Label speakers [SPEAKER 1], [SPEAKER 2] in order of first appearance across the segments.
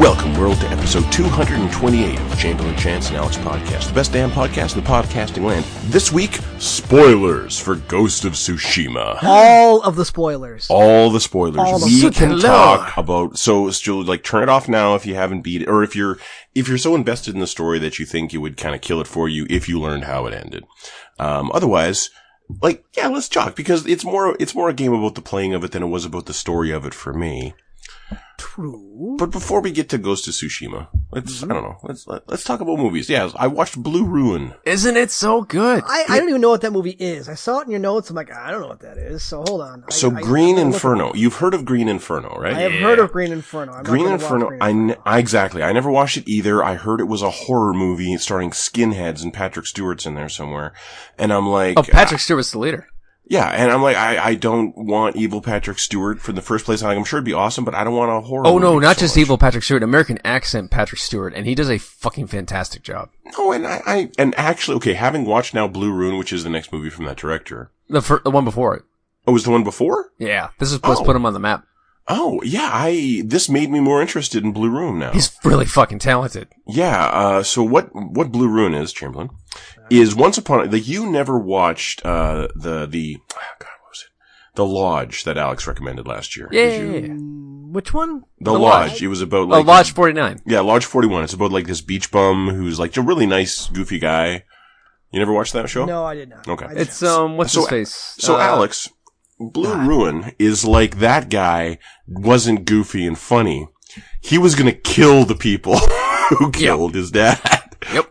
[SPEAKER 1] Welcome, world, to episode 228 of Chamberlain Chance and Alex Podcast, the best damn podcast in the podcasting land. This week, spoilers for Ghost of Tsushima.
[SPEAKER 2] all of the spoilers.
[SPEAKER 1] All the spoilers
[SPEAKER 2] All the
[SPEAKER 1] we
[SPEAKER 2] spoilers.
[SPEAKER 1] can
[SPEAKER 3] Lord.
[SPEAKER 1] talk about. So, still, like, turn it off now if you haven't beat it, or if you're if you're so invested in the story that you think it would kind of kill it for you if you learned how it ended. Um, otherwise, like, yeah, let's talk because it's more it's more a game about the playing of it than it was about the story of it for me.
[SPEAKER 2] True. Mm-hmm.
[SPEAKER 1] But before we get to Ghost of Tsushima, let's I don't know. Let's let, let's talk about movies. Yeah, I watched Blue Ruin.
[SPEAKER 3] Isn't it so good?
[SPEAKER 2] I, I don't even know what that movie is. I saw it in your notes. I'm like, I don't know what that is. So hold on. I-
[SPEAKER 1] So
[SPEAKER 2] I-
[SPEAKER 1] Green
[SPEAKER 2] I-
[SPEAKER 1] Inferno. You've heard of Green Inferno, right?
[SPEAKER 2] I have heard of Green Inferno. I'm not
[SPEAKER 1] Green
[SPEAKER 2] gonna watch
[SPEAKER 1] Inferno.
[SPEAKER 2] Green
[SPEAKER 1] I n- I- exactly. I never watched it either. I heard it was a horror movie starring skinheads and Patrick Stewart's in there somewhere, and I'm like,
[SPEAKER 3] oh, Patrick Stewart's the leader.
[SPEAKER 1] yeah, and I'm like, I, I don't want evil Patrick Stewart for the first place. I'm, like, I'm sure it'd be awesome, but I don't want a horror.
[SPEAKER 3] Oh no,
[SPEAKER 1] movie
[SPEAKER 3] not
[SPEAKER 1] so
[SPEAKER 3] just
[SPEAKER 1] much.
[SPEAKER 3] evil Patrick Stewart, American accent Patrick Stewart, and he does a fucking fantastic job.
[SPEAKER 1] No, Oh, and I, I and actually, okay, having watched now Blue Ruin, which is the next movie from that director.
[SPEAKER 3] The fir- the one before it.
[SPEAKER 1] Oh, was the one before?
[SPEAKER 3] Yeah, this is supposed
[SPEAKER 1] Oh.
[SPEAKER 3] to put him on the map.
[SPEAKER 1] Oh yeah, I this made me more interested in Blue Room now.
[SPEAKER 3] He's really fucking talented.
[SPEAKER 1] yeah, uh, so what what Blue Ruin is, Chamberlain, is once upon a like you never watched uh the the oh God, what was it? The Lodge that Alex recommended last year.
[SPEAKER 3] Yeah,
[SPEAKER 1] Did you-
[SPEAKER 2] Mm, Which one?
[SPEAKER 1] The,
[SPEAKER 3] The
[SPEAKER 1] Lodge.
[SPEAKER 3] Lodge.
[SPEAKER 1] It was about
[SPEAKER 3] Oh,
[SPEAKER 1] like
[SPEAKER 3] Lodge Forty Nine.
[SPEAKER 1] Yeah, Lodge forty one. It's about like this beach bum who's like a really nice, goofy guy. You never watched that show?
[SPEAKER 2] No, I did not.
[SPEAKER 1] Okay.
[SPEAKER 2] I did
[SPEAKER 3] It's um, what's
[SPEAKER 1] So-
[SPEAKER 3] his face?
[SPEAKER 1] So
[SPEAKER 3] Uh,
[SPEAKER 1] Alex, Blue Ruin is like that guy wasn't goofy and funny. He was gonna kill the people who killed his dad.
[SPEAKER 3] Yep.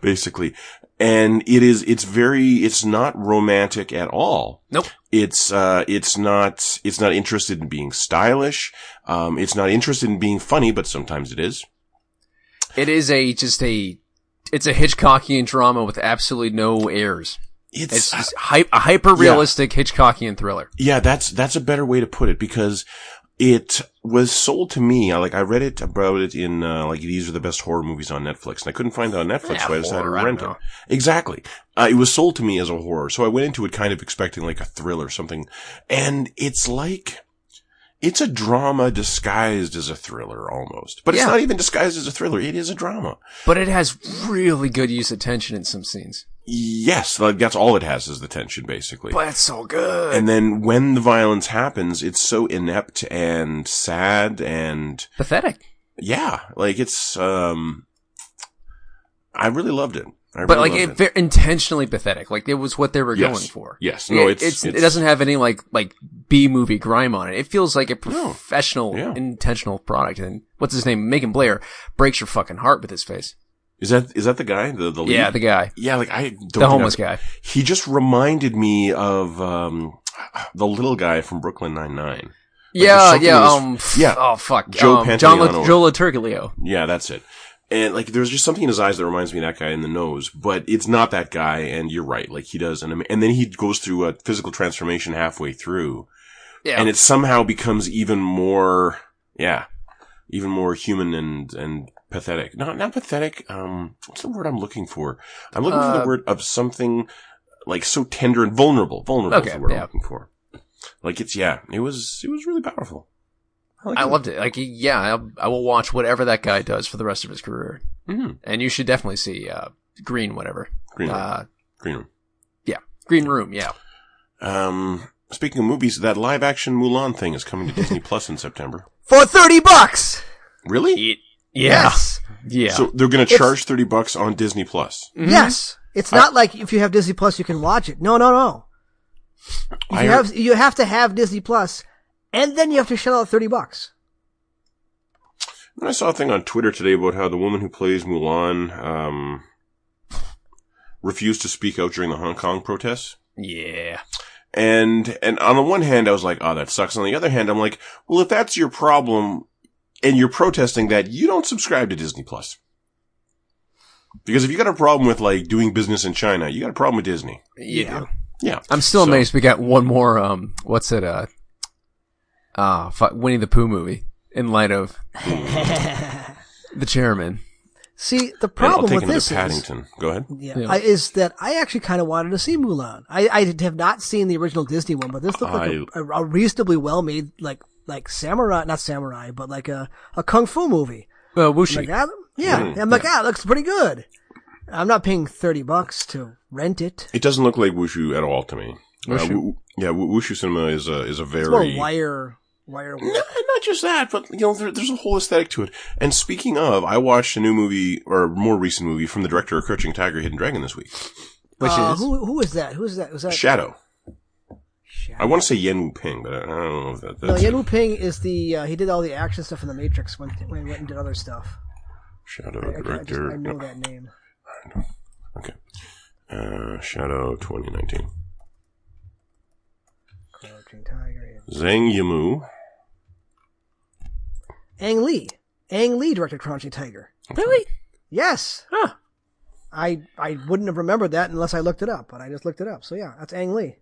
[SPEAKER 1] Basically. And it is, it's very, it's not romantic at all.
[SPEAKER 3] Nope.
[SPEAKER 1] It's, uh, it's not, it's not interested in being stylish. Um, it's not interested in being funny, but sometimes it is.
[SPEAKER 3] It is a just a, it's a Hitchcockian drama with absolutely no airs. It's just hy- a hyper realistic Hitchcockian thriller.
[SPEAKER 1] Yeah, that's that's a better way to put it because it was sold to me. I, Like I read it about it in uh, like these are the best horror movies on Netflix, and I couldn't find it on Netflix,
[SPEAKER 3] Yeah,
[SPEAKER 1] so I decided
[SPEAKER 3] horror, I
[SPEAKER 1] to
[SPEAKER 3] don't
[SPEAKER 1] rent it.
[SPEAKER 3] know.
[SPEAKER 1] Exactly, uh, it was sold to me as a horror, so I went into it kind of expecting like a thriller or something, and it's like. It's a drama disguised as a thriller almost. But it's
[SPEAKER 3] Yeah.
[SPEAKER 1] not even disguised as a thriller. It is a drama.
[SPEAKER 3] But it has really good use of tension in some scenes.
[SPEAKER 1] Yes, like that's all it has is the tension basically.
[SPEAKER 3] But it's so good.
[SPEAKER 1] And then when the violence happens, it's so inept and sad and
[SPEAKER 3] Pathetic.
[SPEAKER 1] yeah, like it's, um, I really loved it. I
[SPEAKER 3] but
[SPEAKER 1] really
[SPEAKER 3] like
[SPEAKER 1] loved
[SPEAKER 3] it, ve- intentionally pathetic. Like it was what they were
[SPEAKER 1] Yes.
[SPEAKER 3] going for.
[SPEAKER 1] Yes. No,
[SPEAKER 3] It-
[SPEAKER 1] it's- it's-
[SPEAKER 3] it doesn't have any like like B movie grime on it. It feels like a professional,
[SPEAKER 1] Yeah.
[SPEAKER 3] intentional product. And what's his name? Megan Blair breaks your fucking heart with his face.
[SPEAKER 1] Is that, is that the guy? The, the lead?
[SPEAKER 3] Yeah, the guy,
[SPEAKER 1] yeah, like I, don't
[SPEAKER 3] the
[SPEAKER 1] think
[SPEAKER 3] homeless
[SPEAKER 1] I've-
[SPEAKER 3] guy.
[SPEAKER 1] He just reminded me of, um, the little guy from Brooklyn Nine Nine. there's
[SPEAKER 3] Yeah,
[SPEAKER 1] something
[SPEAKER 3] yeah.
[SPEAKER 1] in his-
[SPEAKER 3] Um, f-
[SPEAKER 1] yeah.
[SPEAKER 3] Oh fuck.
[SPEAKER 1] Joe
[SPEAKER 3] um, John
[SPEAKER 1] Pantoliano.
[SPEAKER 3] La- Joe Laturgaleo.
[SPEAKER 1] Yeah, that's it. And like, there's just something in his eyes that reminds me of that guy in the nose, but it's not that guy. And you're right. Like he does. And, I mean- and then he goes through a physical transformation halfway through.
[SPEAKER 3] Yeah.
[SPEAKER 1] and it somehow becomes even more, yeah, even more human and and pathetic. Not not pathetic. Um, what's the word I'm looking for? I'm looking for
[SPEAKER 3] Uh,
[SPEAKER 1] the word of something like so tender and vulnerable. Vulnerable is
[SPEAKER 3] Okay,
[SPEAKER 1] the word I'm
[SPEAKER 3] yeah.
[SPEAKER 1] looking for. Like it's yeah, it was it was really powerful.
[SPEAKER 2] uh,
[SPEAKER 1] like
[SPEAKER 3] I loved it. Like, yeah, I'll, I will watch whatever that guy does for the rest of his career.
[SPEAKER 1] Mhm.
[SPEAKER 3] And you should definitely see uh, Green, whatever.
[SPEAKER 1] Green room.
[SPEAKER 3] Mm-hmm. Uh,
[SPEAKER 1] green room.
[SPEAKER 3] Green Room. Yeah.
[SPEAKER 1] Um, speaking of movies, that live action Mulan thing is coming to Disney Plus in September.
[SPEAKER 2] For thirty bucks.
[SPEAKER 1] Really?
[SPEAKER 2] Yes.
[SPEAKER 3] Yeah.
[SPEAKER 1] So they're going to
[SPEAKER 2] It's-
[SPEAKER 1] charge thirty bucks on Disney Plus.
[SPEAKER 3] Mhm.
[SPEAKER 2] Yes. It's not like if you have Disney Plus, you can watch it. No, no, no. If
[SPEAKER 1] I
[SPEAKER 2] you
[SPEAKER 1] heard-
[SPEAKER 2] have you have to have Disney Plus, and then you have to shell out thirty bucks.
[SPEAKER 1] Then I saw a thing on Twitter today about how the woman who plays Mulan um, refused to speak out during the Hong Kong protests.
[SPEAKER 3] Yeah.
[SPEAKER 1] And and on the one hand, I was like, "Oh, that sucks." On the other hand, I'm like, "Well, if that's your problem, and you're protesting that, you don't subscribe to Disney Plus." Because if you got a problem with like doing business in China, you got a problem with Disney.
[SPEAKER 3] You
[SPEAKER 2] Yeah.
[SPEAKER 3] do.
[SPEAKER 1] Yeah,
[SPEAKER 3] I'm still
[SPEAKER 1] So-
[SPEAKER 3] amazed we got one more, um, what's it, uh, uh, fu- Winnie the Pooh movie in light of the chairman.
[SPEAKER 2] See, the
[SPEAKER 1] And I'll
[SPEAKER 2] problem
[SPEAKER 1] take
[SPEAKER 2] with
[SPEAKER 1] him to
[SPEAKER 2] this is,
[SPEAKER 1] Paddington. Go ahead.
[SPEAKER 2] yeah,
[SPEAKER 3] Yeah.
[SPEAKER 2] I, is that I actually kind of wanted to see Mulan. I, I did- have not seen the original Disney one, but this looked like a- a, a reasonably well made, like like samurai, not samurai, but like a, a kung fu movie.
[SPEAKER 3] Uh,
[SPEAKER 2] I'm like,
[SPEAKER 3] Wuxi.
[SPEAKER 2] that, yeah.
[SPEAKER 1] Mm,
[SPEAKER 2] I'm like, ah, it looks pretty good. I'm not paying 30 bucks to rent it.
[SPEAKER 1] It doesn't look like wushu at all to me. Uh,
[SPEAKER 3] Wushu.
[SPEAKER 1] Wu- yeah, Wu- wushu cinema is a is a very
[SPEAKER 2] It's more wire, wire
[SPEAKER 1] No, not just that, but you know, there, there's a whole aesthetic to it. And speaking of, I watched a new movie or a more recent movie from the director of Crouching Tiger, Hidden Dragon this week,
[SPEAKER 3] Which
[SPEAKER 2] Uh,
[SPEAKER 3] is
[SPEAKER 2] who? Who is that? Who is that? Was that?
[SPEAKER 1] Shadow.
[SPEAKER 2] Shadow.
[SPEAKER 1] I want to say Yen Wu Ping, but I, I don't know if that,
[SPEAKER 2] No,
[SPEAKER 1] that's
[SPEAKER 2] Yan Wu Ping is the uh, he did all the action stuff in the Matrix when when he went and did other stuff.
[SPEAKER 1] Shadow
[SPEAKER 2] I, I, can't- I just,
[SPEAKER 1] director.
[SPEAKER 2] I know that name.
[SPEAKER 1] Okay. Uh, Shadow 2019.
[SPEAKER 2] Crouching Tiger.
[SPEAKER 1] Zhang Yimou.
[SPEAKER 2] Ang Lee. Ang Lee directed Crouching Tiger.
[SPEAKER 3] really
[SPEAKER 2] Yes.
[SPEAKER 3] Huh.
[SPEAKER 2] I I wouldn't have remembered that unless I looked it up, but I just looked it up. So yeah, that's Ang Lee.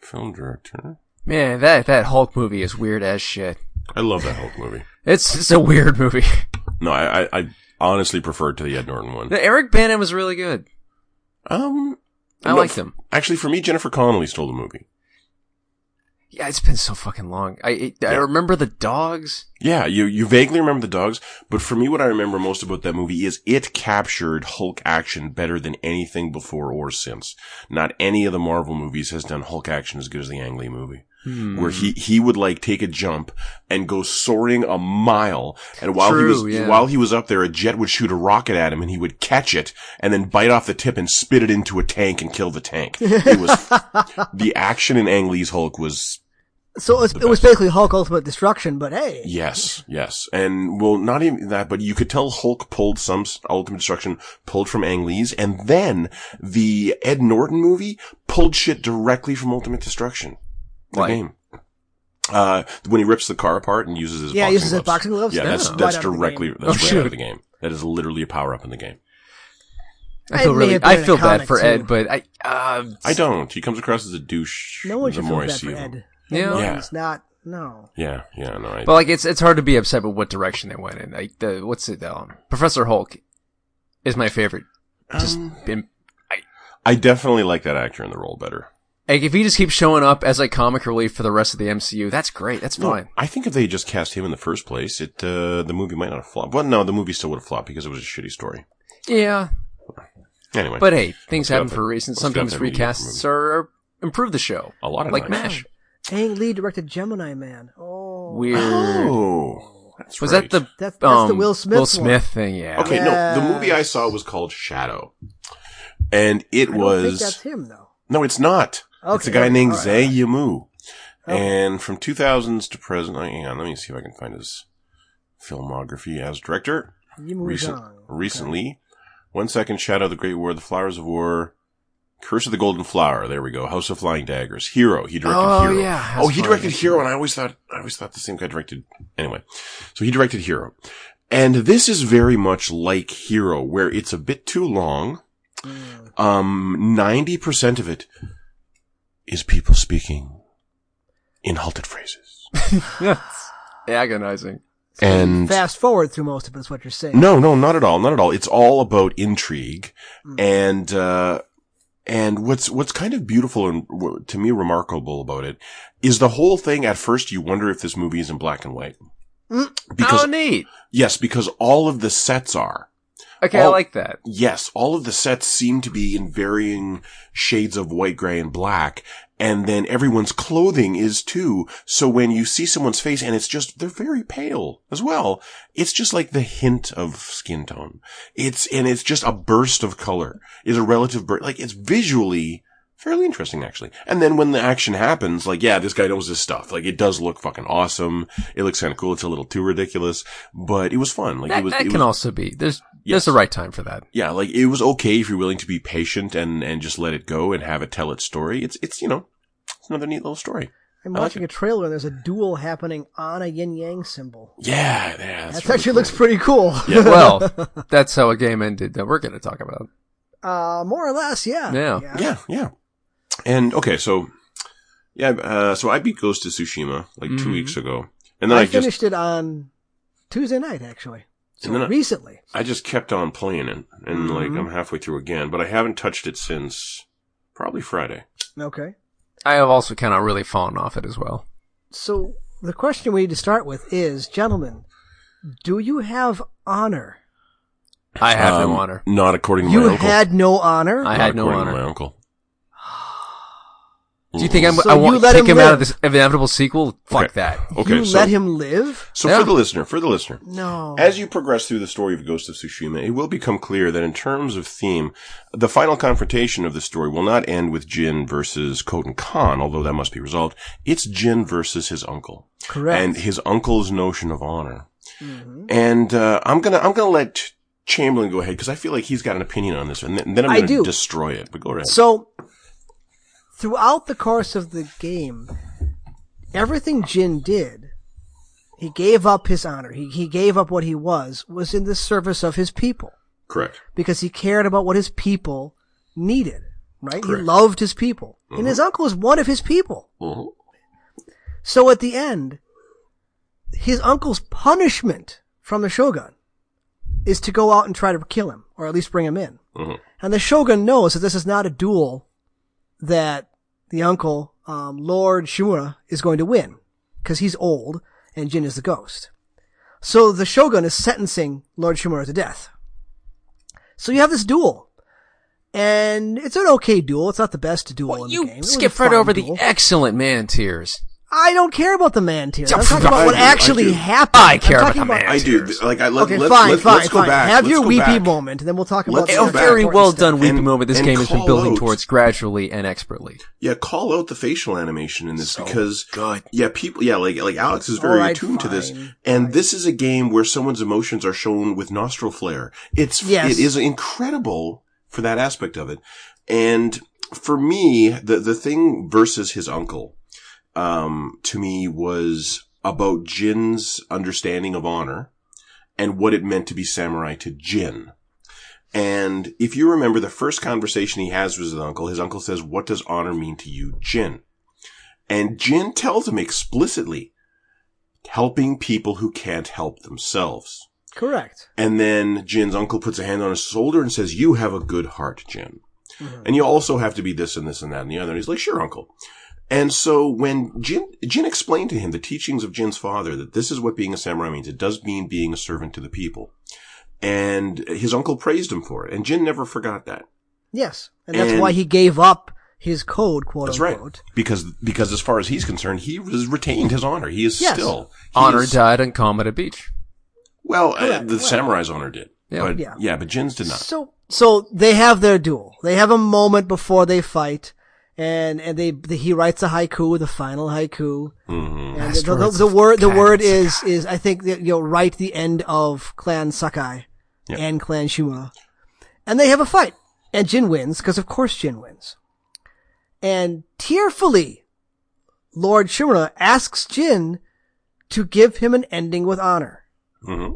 [SPEAKER 1] Film director.
[SPEAKER 3] man that that Hulk movie is weird as shit.
[SPEAKER 1] I love that Hulk movie.
[SPEAKER 3] It's it's a weird movie.
[SPEAKER 1] No, I, I, I honestly preferred to the Ed Norton one.
[SPEAKER 3] The Eric Bannon was really good.
[SPEAKER 1] Um,
[SPEAKER 3] I
[SPEAKER 1] no,
[SPEAKER 3] liked him.
[SPEAKER 1] Actually, for me, Jennifer Connelly stole the movie.
[SPEAKER 3] Yeah, it's been so fucking long. I it, I
[SPEAKER 1] Yeah.
[SPEAKER 3] remember the dogs.
[SPEAKER 1] Yeah, you, you vaguely remember the dogs, but for me, what I remember most about that movie is it captured Hulk action better than anything before or since. Not any of the Marvel movies has done Hulk action as good as the Ang Lee movie.
[SPEAKER 3] Hmm.
[SPEAKER 1] Where he, he would like take a jump and go soaring a mile. And while
[SPEAKER 3] True,
[SPEAKER 1] he was,
[SPEAKER 3] yeah.
[SPEAKER 1] while he was up there, a jet would shoot a rocket at him and he would catch it and then bite off the tip and spit it into a tank and kill the tank. It was, the action in Ang Lee's Hulk was
[SPEAKER 2] So it was, it was basically Hulk Ultimate Destruction, but hey,
[SPEAKER 1] Yes, yes. And well, not even that, but you could tell Hulk pulled some s- Ultimate Destruction pulled from Ang Lee's and then the Ed Norton movie pulled shit directly from Ultimate Destruction. The
[SPEAKER 3] Like-
[SPEAKER 1] game. Uh, when he rips the car apart and uses his
[SPEAKER 2] Yeah,
[SPEAKER 1] boxing
[SPEAKER 2] uses his
[SPEAKER 1] gloves.
[SPEAKER 2] boxing gloves?
[SPEAKER 1] Yeah,
[SPEAKER 2] Yeah.
[SPEAKER 1] that's,
[SPEAKER 2] Right
[SPEAKER 1] that's
[SPEAKER 2] out of the
[SPEAKER 1] directly,
[SPEAKER 2] game.
[SPEAKER 1] that's right
[SPEAKER 3] Oh,
[SPEAKER 1] out
[SPEAKER 3] shoot.
[SPEAKER 1] of the game. That is literally a power up in the game.
[SPEAKER 3] I
[SPEAKER 2] Ed
[SPEAKER 3] feel
[SPEAKER 2] may
[SPEAKER 3] really
[SPEAKER 2] have
[SPEAKER 3] I
[SPEAKER 2] been
[SPEAKER 3] feel
[SPEAKER 2] iconic,
[SPEAKER 3] bad for
[SPEAKER 2] too.
[SPEAKER 3] Ed, but I uh,
[SPEAKER 1] I don't. He comes across as a douche.
[SPEAKER 2] no one
[SPEAKER 1] the
[SPEAKER 2] should feel
[SPEAKER 1] more I
[SPEAKER 2] bad
[SPEAKER 1] see
[SPEAKER 2] for
[SPEAKER 1] of him.
[SPEAKER 2] Ed.
[SPEAKER 3] Yeah.
[SPEAKER 2] no,
[SPEAKER 1] Yeah.
[SPEAKER 2] he's not. No.
[SPEAKER 1] Yeah, yeah, no, I,
[SPEAKER 3] but like it's it's hard to be upset with what direction they went in. Like the what's it um, Professor Hulk is my favorite. Just
[SPEAKER 1] Um,
[SPEAKER 3] in,
[SPEAKER 1] I definitely like that actor in the role better.
[SPEAKER 3] like if he just keeps showing up as like comic relief for the rest of the MCU, that's great. That's
[SPEAKER 1] No,
[SPEAKER 3] fine.
[SPEAKER 1] I think if they had just cast him in the first place, it uh, the movie might not have flopped. Well, no, the movie still would have flopped because it was a shitty story.
[SPEAKER 3] Yeah,
[SPEAKER 1] Anyway,
[SPEAKER 3] but hey, things
[SPEAKER 1] go
[SPEAKER 3] happen
[SPEAKER 1] for-
[SPEAKER 3] for a reason.
[SPEAKER 1] let's go
[SPEAKER 3] Sometimes
[SPEAKER 1] for the mediocre
[SPEAKER 3] recasts are improve the show,
[SPEAKER 1] a lot of
[SPEAKER 3] like
[SPEAKER 1] times-
[SPEAKER 3] Mash.
[SPEAKER 2] Ang Lee directed Gemini Man. Oh,
[SPEAKER 3] Weird.
[SPEAKER 1] Oh, that's
[SPEAKER 3] Was
[SPEAKER 1] right.
[SPEAKER 3] that the
[SPEAKER 2] That's- that's
[SPEAKER 3] um,
[SPEAKER 2] the Will Smith
[SPEAKER 3] Will
[SPEAKER 2] one.
[SPEAKER 3] Smith thing? Yeah.
[SPEAKER 1] Okay, no, the movie I saw
[SPEAKER 2] Yes.
[SPEAKER 1] was called Shadow, and it
[SPEAKER 2] I don't think that's
[SPEAKER 1] was
[SPEAKER 2] him though.
[SPEAKER 1] no, it's not. it's a
[SPEAKER 2] Okay,
[SPEAKER 1] guy
[SPEAKER 2] okay,
[SPEAKER 1] named
[SPEAKER 2] all right,
[SPEAKER 1] Zay
[SPEAKER 2] all right.
[SPEAKER 1] Yamu,
[SPEAKER 2] Okay.
[SPEAKER 1] and from 2000s to present. oh, Hang on, let me see if I can find his filmography as director.
[SPEAKER 2] Yimu
[SPEAKER 1] recent,
[SPEAKER 2] Zhang. Okay.
[SPEAKER 1] recently. One second, Shadow of the Great War, The Flowers of War, Curse of the Golden Flower. There we go. House of Flying Daggers, Hero. He directed
[SPEAKER 3] Oh,
[SPEAKER 1] Hero.
[SPEAKER 3] yeah, House
[SPEAKER 1] oh, he
[SPEAKER 3] of
[SPEAKER 1] directed
[SPEAKER 3] Flying
[SPEAKER 1] Hero, and I always thought I always thought the same guy directed. Anyway, so he directed Hero, and this is very much like Hero, where it's a bit too long.
[SPEAKER 3] Mm.
[SPEAKER 1] Um, ninety percent of it is people speaking in halted phrases.
[SPEAKER 3] yeah. It's agonizing.
[SPEAKER 1] And
[SPEAKER 2] Fast forward through most of it is what you're saying.
[SPEAKER 1] No, no, not at all, not at all. It's all about intrigue, and uh, and what's what's kind of beautiful and w- to me remarkable about it is the whole thing. At first, you wonder if this movie is in black and white because
[SPEAKER 3] oh, neat.
[SPEAKER 1] yes, because all of the sets are.
[SPEAKER 3] Okay, I
[SPEAKER 1] all-
[SPEAKER 3] like that.
[SPEAKER 1] Yes, all of the sets seem to be in varying shades of white, gray, and black. And then everyone's clothing is too. So when you see someone's face and it's just, they're very pale as well. It's just like the hint of skin tone. It's, and it's just a burst of color is a relative burst. Like it's visually fairly interesting actually. And then when the action happens, like, yeah, this guy knows his stuff. Like it does look fucking awesome. It looks kind of cool. It's a little too ridiculous, but it was fun. Like
[SPEAKER 3] That,
[SPEAKER 1] it was,
[SPEAKER 3] that
[SPEAKER 1] it
[SPEAKER 3] can
[SPEAKER 1] was
[SPEAKER 3] also be. There's
[SPEAKER 1] Yes.
[SPEAKER 3] there's the right time for that.
[SPEAKER 1] yeah, like it was okay if you're willing to be patient and and just let it go and have it tell its story. It's it's you know it's another neat little story.
[SPEAKER 2] I'm
[SPEAKER 1] I like
[SPEAKER 2] watching a trailer and there's a duel happening on a yin yang symbol.
[SPEAKER 1] Yeah, yeah,
[SPEAKER 2] That
[SPEAKER 1] that's
[SPEAKER 2] actually
[SPEAKER 1] really
[SPEAKER 2] looks
[SPEAKER 1] cool.
[SPEAKER 2] pretty cool.
[SPEAKER 1] Yeah.
[SPEAKER 3] Well, that's how a game ended that we're going to talk about.
[SPEAKER 2] Uh, more or less, yeah.
[SPEAKER 3] Yeah.
[SPEAKER 1] Yeah, yeah. And okay, so yeah, uh, so I beat Ghost of Tsushima like two
[SPEAKER 3] Mhm.
[SPEAKER 1] weeks ago, and then I,
[SPEAKER 2] I
[SPEAKER 1] just
[SPEAKER 2] finished it on Tuesday night, actually. So
[SPEAKER 1] And then I-
[SPEAKER 2] recently.
[SPEAKER 1] I just kept on playing it, and like
[SPEAKER 3] Mhm.
[SPEAKER 1] I'm halfway through again, but I haven't touched it since probably Friday.
[SPEAKER 2] Okay.
[SPEAKER 3] I have also kind of really fallen off it as well.
[SPEAKER 2] So the question we need to start with is, gentlemen, Do you have honor?
[SPEAKER 3] I have no honor.
[SPEAKER 1] Um, Not according to
[SPEAKER 2] You
[SPEAKER 1] my uncle.
[SPEAKER 2] had no honor.
[SPEAKER 3] I
[SPEAKER 1] Not
[SPEAKER 3] had no
[SPEAKER 1] according to
[SPEAKER 3] honor.
[SPEAKER 1] my uncle.
[SPEAKER 3] Do you think I'm,
[SPEAKER 2] So
[SPEAKER 3] I
[SPEAKER 2] you
[SPEAKER 3] want to
[SPEAKER 2] let
[SPEAKER 3] take
[SPEAKER 2] him
[SPEAKER 3] him, out
[SPEAKER 2] live.
[SPEAKER 3] of this inevitable sequel? Fuck
[SPEAKER 1] Okay.
[SPEAKER 3] that.
[SPEAKER 1] Okay,
[SPEAKER 2] you
[SPEAKER 1] so,
[SPEAKER 2] let him live?
[SPEAKER 1] so
[SPEAKER 3] Yeah.
[SPEAKER 1] for the listener, for the listener,
[SPEAKER 2] No.
[SPEAKER 1] As you progress through the story of Ghost of Tsushima, it will become clear that in terms of theme, the final confrontation of the story will not end with Jin versus Koten Khan, although that must be resolved. It's Jin versus his uncle.
[SPEAKER 2] Correct. Mm-hmm.
[SPEAKER 1] And his uncle's notion of honor. And, uh, I'm gonna, I'm gonna let Ch- Chamberlain go ahead because I feel like he's got an opinion on this and, th- and then I'm
[SPEAKER 2] I
[SPEAKER 1] gonna
[SPEAKER 2] do.
[SPEAKER 1] destroy it, but go ahead.
[SPEAKER 2] So, throughout the course of the game, everything Jin did, he gave up his honor. He, he gave up what he was, was in the service of his people
[SPEAKER 1] Correct.
[SPEAKER 2] because he cared about what his people needed, right?
[SPEAKER 1] Correct.
[SPEAKER 2] He loved his people. And his uncle was one of his people.
[SPEAKER 1] Mhm.
[SPEAKER 2] So at the end, his uncle's punishment from the shogun is to go out and try to kill him, or at least bring him in.
[SPEAKER 1] Mhm.
[SPEAKER 2] And the shogun knows that this is not a duel that the uncle, um, Lord Shimura, is going to win because he's old and Jin is the ghost. So the shogun is sentencing Lord Shimura to death. So you have this duel. And it's an okay duel. It's not the best duel
[SPEAKER 3] Well,
[SPEAKER 2] in
[SPEAKER 3] you
[SPEAKER 2] the game. It was a
[SPEAKER 3] skip right
[SPEAKER 2] fine
[SPEAKER 3] over
[SPEAKER 2] duel.
[SPEAKER 3] the excellent man tears.
[SPEAKER 2] I don't care about the man tears. I'm talking
[SPEAKER 1] I
[SPEAKER 2] about what
[SPEAKER 1] do, I
[SPEAKER 2] actually
[SPEAKER 1] do.
[SPEAKER 2] happened.
[SPEAKER 3] I
[SPEAKER 2] I'm
[SPEAKER 3] care about
[SPEAKER 2] talking
[SPEAKER 3] the man.
[SPEAKER 1] I do.
[SPEAKER 3] Tears.
[SPEAKER 1] Like, I let,
[SPEAKER 2] okay,
[SPEAKER 1] let's,
[SPEAKER 2] fine,
[SPEAKER 1] let's,
[SPEAKER 2] fine,
[SPEAKER 1] let's go
[SPEAKER 2] fine.
[SPEAKER 1] back.
[SPEAKER 2] Have
[SPEAKER 1] Let's
[SPEAKER 2] your
[SPEAKER 1] go
[SPEAKER 2] weepy
[SPEAKER 1] back.
[SPEAKER 2] moment, and then we'll talk
[SPEAKER 1] Let's
[SPEAKER 2] about.
[SPEAKER 1] go
[SPEAKER 3] A
[SPEAKER 2] the
[SPEAKER 1] back.
[SPEAKER 3] Oh, very well done
[SPEAKER 1] And-
[SPEAKER 3] weeping moment this
[SPEAKER 1] and
[SPEAKER 3] game has been
[SPEAKER 1] call
[SPEAKER 3] building
[SPEAKER 1] out.
[SPEAKER 3] towards gradually and expertly.
[SPEAKER 1] Yeah, call out the facial animation in this
[SPEAKER 3] So
[SPEAKER 1] because
[SPEAKER 3] good.
[SPEAKER 1] Yeah, people. Yeah, like like Alex is very
[SPEAKER 2] All right,
[SPEAKER 1] attuned to this,
[SPEAKER 2] fine,
[SPEAKER 1] and this is a game where someone's emotions are shown with nostril flare. It's
[SPEAKER 2] Yes.
[SPEAKER 1] it is incredible for that aspect of it, and for me, the the thing versus his uncle, um, to me was about Jin's understanding of honor and what it meant to be samurai to Jin. And if you remember the first conversation he has with his uncle, his uncle says, what does honor mean to you, Jin? And Jin tells him explicitly, helping people who can't help themselves.
[SPEAKER 2] Correct.
[SPEAKER 1] And then Jin's uncle puts a hand on his shoulder and says, you have a good heart, Jin.
[SPEAKER 2] Mm-hmm.
[SPEAKER 1] And you also have to be this and this and that and the other. And he's like, sure, uncle. And so when Jin, Jin explained to him the teachings of Jin's father that this is what being a samurai means. It does mean being a servant to the people. And his uncle praised him for it. And Jin never forgot that.
[SPEAKER 2] Yes, and that's
[SPEAKER 1] And-
[SPEAKER 2] why he gave up his code, quote
[SPEAKER 1] That's right.
[SPEAKER 2] unquote.
[SPEAKER 1] Because, because as far as he's concerned, he has retained his honor. He is
[SPEAKER 2] Yes.
[SPEAKER 1] still. he
[SPEAKER 3] Honor
[SPEAKER 1] is-
[SPEAKER 3] died on Kamada Beach.
[SPEAKER 1] Well, uh,
[SPEAKER 2] Correct.
[SPEAKER 1] the samurai's honor did.
[SPEAKER 3] Yeah.
[SPEAKER 1] But, yeah.
[SPEAKER 2] Yeah.
[SPEAKER 1] but Jin's did not.
[SPEAKER 2] So, so they have their duel. They have a moment before they fight, and and they the, he writes a haiku, the final haiku.
[SPEAKER 1] hmm
[SPEAKER 2] And the,
[SPEAKER 3] Last
[SPEAKER 2] the, the
[SPEAKER 3] words of
[SPEAKER 2] word the
[SPEAKER 3] Clan
[SPEAKER 2] word is is I think that you'll write the end of Clan Sakai
[SPEAKER 1] Yeah.
[SPEAKER 2] and Clan Shuma, and they have a fight, and Jin wins because of course Jin wins, and tearfully, Lord Shimura asks Jin to give him an ending with honor.
[SPEAKER 1] hmm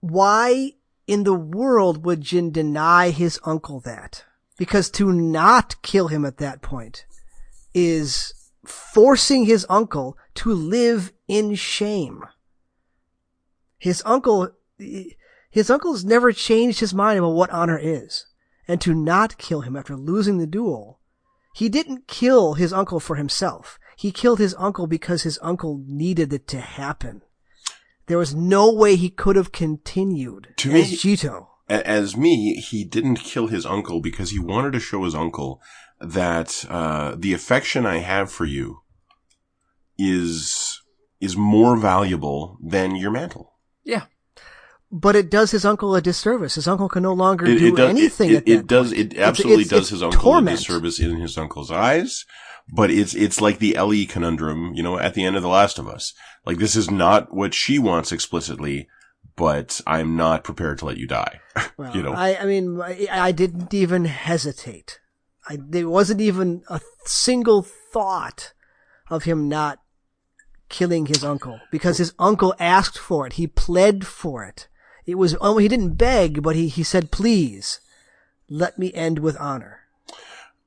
[SPEAKER 2] Why in the world would Jin deny his uncle that? Because to not kill him at that point is forcing his uncle to live in shame. His uncle, his uncle's never changed his mind about what honor is. And to not kill him after losing the duel, he didn't kill his uncle for himself. He killed his uncle because his uncle needed it to happen. There was no way he could have continued
[SPEAKER 1] To
[SPEAKER 2] as
[SPEAKER 1] me-
[SPEAKER 2] Jito.
[SPEAKER 1] A- as me, he didn't kill his uncle because he wanted to show his uncle that uh, the affection I have for you is is more valuable than your mantle.
[SPEAKER 3] Yeah.
[SPEAKER 2] But it does his uncle a disservice. His uncle can no longer do
[SPEAKER 1] does,
[SPEAKER 2] anything
[SPEAKER 1] It,
[SPEAKER 2] at
[SPEAKER 1] it
[SPEAKER 2] that
[SPEAKER 1] does.
[SPEAKER 2] point.
[SPEAKER 1] It
[SPEAKER 2] It's-
[SPEAKER 1] absolutely
[SPEAKER 2] it's-
[SPEAKER 1] does
[SPEAKER 2] it's
[SPEAKER 1] his uncle
[SPEAKER 2] torment.
[SPEAKER 1] a disservice in his uncle's eyes. But it's it's like the Ellie conundrum, you know, at the end of The Last of Us. Like this is not what she wants explicitly, but I'm not prepared to let you die.
[SPEAKER 2] Well,
[SPEAKER 1] you know?
[SPEAKER 2] I, I mean, I, I didn't even hesitate. I, there wasn't even a single thought of him not killing his uncle because his uncle asked for it. He pled for it. It was oh, he didn't beg, but he, he said, "Please, let me end with honor."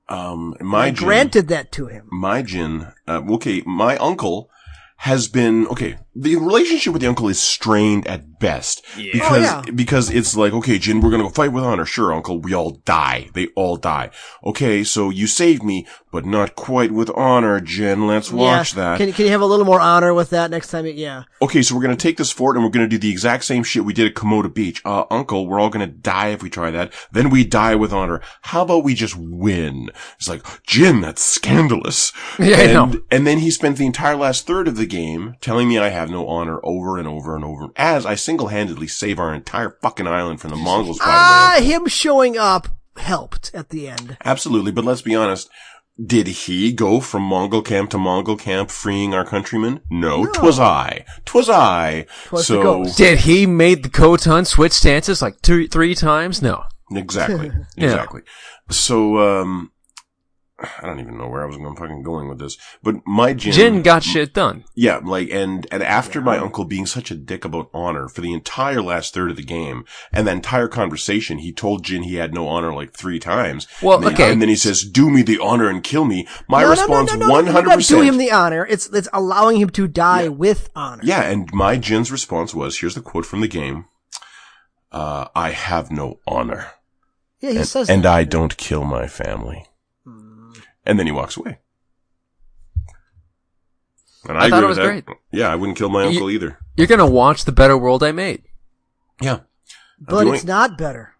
[SPEAKER 1] Um,
[SPEAKER 2] And
[SPEAKER 1] my
[SPEAKER 2] I
[SPEAKER 1] Jin-
[SPEAKER 2] granted that to him.
[SPEAKER 1] my Jin, uh, okay, my uncle has been okay. The relationship with the uncle is strained at best because
[SPEAKER 2] Oh, yeah.
[SPEAKER 1] because it's like okay, Jin, we're gonna go fight with honor. Sure, Uncle, we all die. They all die. Okay, so you saved me, but not quite with honor, Jin. Let's watch
[SPEAKER 2] yeah.
[SPEAKER 1] that.
[SPEAKER 2] Can, can you have a little more honor with that next time? Yeah.
[SPEAKER 1] okay, so we're gonna take this fort and we're gonna do the exact same shit we did at Komodo Beach. Uh, Uncle, we're all gonna die if we try that. Then we die with honor. How about we just win? It's like Jin, that's scandalous.
[SPEAKER 3] Yeah, I
[SPEAKER 1] and,
[SPEAKER 3] know.
[SPEAKER 1] and then he spent the entire last third of the game telling me I have no honor over and over and over as I single-handedly save our entire fucking island from the Mongols. By the way.
[SPEAKER 2] Ah, him showing up helped at the end.
[SPEAKER 1] Absolutely, but let's be honest. Did he go from Mongol camp to Mongol camp freeing our countrymen? No, 'twas I. 'Twas I.
[SPEAKER 2] Twas the
[SPEAKER 1] so,
[SPEAKER 2] ghost.
[SPEAKER 3] Did he made the Koton switch stances like two, three times? No.
[SPEAKER 1] exactly.
[SPEAKER 3] Yeah.
[SPEAKER 1] Exactly. So, um, I don't even know where I was going, fucking going with this, but my Jin,
[SPEAKER 3] Jin got shit done.
[SPEAKER 1] yeah, like, and, and after my uncle being such a dick about honor for the entire last third of the game and the entire conversation, he told Jin he had no honor like three times.
[SPEAKER 3] Well,
[SPEAKER 1] and then,
[SPEAKER 3] okay.
[SPEAKER 1] And then he says, do me the honor and kill me. My
[SPEAKER 2] no,
[SPEAKER 1] response,
[SPEAKER 2] no, no, no, no,
[SPEAKER 1] 100%.
[SPEAKER 2] Not do him the honor. It's it's allowing him to die with honor.
[SPEAKER 1] Yeah, and my Jin's response was, here's the quote from the game. Uh, I have no honor.
[SPEAKER 2] Yeah, he
[SPEAKER 1] and,
[SPEAKER 2] says.
[SPEAKER 1] and uh,
[SPEAKER 2] that. Hmm.
[SPEAKER 1] I don't kill my family. And then he walks away. And I,
[SPEAKER 3] I
[SPEAKER 1] agree
[SPEAKER 3] thought it
[SPEAKER 1] with
[SPEAKER 3] was
[SPEAKER 1] that. Yeah, I wouldn't kill my
[SPEAKER 3] You-
[SPEAKER 1] uncle either.
[SPEAKER 3] You're gonna watch the better world I made.
[SPEAKER 1] Yeah.
[SPEAKER 2] but
[SPEAKER 1] doing-
[SPEAKER 2] it's not better.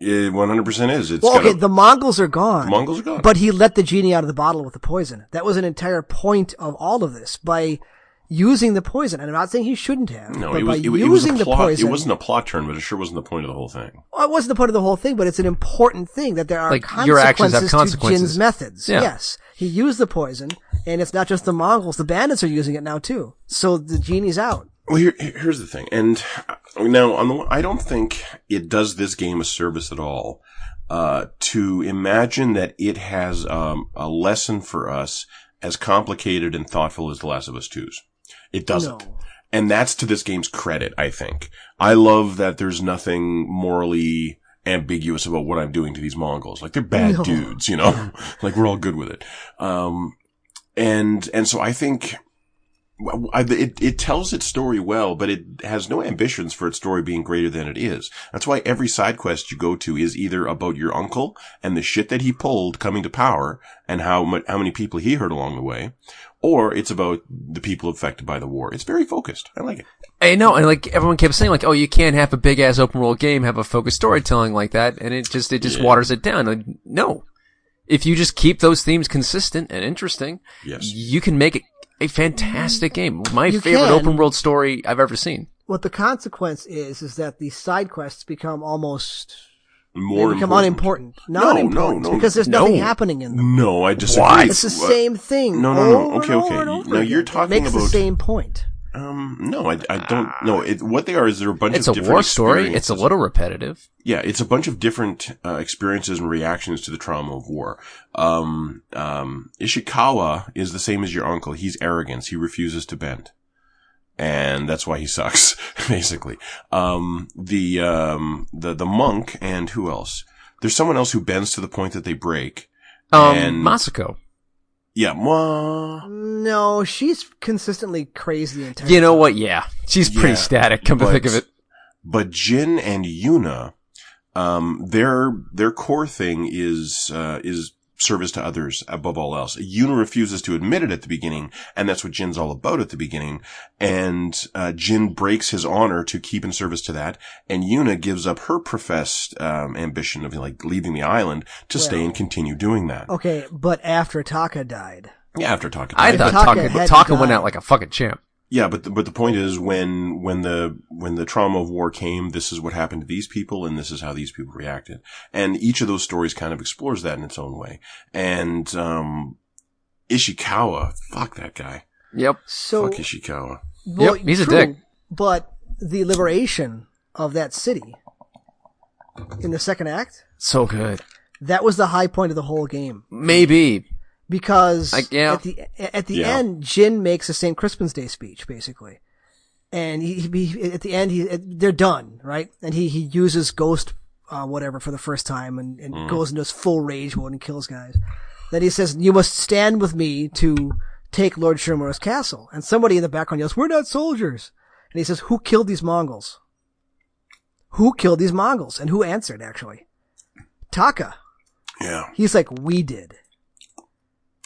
[SPEAKER 1] It 100% is. It's
[SPEAKER 2] Well,
[SPEAKER 1] got
[SPEAKER 2] okay,
[SPEAKER 1] a-
[SPEAKER 2] the Mongols are gone.
[SPEAKER 1] Mongols are gone.
[SPEAKER 2] But he let the genie out of the bottle with the poison. That was an entire point of all of this by using the poison. And I'm not saying he shouldn't have.
[SPEAKER 1] no,
[SPEAKER 2] but
[SPEAKER 1] it was,
[SPEAKER 2] by
[SPEAKER 1] it,
[SPEAKER 2] using
[SPEAKER 1] it was a
[SPEAKER 2] the
[SPEAKER 1] plot.
[SPEAKER 2] poison,
[SPEAKER 1] It wasn't a plot turn, but it sure wasn't the point of the whole thing.
[SPEAKER 2] Well, it wasn't the point of the whole thing, but it's an important thing that there are
[SPEAKER 3] Like,
[SPEAKER 2] consequences,
[SPEAKER 3] your actions have
[SPEAKER 2] to
[SPEAKER 3] consequences.
[SPEAKER 2] Jin's methods.
[SPEAKER 3] Yeah.
[SPEAKER 2] Yes. He used the poison, and it's not just the Mongols. The bandits are using it now too. So the genie's out.
[SPEAKER 1] Well, here, here- here's the thing, and uh, now on the one- I don't think it does this game a service at all uh, to imagine that it has um, a lesson for us as complicated and thoughtful as The Last of Us 2's. It doesn't.
[SPEAKER 2] No.
[SPEAKER 1] And that's to this game's credit, I think. I love that there's nothing morally ambiguous about what I'm doing to these Mongols. Like they're bad
[SPEAKER 2] No.
[SPEAKER 1] dudes, you know? like we're all good with it. Um, and, and so I think well, I- it, it tells its story well, but it has no ambitions for its story being greater than it is. That's why every side quest you go to is either about your uncle and the shit that he pulled coming to power and how mu- how many people he hurt along the way, or it's about the people affected by the war. It's very focused. I like it.
[SPEAKER 3] I know, and like everyone kept saying, like, oh, you can't have a big ass open world game have a focused storytelling like that, and it just it just waters it down. Like, no, if you just keep those themes consistent and interesting,
[SPEAKER 1] Yes.
[SPEAKER 3] you can make it a fantastic game. My
[SPEAKER 2] You
[SPEAKER 3] favorite
[SPEAKER 2] can.
[SPEAKER 3] open world story I've ever seen.
[SPEAKER 2] What the consequence is, is that the side quests become almost,
[SPEAKER 1] More
[SPEAKER 2] they become unimportant.
[SPEAKER 1] No,
[SPEAKER 2] Not
[SPEAKER 1] no,
[SPEAKER 2] important.
[SPEAKER 1] no,
[SPEAKER 2] because there's
[SPEAKER 3] no.
[SPEAKER 2] nothing happening in them.
[SPEAKER 1] No, I disagree.
[SPEAKER 3] Why?
[SPEAKER 2] It's the same thing.
[SPEAKER 1] No, no, no.
[SPEAKER 2] over and
[SPEAKER 1] Okay, okay.
[SPEAKER 2] over and over
[SPEAKER 1] Now you're
[SPEAKER 2] again.
[SPEAKER 1] talking
[SPEAKER 2] it makes the
[SPEAKER 1] about-
[SPEAKER 2] same point.
[SPEAKER 1] Um, no, I, I don't. No, it, what they are is they're a bunch
[SPEAKER 3] It's a
[SPEAKER 1] of different
[SPEAKER 3] war story. It's a
[SPEAKER 1] experiences.
[SPEAKER 3] little repetitive.
[SPEAKER 1] yeah, it's a bunch of different uh, experiences and reactions to the trauma of war. Um, um, Ishikawa is the same as your uncle. He's arrogance. He refuses to bend. And that's why he sucks, basically. Um, the, um, the, the monk and who else? There's someone else who bends to the point that they break.
[SPEAKER 3] Um,
[SPEAKER 1] And-
[SPEAKER 3] Masako.
[SPEAKER 1] Yeah. Mwah.
[SPEAKER 2] No, she's consistently crazy the entire
[SPEAKER 3] You know what? Yeah, she's
[SPEAKER 1] Yeah,
[SPEAKER 3] pretty static. Come to
[SPEAKER 1] but-
[SPEAKER 3] think of it,
[SPEAKER 1] but Jin and Yuna, um, their their core thing is uh, is service to others above all else. Yuna refuses to admit it at the beginning, and that's what Jin's all about at the beginning. And uh, Jin breaks his honor to keep in service to that, and Yuna gives up her professed um, ambition of like leaving the island to stay and continue doing that.
[SPEAKER 2] Okay, but after Taka died.
[SPEAKER 1] Yeah, after talking,
[SPEAKER 3] I
[SPEAKER 2] If
[SPEAKER 3] thought
[SPEAKER 2] Taka
[SPEAKER 3] Taka,
[SPEAKER 2] had
[SPEAKER 3] Taka went
[SPEAKER 2] died-
[SPEAKER 3] out like a fucking champ.
[SPEAKER 1] Yeah, but the, but the point is when when the when the trauma of war came, this is what happened to these people, and this is how these people reacted. And each of those stories kind of explores that in its own way. And um, Ishikawa, fuck that guy,
[SPEAKER 3] Yep.
[SPEAKER 2] So
[SPEAKER 1] fuck Ishikawa.
[SPEAKER 2] well,
[SPEAKER 3] Yep, he's a
[SPEAKER 2] true,
[SPEAKER 3] dick.
[SPEAKER 2] But the liberation of that city in the second act,
[SPEAKER 3] So good.
[SPEAKER 2] that was the high point of the whole game.
[SPEAKER 3] Maybe.
[SPEAKER 2] Because
[SPEAKER 3] Like, yeah.
[SPEAKER 2] at the at the
[SPEAKER 1] Yeah.
[SPEAKER 2] end, Jin makes a St. Crispin's Day speech, basically. And he, he- he at the end, he uh, they're done, right? And he, he uses ghost uh, whatever for the first time and, and goes into his full rage mode and kills guys. Then he says, "You must stand with me to take Lord Shirmura's castle." And somebody in the background yells, "We're not soldiers!" And he says, "Who killed these Mongols?" who killed these Mongols and who answered actually. Taka.
[SPEAKER 1] Yeah.
[SPEAKER 2] He's like, we did.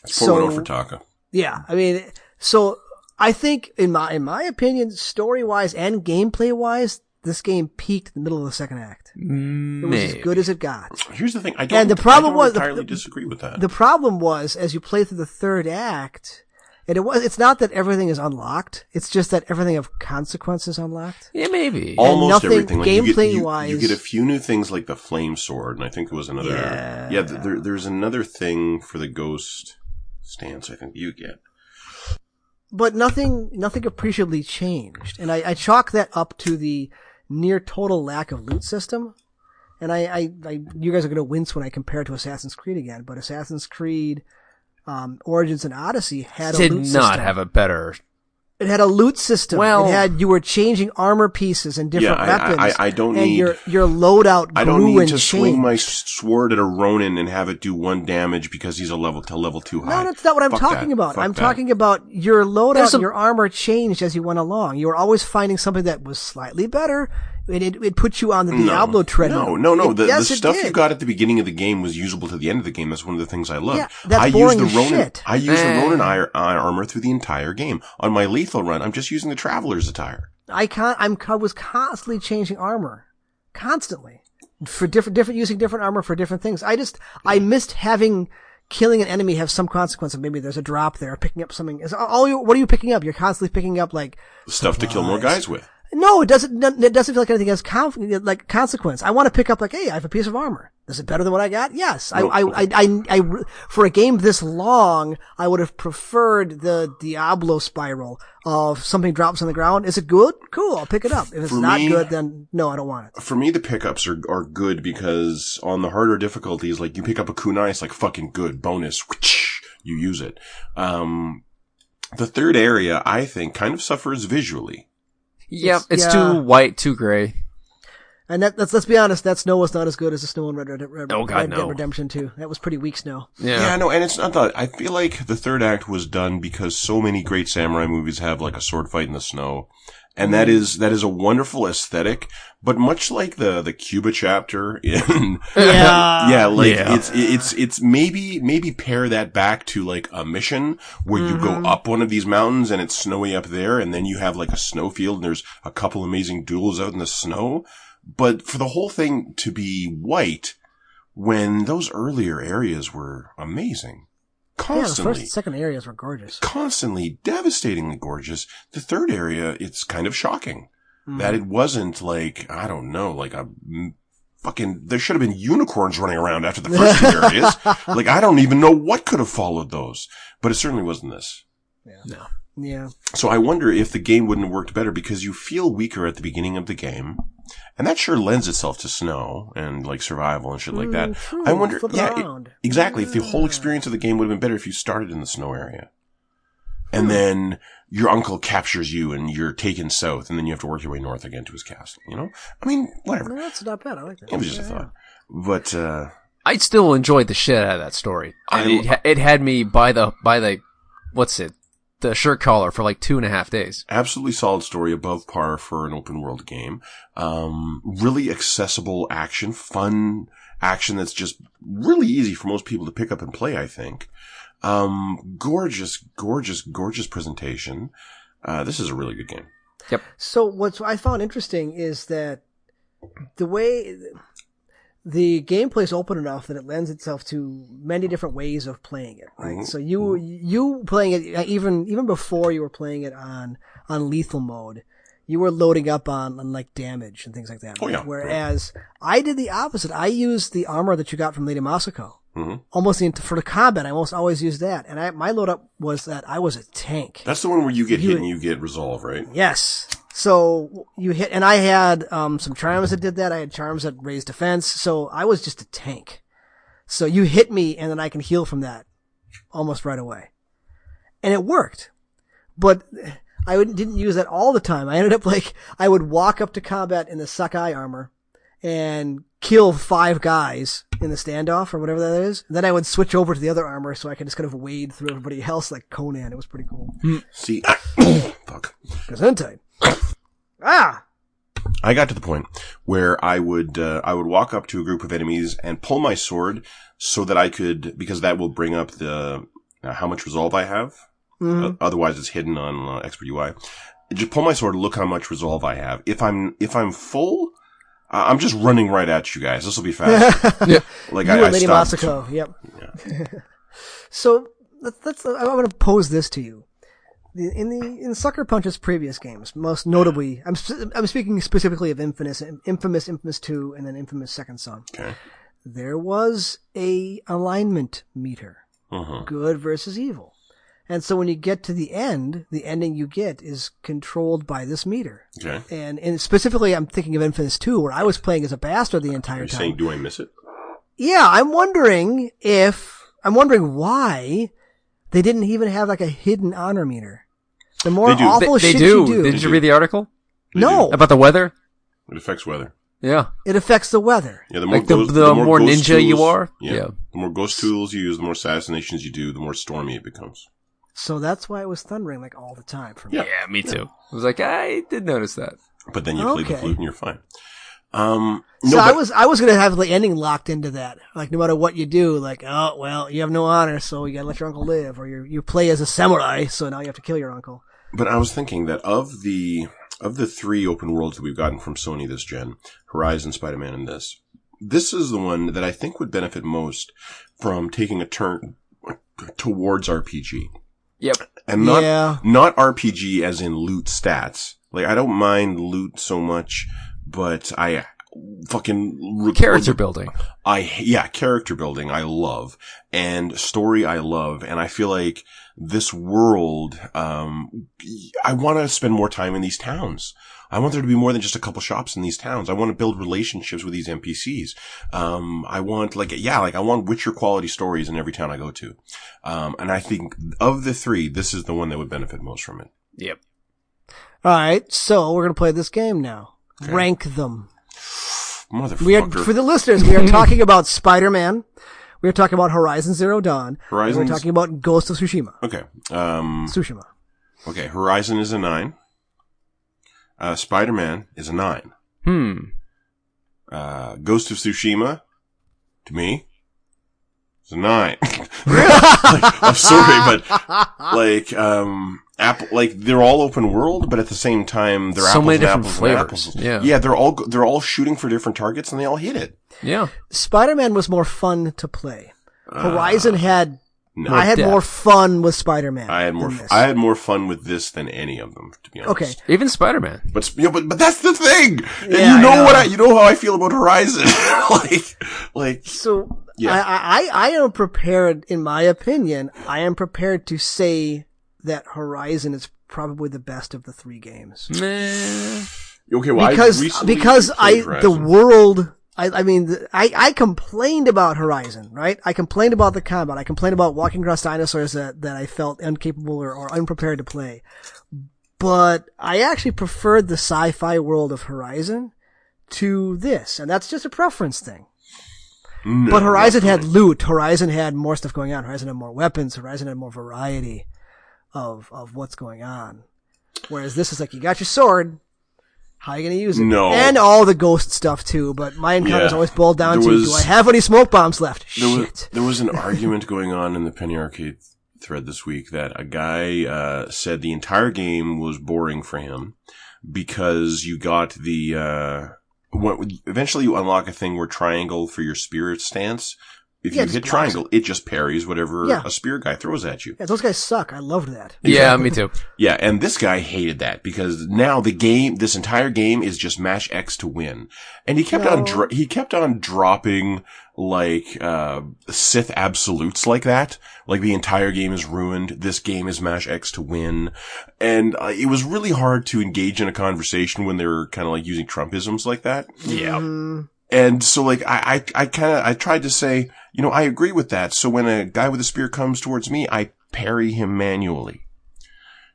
[SPEAKER 1] It's 410 for Taka.
[SPEAKER 2] Yeah, I mean, so I think in my in my opinion, story wise and gameplay wise, this game peaked in the middle of the second act. It was as
[SPEAKER 3] Maybe.
[SPEAKER 2] good as it got.
[SPEAKER 1] Here's the thing. I don't,
[SPEAKER 2] And the problem
[SPEAKER 1] I don't
[SPEAKER 2] was the-
[SPEAKER 1] entirely
[SPEAKER 2] the-
[SPEAKER 1] disagree with that.
[SPEAKER 2] The problem was as you play through the third act, and it was it's not that everything is unlocked; it's just that everything of consequence is unlocked.
[SPEAKER 3] Yeah, maybe.
[SPEAKER 2] All-
[SPEAKER 1] Almost
[SPEAKER 2] nothing
[SPEAKER 1] everything. Like you, get, you-
[SPEAKER 2] gameplay-wise-
[SPEAKER 1] you get a few new things like the flame sword, and I think there was another.
[SPEAKER 2] Yeah.
[SPEAKER 1] th- there, there's another thing for the ghost stance. I think you get.
[SPEAKER 2] but nothing nothing appreciably changed. And I, I chalk that up to the near total lack of loot system. And I, I, I you guys are gonna wince when I compare it to Assassin's Creed again, but Assassin's Creed um, Origins and Odyssey had a
[SPEAKER 3] Did
[SPEAKER 2] loot
[SPEAKER 3] not
[SPEAKER 2] system.
[SPEAKER 3] have a better.
[SPEAKER 2] it had a loot system.
[SPEAKER 3] Well-
[SPEAKER 2] it had you were changing armor pieces and different
[SPEAKER 1] Yeah, I- I-
[SPEAKER 2] weapons.
[SPEAKER 1] I- I don't
[SPEAKER 2] and
[SPEAKER 1] need-
[SPEAKER 2] your your loadout.
[SPEAKER 1] I don't
[SPEAKER 2] grew
[SPEAKER 1] need
[SPEAKER 2] and
[SPEAKER 1] to
[SPEAKER 2] changed.
[SPEAKER 1] swing my sword at a Ronin and have it do one damage because he's a level to level too high.
[SPEAKER 2] No, that's not what I'm
[SPEAKER 1] Fuck
[SPEAKER 2] talking
[SPEAKER 1] that.
[SPEAKER 2] about.
[SPEAKER 1] Fuck
[SPEAKER 2] I'm
[SPEAKER 1] that.
[SPEAKER 2] talking about your
[SPEAKER 3] There's
[SPEAKER 2] loadout,
[SPEAKER 3] some-
[SPEAKER 2] your armor changed as you went along. You were always finding something that was slightly better, and it, it put you on the Diablo treadmill.
[SPEAKER 1] No, no, no.
[SPEAKER 2] It-
[SPEAKER 1] the the
[SPEAKER 2] yes, it
[SPEAKER 1] stuff you
[SPEAKER 2] did.
[SPEAKER 1] got at the beginning of the game was usable to the end of the game. That's one of the things I love.
[SPEAKER 2] Yeah, that's
[SPEAKER 1] I
[SPEAKER 2] boring
[SPEAKER 1] use
[SPEAKER 2] as
[SPEAKER 1] the Ronin.
[SPEAKER 2] shit.
[SPEAKER 1] I use the
[SPEAKER 3] Eh.
[SPEAKER 1] Ronin ir- ir- armor through the entire game. On my lethal run, I'm just using the Traveler's attire.
[SPEAKER 2] I can't. I'm I was constantly changing armor, constantly for different different using different armor for different things. I just I missed having killing an enemy have some consequence. And maybe there's a drop there, picking up something. Is all you? What are you picking up? You're constantly picking up like
[SPEAKER 1] Stuff to kill more guys with.
[SPEAKER 2] No, it doesn't. none- It doesn't feel like anything has conf- like consequence. I want to pick up like, hey, I have a piece of armor. Is it better than what I got? Yes. I,
[SPEAKER 1] No.
[SPEAKER 2] I, I, I, I- for a game this long, I would have preferred the Diablo spiral of something drops on the ground. Is it good? Cool, I'll pick it up. If it's
[SPEAKER 1] For
[SPEAKER 2] not
[SPEAKER 1] me-
[SPEAKER 2] good, then no, I don't want it.
[SPEAKER 1] For me, the pickups are, are good because on the harder difficulties, like you pick up a kunai, it's like fucking good bonus. You use it. Um, the third area, I think, kind of suffers visually.
[SPEAKER 3] Yep,
[SPEAKER 2] It's-
[SPEAKER 3] it's,
[SPEAKER 2] yeah.
[SPEAKER 3] too white, too gray.
[SPEAKER 2] And that, let's let's be honest, that snow was not as good as the snow in Red, Red, Red,
[SPEAKER 3] Oh, God,
[SPEAKER 2] Red Dead
[SPEAKER 3] no.
[SPEAKER 2] Redemption Two. That was pretty weak snow.
[SPEAKER 3] Yeah.
[SPEAKER 1] Yeah. no, and it's not that. I feel like the third act was done because so many great samurai movies have like a sword fight in the snow. And that is, that is a wonderful aesthetic, but much like the, the Cuba chapter in,
[SPEAKER 2] Yeah.
[SPEAKER 1] yeah, like
[SPEAKER 3] Yeah.
[SPEAKER 1] it's, it's, it's maybe, maybe pair that back to like a mission where you
[SPEAKER 2] Mm-hmm.
[SPEAKER 1] go up one of these mountains and it's snowy up there and then you have like a snowfield and there's a couple amazing duels out in the snow. But for the whole thing to be white, when those earlier areas were amazing.
[SPEAKER 2] Yeah, the first
[SPEAKER 1] Constantly,
[SPEAKER 2] and second areas were gorgeous.
[SPEAKER 1] constantly, devastatingly gorgeous. The third area, it's kind of shocking that it wasn't like, I don't know, like a m- fucking, there should have been unicorns running around after the first two areas. Like, I don't even know what could have followed those, but it certainly wasn't this.
[SPEAKER 2] Yeah.
[SPEAKER 1] So I wonder if the game wouldn't have worked better because you feel weaker at the beginning of the game. And that sure lends itself to snow and like survival and shit like that.
[SPEAKER 2] Mm, true.
[SPEAKER 1] I wonder,
[SPEAKER 2] Flip it
[SPEAKER 1] yeah, it-
[SPEAKER 2] around.
[SPEAKER 1] exactly. If the whole experience of the game would have been better if you started in the snow area.
[SPEAKER 2] Hmm.
[SPEAKER 1] And then your uncle captures you and you're taken south and then you have to work your way north again to his castle, you know? I mean,
[SPEAKER 2] No,
[SPEAKER 1] whatever.
[SPEAKER 2] that's not bad. I like that.
[SPEAKER 1] It was just a
[SPEAKER 2] Yeah.
[SPEAKER 1] thought. But, uh,
[SPEAKER 3] I still enjoyed the shit out of that story.
[SPEAKER 1] I-
[SPEAKER 3] And it, ha- it had me by the by the what's it the shirt collar for like two and a half days.
[SPEAKER 1] absolutely solid story above par for an open world game. Um, really accessible action, fun action that's just really easy for most people to pick up and play, I think. Um, gorgeous, gorgeous, gorgeous presentation. Uh, this is a really good game.
[SPEAKER 2] So what's I found interesting is that the way the gameplay is open enough that it lends itself to many different ways of playing it. Right.
[SPEAKER 1] Mhm.
[SPEAKER 2] So you you playing it uh, even even before you were playing it on on lethal mode, you were loading up on, on like damage and things like that.
[SPEAKER 1] Oh,
[SPEAKER 2] right?
[SPEAKER 1] yeah.
[SPEAKER 2] Whereas I did the opposite. I used the armor that you got from Lady Masako.
[SPEAKER 1] Mhm.
[SPEAKER 2] Almost the, for the combat, I almost always used that. And I, my load up was that I was a tank.
[SPEAKER 1] That's the one where you get
[SPEAKER 2] You-
[SPEAKER 1] hit and you get resolve, right?
[SPEAKER 2] Yes. So you hit, and I had um, some charms that did that. I had charms that raised defense. So I was just a tank. So you hit me, and then I can heal from that almost right away, and it worked. But I would- didn't use that all the time. I ended up like I would walk up to combat in the Sakai armor and kill five guys in the standoff or whatever that is. then I would switch over to the other armor so I could just kind of wade through everybody else like Conan. It was pretty cool.
[SPEAKER 1] See, fuck.
[SPEAKER 2] Gesundheit. Ah!
[SPEAKER 1] I got to the point where I would uh, I would walk up to a group of enemies and pull my sword so that I could because that will bring up the uh, how much resolve I have.
[SPEAKER 2] Mm-hmm.
[SPEAKER 1] Uh, otherwise, it's hidden on uh, Expert UI. Just pull my sword, look how much resolve I have. If I'm if I'm full, I- I'm just running right at you guys. This will be fast.
[SPEAKER 3] Yeah.
[SPEAKER 1] like
[SPEAKER 2] You
[SPEAKER 1] I,
[SPEAKER 2] and
[SPEAKER 1] I
[SPEAKER 2] Lady
[SPEAKER 1] stopped.
[SPEAKER 2] Masako. Yep. so let's, let's. I want to pose this to you. The- In the in Sucker Punch's previous games, most notably, I'm sp- I'm speaking specifically of Infamous, Infamous, Infamous Two, and then Infamous Second Son.
[SPEAKER 1] Okay.
[SPEAKER 2] There was a alignment meter,
[SPEAKER 1] Uh-huh.
[SPEAKER 2] good versus evil, and so when you get to the end, the ending you get is controlled by this meter.
[SPEAKER 1] Okay.
[SPEAKER 2] And and specifically, I'm thinking of Infamous Two, where I was playing as a bastard the
[SPEAKER 1] Are
[SPEAKER 2] entire
[SPEAKER 1] you
[SPEAKER 2] time.
[SPEAKER 1] saying do I miss it?
[SPEAKER 2] Yeah, I'm wondering if I'm wondering why they didn't even have like a hidden honor meter. The more
[SPEAKER 1] They do.
[SPEAKER 2] awful
[SPEAKER 3] they, they
[SPEAKER 2] shit
[SPEAKER 3] do.
[SPEAKER 2] you do,
[SPEAKER 3] Did you read the article
[SPEAKER 1] They
[SPEAKER 2] no,
[SPEAKER 3] about the weather?
[SPEAKER 1] It affects weather.
[SPEAKER 3] Yeah.
[SPEAKER 2] it affects the weather.
[SPEAKER 1] Yeah, the more
[SPEAKER 3] Like the,
[SPEAKER 1] ghost-
[SPEAKER 3] the, more
[SPEAKER 1] ghost
[SPEAKER 3] ninja you
[SPEAKER 1] tools-
[SPEAKER 3] are.
[SPEAKER 1] yeah, the more ghost tools you use, the more assassinations you do, the more stormy it becomes.
[SPEAKER 2] So that's why it was thundering like all the time for me.
[SPEAKER 1] Yeah.
[SPEAKER 3] Yeah, me too. I was like, I did notice that.
[SPEAKER 1] But then you play the
[SPEAKER 2] Okay.
[SPEAKER 1] flute and you're fine. Um, no,
[SPEAKER 2] So I
[SPEAKER 1] but-
[SPEAKER 2] was I was gonna have the ending locked into that. Like no matter what you do, like oh well, you have no honor, so you gotta let your uncle live, or you you play as a samurai, so now you have to kill your uncle.
[SPEAKER 1] But I was thinking that of the of the three open worlds that we've gotten from Sony this gen, Horizon, Spider Man, and this, this is the one that I think would benefit most from taking a turn towards RPG
[SPEAKER 3] Yep.
[SPEAKER 1] and not
[SPEAKER 2] Yeah.
[SPEAKER 1] not RPG as in loot stats. Like I don't mind loot so much, but I fucking
[SPEAKER 3] Character building.
[SPEAKER 1] I yeah, character building I love and story I love and I feel like this world um I want to spend more time in these towns. I want there to be more than just a couple shops in these towns. I want to build relationships with these NPCs. Um I want like yeah, like I want Witcher quality stories in every town I go to. Um and I think of the 3, this is the one that would benefit most from it.
[SPEAKER 3] Yep.
[SPEAKER 2] All right, so we're gonna play this game now.
[SPEAKER 1] Okay.
[SPEAKER 2] Rank them.
[SPEAKER 1] Motherfucker.
[SPEAKER 2] We are for the listeners. We are talking about Spider Man. We are talking about Horizon Zero Dawn. and
[SPEAKER 1] Horizon's-
[SPEAKER 2] We're talking about Ghost of Tsushima.
[SPEAKER 1] okay. Um
[SPEAKER 2] Tsushima.
[SPEAKER 1] okay, Horizon is a 9. Uh Spider-Man is a 9.
[SPEAKER 3] Hmm.
[SPEAKER 1] uh, Ghost of Tsushima, to me, it's a nine. Like, I'm sorry, but like, um, Apple, like they're all open world, but at the same time, they're
[SPEAKER 3] So
[SPEAKER 1] apples
[SPEAKER 3] many
[SPEAKER 1] and
[SPEAKER 3] different
[SPEAKER 1] apples
[SPEAKER 3] flavors.
[SPEAKER 1] And apples.
[SPEAKER 3] Yeah.
[SPEAKER 1] yeah, they're all they're all shooting for different targets, and they all hit it.
[SPEAKER 3] Yeah.
[SPEAKER 2] Spider Man was more fun to play. Horizon had.
[SPEAKER 1] Ah. No,
[SPEAKER 2] I had
[SPEAKER 3] depth.
[SPEAKER 2] more fun with Spider Man.
[SPEAKER 1] I had more f- I had more fun with this than any of them, to be honest.
[SPEAKER 2] Okay.
[SPEAKER 3] Even Spider Man.
[SPEAKER 1] But you know, but but that's the thing. And
[SPEAKER 2] Yeah,
[SPEAKER 1] you
[SPEAKER 2] I
[SPEAKER 1] know,
[SPEAKER 2] know.
[SPEAKER 1] what I you know how I feel about Horizon. like like
[SPEAKER 2] So
[SPEAKER 1] Yeah.
[SPEAKER 2] I, I I am prepared. In my opinion, I am prepared to say that Horizon is probably the best of the three games.
[SPEAKER 1] okay, well I
[SPEAKER 2] because
[SPEAKER 1] recently
[SPEAKER 2] because I
[SPEAKER 1] replayed
[SPEAKER 2] the
[SPEAKER 1] Horizon.
[SPEAKER 2] world I, I mean the- I, I complained about Horizon right I complained about the combat I complained about walking across dinosaurs that, that I felt incapable or, or unprepared to play but I actually preferred the sci-fi world of Horizon to this and that's just a preference thing
[SPEAKER 1] No,
[SPEAKER 2] but Horizon
[SPEAKER 1] not for
[SPEAKER 2] had
[SPEAKER 1] me.
[SPEAKER 2] loot Horizon had more stuff going on Horizon had more weapons Horizon had more variety of of what's going on whereas this is like you got your sword how are you going to use it?
[SPEAKER 1] No.
[SPEAKER 2] And all the ghost stuff too, but my encounters
[SPEAKER 1] Yeah.
[SPEAKER 2] always boiled down
[SPEAKER 1] There
[SPEAKER 2] to,
[SPEAKER 1] was-
[SPEAKER 2] do I have any smoke bombs left?
[SPEAKER 1] There was,
[SPEAKER 2] Shit.
[SPEAKER 1] there was an argument going on in the Penny Arcade thread this week that a guy uh, said the entire game was boring for him because you got the uh, what eventually you unlock a thing where triangle for your spear stance. If
[SPEAKER 2] Yeah, it
[SPEAKER 1] you
[SPEAKER 2] just
[SPEAKER 1] hit
[SPEAKER 2] blocks
[SPEAKER 1] triangle, it just parries whatever
[SPEAKER 2] Yeah.
[SPEAKER 1] a spear guy throws at you.
[SPEAKER 2] Yeah, those guys suck. I loved that.
[SPEAKER 3] Yeah, me too.
[SPEAKER 1] Yeah, and this guy hated that because now the game, this entire game is just mash X to win, and he kept on
[SPEAKER 2] No.
[SPEAKER 1] dro- he kept on dropping like uh Sith absolutes like that. Like the entire game is ruined. This game is mash X to win, and uh, it was really hard to engage in a conversation when they were kind of like using Trumpisms like that.
[SPEAKER 3] Yeah.
[SPEAKER 2] Mm,
[SPEAKER 1] And so like I, I, I kind of, I tried to say, you know, I agree with that. So when a guy with a spear comes towards me, I parry him manually.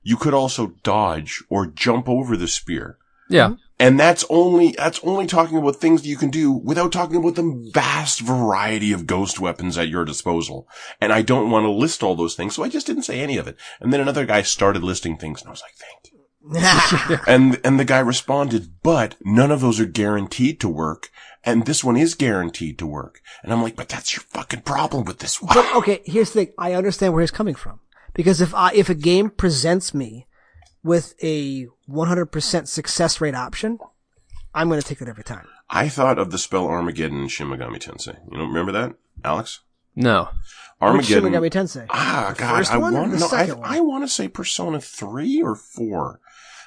[SPEAKER 1] You could also dodge or jump over the spear.
[SPEAKER 3] Yeah.
[SPEAKER 1] And that's only, that's only talking about things that you can do without talking about the vast variety of ghost weapons at your disposal. And I don't want to list all those things. So I just didn't say any of it. And then another guy started listing things and I was like, thank you. and and the guy responded, "But none of those are guaranteed to work, and this one is guaranteed to work." And I'm like, "But that's your fucking problem with this one."
[SPEAKER 2] But okay, here's the thing. I understand where he's coming from because if I if a game presents me with a 100% success rate option, I'm going to take it every time.
[SPEAKER 1] I thought of the spell Armageddon in Shin Megami Tensei. You don't remember that, Alex?
[SPEAKER 3] No.
[SPEAKER 2] Which Shin
[SPEAKER 1] Armageddon.
[SPEAKER 2] Megami Tensei.
[SPEAKER 1] ah, God,
[SPEAKER 2] first
[SPEAKER 1] I
[SPEAKER 2] one or
[SPEAKER 1] want
[SPEAKER 2] the
[SPEAKER 1] no, I,
[SPEAKER 2] second one?
[SPEAKER 1] I want to say Persona three or four.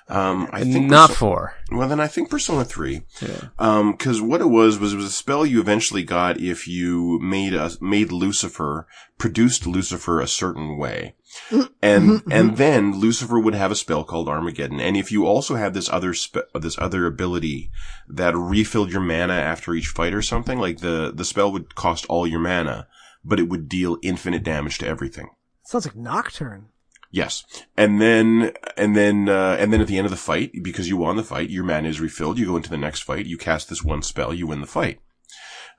[SPEAKER 1] Um, I think
[SPEAKER 3] Not
[SPEAKER 1] Perso-
[SPEAKER 3] four.
[SPEAKER 1] Well, then I think Persona 3.
[SPEAKER 3] Yeah.
[SPEAKER 1] Um, cause what it was, was it was a spell you eventually got if you made a, made Lucifer, produced Lucifer a certain way. And, and then Lucifer would have a spell called Armageddon. And if you also had this other spe- this other ability that refilled your mana after each fight or something, like the, the spell would cost all your mana, but it would deal infinite damage to everything.
[SPEAKER 2] Sounds like Nocturne.
[SPEAKER 1] Yes. And then, and then, uh, and then at the end of the fight, because you won the fight, your mana is refilled. You go into the next fight. You cast this one spell. You win the fight.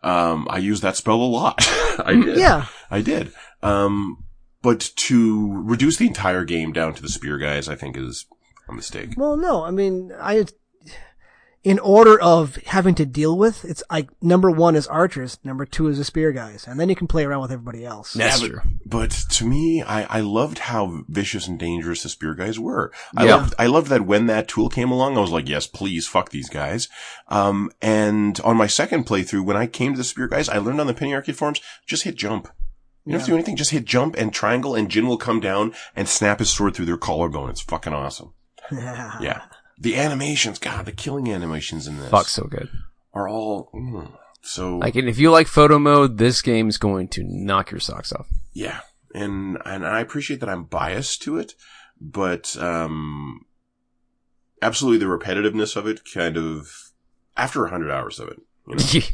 [SPEAKER 1] Um, I used that spell a lot. I did.
[SPEAKER 2] Yeah.
[SPEAKER 1] I did. Um, but to reduce the entire game down to the spear guys, I think is a mistake.
[SPEAKER 2] Well, no, I mean, I, in order of having to deal with, it's like number one is archers, number two is the spear guys, and then you can play around with everybody else.
[SPEAKER 3] That's
[SPEAKER 1] but,
[SPEAKER 3] true.
[SPEAKER 1] But to me, I, I loved how vicious and dangerous the spear guys were. I
[SPEAKER 3] Yeah.
[SPEAKER 1] loved I loved that when that tool came along, I was like, yes, please, fuck these guys. Um, and on my second playthrough, when I came to the spear guys, I learned on the Penny Arcade forums, just hit jump. You don't have to do anything. Just hit jump and triangle, and Jin will come down and snap his sword through their collarbone. It's fucking awesome. Yeah. The animations, God, the killing animations in this
[SPEAKER 3] Ah. Fuck, so good.
[SPEAKER 1] are all mm, so.
[SPEAKER 3] Like, and if you like photo mode, this game's going to knock your socks off.
[SPEAKER 1] Yeah. And, and I appreciate that I'm biased to it, but, um, absolutely the repetitiveness of it kind of after a hundred hours of it.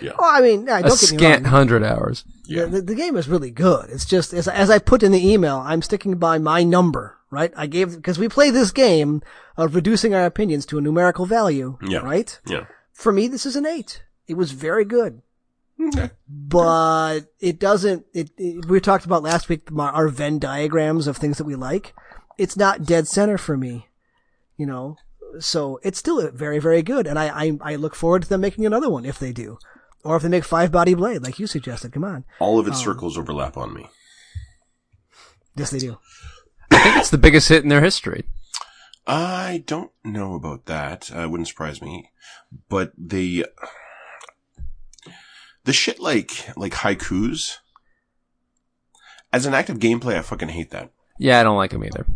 [SPEAKER 1] You know?
[SPEAKER 2] Well, I mean, yeah,
[SPEAKER 3] a
[SPEAKER 2] don't get me
[SPEAKER 3] scant
[SPEAKER 2] wrong.
[SPEAKER 3] hundred hours.
[SPEAKER 1] Yeah.
[SPEAKER 2] The, the game is really good. It's just, as, as I put in the email, I'm sticking by my number, right? I gave, because we play this game of reducing our opinions to a numerical value,
[SPEAKER 1] Yeah.
[SPEAKER 2] right?
[SPEAKER 1] Yeah.
[SPEAKER 2] For me, this is an eight. It was very good.
[SPEAKER 1] Okay.
[SPEAKER 2] but it doesn't. It, it we talked about last week my, our Venn diagrams of things that we like. It's not dead center for me, you know. So it's still very very good, and I I, I look forward to them making another one if they do, or if they make Five Body Blade like you suggested. Come on,
[SPEAKER 1] All of its circles overlap on me.
[SPEAKER 2] yes they do.
[SPEAKER 3] I think it's the biggest hit in their history.
[SPEAKER 1] I don't know about that. Uh, it wouldn't surprise me. But the, the shit like, like haikus, as an act of gameplay, I fucking hate that.
[SPEAKER 3] Yeah, I don't like them either.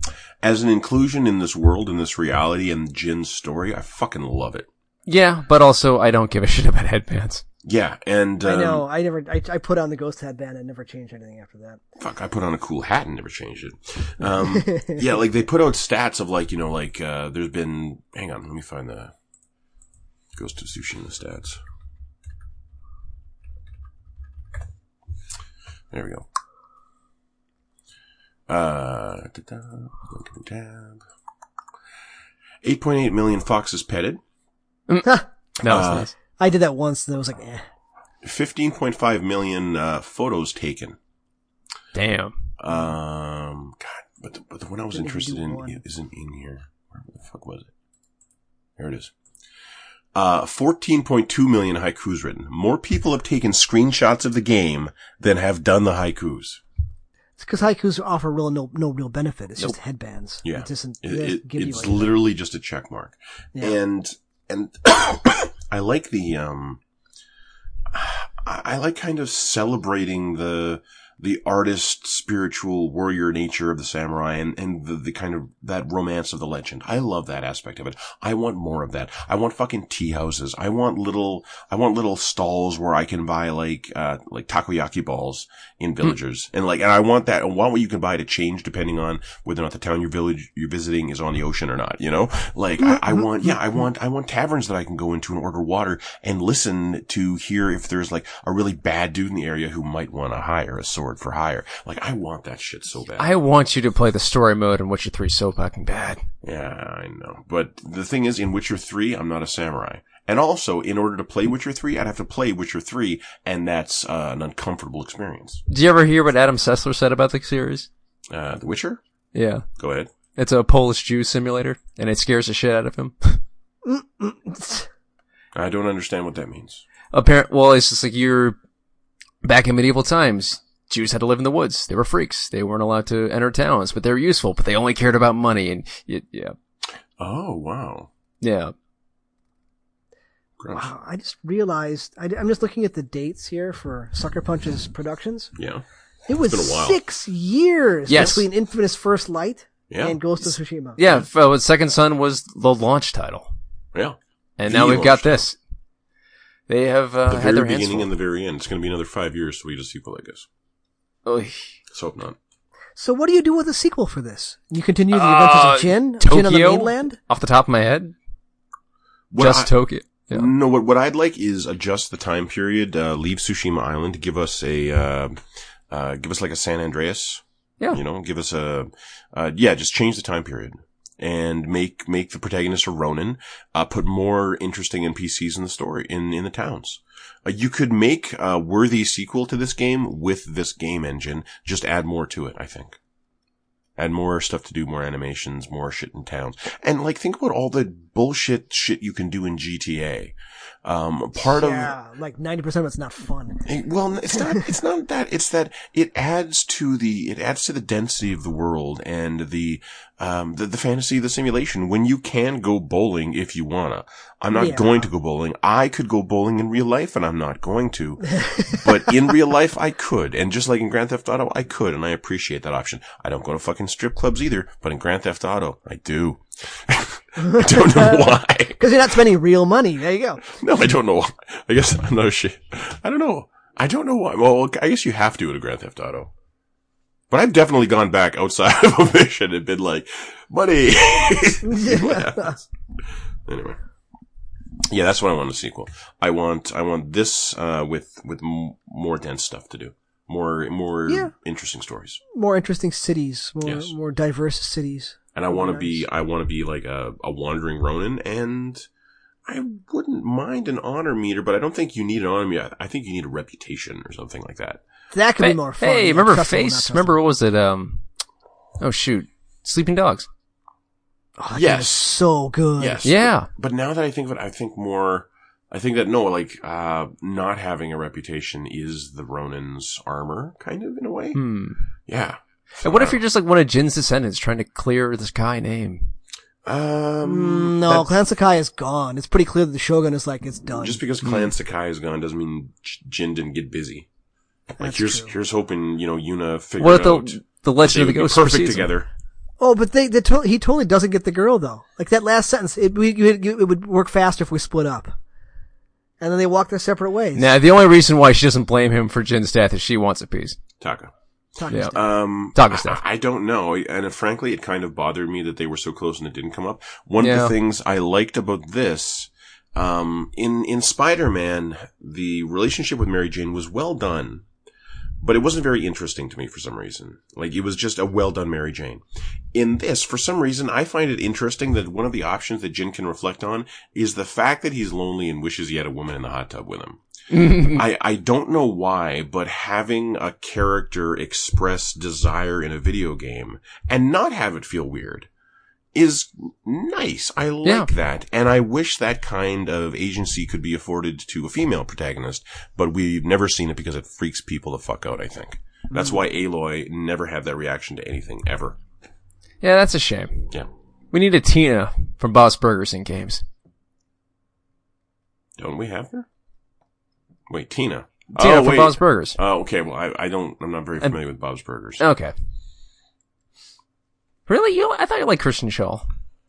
[SPEAKER 1] As an inclusion in this world, in this reality, and Jin's story, I fucking love it.
[SPEAKER 3] Yeah, but also I don't give a shit about headbands.
[SPEAKER 1] Yeah, and um,
[SPEAKER 2] I know. I never. I, I put on the ghost headband and never changed anything after that.
[SPEAKER 1] fuck, I put on a cool hat and never changed it. Um, yeah, like they put out stats of like you know like uh, there's been. Hang on, let me find the Ghost of Tsushima stats. There we go. Uh, da-da, link in tab. 8.8 million foxes petted.
[SPEAKER 3] That was
[SPEAKER 1] Uh,
[SPEAKER 3] nice.
[SPEAKER 2] I did that once, and I was like, eh.
[SPEAKER 1] 15.5 million uh, photos taken.
[SPEAKER 3] Damn.
[SPEAKER 1] Um, God, but the, but the one I was
[SPEAKER 2] Didn't even
[SPEAKER 1] interested
[SPEAKER 2] do
[SPEAKER 1] in
[SPEAKER 2] one.
[SPEAKER 1] isn't in here. Where the fuck was it? There it is. Uh, 14.2 million haikus written. More people have taken screenshots of the game than have done the haikus.
[SPEAKER 2] It's because haikus offer real no no real benefit. It's just headbands.
[SPEAKER 1] Yeah.
[SPEAKER 2] It doesn't
[SPEAKER 1] It-
[SPEAKER 2] it doesn't
[SPEAKER 1] it-
[SPEAKER 2] give you
[SPEAKER 1] it's
[SPEAKER 2] anything.
[SPEAKER 1] literally just a check mark.
[SPEAKER 2] Yeah.
[SPEAKER 1] And, and I like the, um, I I like kind of celebrating the, the artist, spiritual warrior nature of the samurai and, and the, the kind of that romance of the legend. I love that aspect of it. I want more of that. I want fucking tea houses. I want little, I want little stalls where I can buy like, uh, like takoyaki balls in villagers. And like, and I want that. I want what you can buy to change depending on whether or not the town your village you're visiting is on the ocean or not, you know? Like, I, I want, yeah, I want, I want taverns that I can go into and order water and listen to hear if there's like a really bad dude in the area who might want to hire a sword for hire. Like, I want that shit so bad.
[SPEAKER 3] I want you to play the story mode in Witcher 3 so fucking bad.
[SPEAKER 1] Yeah, I know. But the thing is, in Witcher 3, I'm not a samurai. And also, in order to play Witcher 3, I'd have to play Witcher 3, and that's uh, an uncomfortable experience.
[SPEAKER 3] Do you ever hear what Adam Sessler said about the series?
[SPEAKER 1] Uh, the Witcher?
[SPEAKER 3] Yeah.
[SPEAKER 1] Go ahead.
[SPEAKER 3] It's a Polish Jew simulator, and it scares the shit out of him.
[SPEAKER 1] I don't understand what that means.
[SPEAKER 3] Apparent. Well, it's just like you're back in medieval times. Jews had to live in the woods. They were freaks. They weren't allowed to enter towns, but they were useful. But they only cared about money, and y yeah,
[SPEAKER 1] Oh wow.
[SPEAKER 3] yeah.
[SPEAKER 1] Gross.
[SPEAKER 2] Wow, I just realized I, am just looking at the dates here for Sucker Punch's productions.
[SPEAKER 1] Yeah.
[SPEAKER 2] It was
[SPEAKER 1] been a while.
[SPEAKER 2] six years
[SPEAKER 3] Yes.
[SPEAKER 2] between Infamous First Light
[SPEAKER 1] Yeah.
[SPEAKER 2] and Ghost of Tsushima.
[SPEAKER 3] Yeah, f- uh, Second Son was the launch title,
[SPEAKER 1] yeah.
[SPEAKER 3] and
[SPEAKER 1] The
[SPEAKER 3] now we've
[SPEAKER 1] launch
[SPEAKER 3] got this. They have uh,
[SPEAKER 1] The
[SPEAKER 3] had
[SPEAKER 1] very
[SPEAKER 3] their hands
[SPEAKER 1] beginning
[SPEAKER 3] full.
[SPEAKER 1] and the very end. It's going to be another five years till we get a sequel, I guess.
[SPEAKER 3] Oy.
[SPEAKER 1] Let's hope not.
[SPEAKER 2] So what do you do with a sequel for this? You continue the
[SPEAKER 3] Uh,
[SPEAKER 2] adventures of Jin,
[SPEAKER 3] Tokyo,
[SPEAKER 2] Jin on the mainland.
[SPEAKER 3] off the top of my head,
[SPEAKER 1] What
[SPEAKER 3] just
[SPEAKER 1] I- Mm.
[SPEAKER 3] Tokyo. Yeah.
[SPEAKER 1] No, what what I'd like is adjust the time period. Uh, leave Tsushima Island. Give us a uh, uh, give us like a San Andreas.
[SPEAKER 3] Yeah.
[SPEAKER 1] You know, give us a uh, yeah. Just change the time period and make make the protagonist a Ronin. Uh, put more interesting NPCs in the story in in the towns. Uh, you could make a worthy sequel to this game with this game engine. Just add more to it. I think. Add more stuff to do, more animations, more shit in towns. And like, think about all the bullshit shit you can do in GTA. Um, part of,
[SPEAKER 2] yeah, like ninety percent of it's not fun.
[SPEAKER 1] Eh, well, it's not, it's not that, it's that it adds to the, it adds to the density of the world and the, um, the, the fantasy of the simulation when you can go bowling if you wanna. I'm not
[SPEAKER 2] Yeah.
[SPEAKER 1] going to go bowling. I could go bowling in real life and I'm not going to, but in real life I could. And just like in Grand Theft Auto, I could and I appreciate that option. I don't go to fucking strip clubs either, but in Grand Theft Auto, I do. I don't know why.
[SPEAKER 2] Because you're not spending real money. There you go.
[SPEAKER 1] No, I don't know. why. I guess I'm not shit. I don't know. I don't know why. Well, I guess you have to at a Grand Theft Auto. But I've definitely gone back outside of a mission and been like, money. What happens? anyway. Yeah, that's what I want in a sequel. I want, I want this, uh, with, with m- more dense stuff to do. More, more
[SPEAKER 2] Yeah.
[SPEAKER 1] interesting stories.
[SPEAKER 2] More interesting cities, more
[SPEAKER 1] Yes.
[SPEAKER 2] more diverse cities.
[SPEAKER 1] And I want to
[SPEAKER 2] Nice.
[SPEAKER 1] be, I want to be like a, a wandering Ronin and I wouldn't mind an honor meter, but I don't think you need an honor meter. I think you need a reputation or something like that.
[SPEAKER 2] That could
[SPEAKER 3] Hey,
[SPEAKER 2] be more fun.
[SPEAKER 3] hey,
[SPEAKER 2] Yeah,
[SPEAKER 3] remember
[SPEAKER 2] trustable, not
[SPEAKER 3] Face?
[SPEAKER 2] trustable.
[SPEAKER 3] Remember what was it? Um, oh shoot, Sleeping Dogs.
[SPEAKER 2] Oh, that game
[SPEAKER 1] Yes.
[SPEAKER 2] is so good.
[SPEAKER 1] Yes.
[SPEAKER 3] Yeah.
[SPEAKER 1] But now that I think of it, I think more, I think that no, like, uh, not having a reputation is the Ronin's armor, kind of in a way.
[SPEAKER 3] Hmm.
[SPEAKER 1] Yeah.
[SPEAKER 3] And
[SPEAKER 1] Uh,
[SPEAKER 3] what if you're just like one of Jin's descendants trying to clear this guy name?
[SPEAKER 1] Um,
[SPEAKER 2] Mm, no,
[SPEAKER 1] that-
[SPEAKER 2] Clan Sakai is gone. It's pretty clear that the Shogun is like it's done.
[SPEAKER 1] just because Clan Sakai is gone doesn't mean J- Jin didn't get busy. Like,
[SPEAKER 2] That's
[SPEAKER 1] here's,
[SPEAKER 2] true.
[SPEAKER 1] here's hoping, you know, Yuna figured
[SPEAKER 3] What if
[SPEAKER 1] out.
[SPEAKER 3] the the Legend
[SPEAKER 1] they
[SPEAKER 3] of the
[SPEAKER 1] would be
[SPEAKER 3] Ghost
[SPEAKER 1] perfect
[SPEAKER 3] precedes him?
[SPEAKER 1] together.
[SPEAKER 2] Oh, but they, they to- he totally doesn't get the girl though. Like that last sentence, it, we, it, it would work faster if we split up, and then they walk their separate ways.
[SPEAKER 3] Now, the only reason why she doesn't blame him for Jin's death is she wants a piece.
[SPEAKER 1] Taka.
[SPEAKER 2] Talking
[SPEAKER 3] yeah.
[SPEAKER 2] stuff.
[SPEAKER 1] Um,
[SPEAKER 3] Doggo
[SPEAKER 1] I-
[SPEAKER 3] stuff.
[SPEAKER 1] I, don't know, and uh, frankly, it kind of bothered me that they were so close and it didn't come up. One of
[SPEAKER 3] Yeah.
[SPEAKER 1] the things I liked about this, um, in in Spider Man, the relationship with Mary Jane was well done, but it wasn't very interesting to me for some reason. Like it was just a well done Mary Jane. In this, for some reason, I find it interesting that one of the options that Jin can reflect on is the fact that he's lonely and wishes he had a woman in the hot tub with him. I, I don't know why, but having a character express desire in a video game and not have it feel weird is nice. I like
[SPEAKER 3] Yeah.
[SPEAKER 1] that. And I wish that kind of agency could be afforded to a female protagonist, but we've never seen it because it freaks people the fuck out, I think. That's why Aloy never had that reaction to anything ever.
[SPEAKER 3] Yeah, that's a shame.
[SPEAKER 1] Yeah.
[SPEAKER 3] We need a Tina from Boss Burgers in games.
[SPEAKER 1] Don't we have her? Wait, Tina.
[SPEAKER 3] Tina
[SPEAKER 1] oh,
[SPEAKER 3] from
[SPEAKER 1] wait.
[SPEAKER 3] Bob's Burgers.
[SPEAKER 1] Oh, okay. Well, I, I don't, I'm not very
[SPEAKER 3] And-
[SPEAKER 1] familiar with Bob's Burgers.
[SPEAKER 3] Okay. Really? You? I thought you liked Kristen Shaw.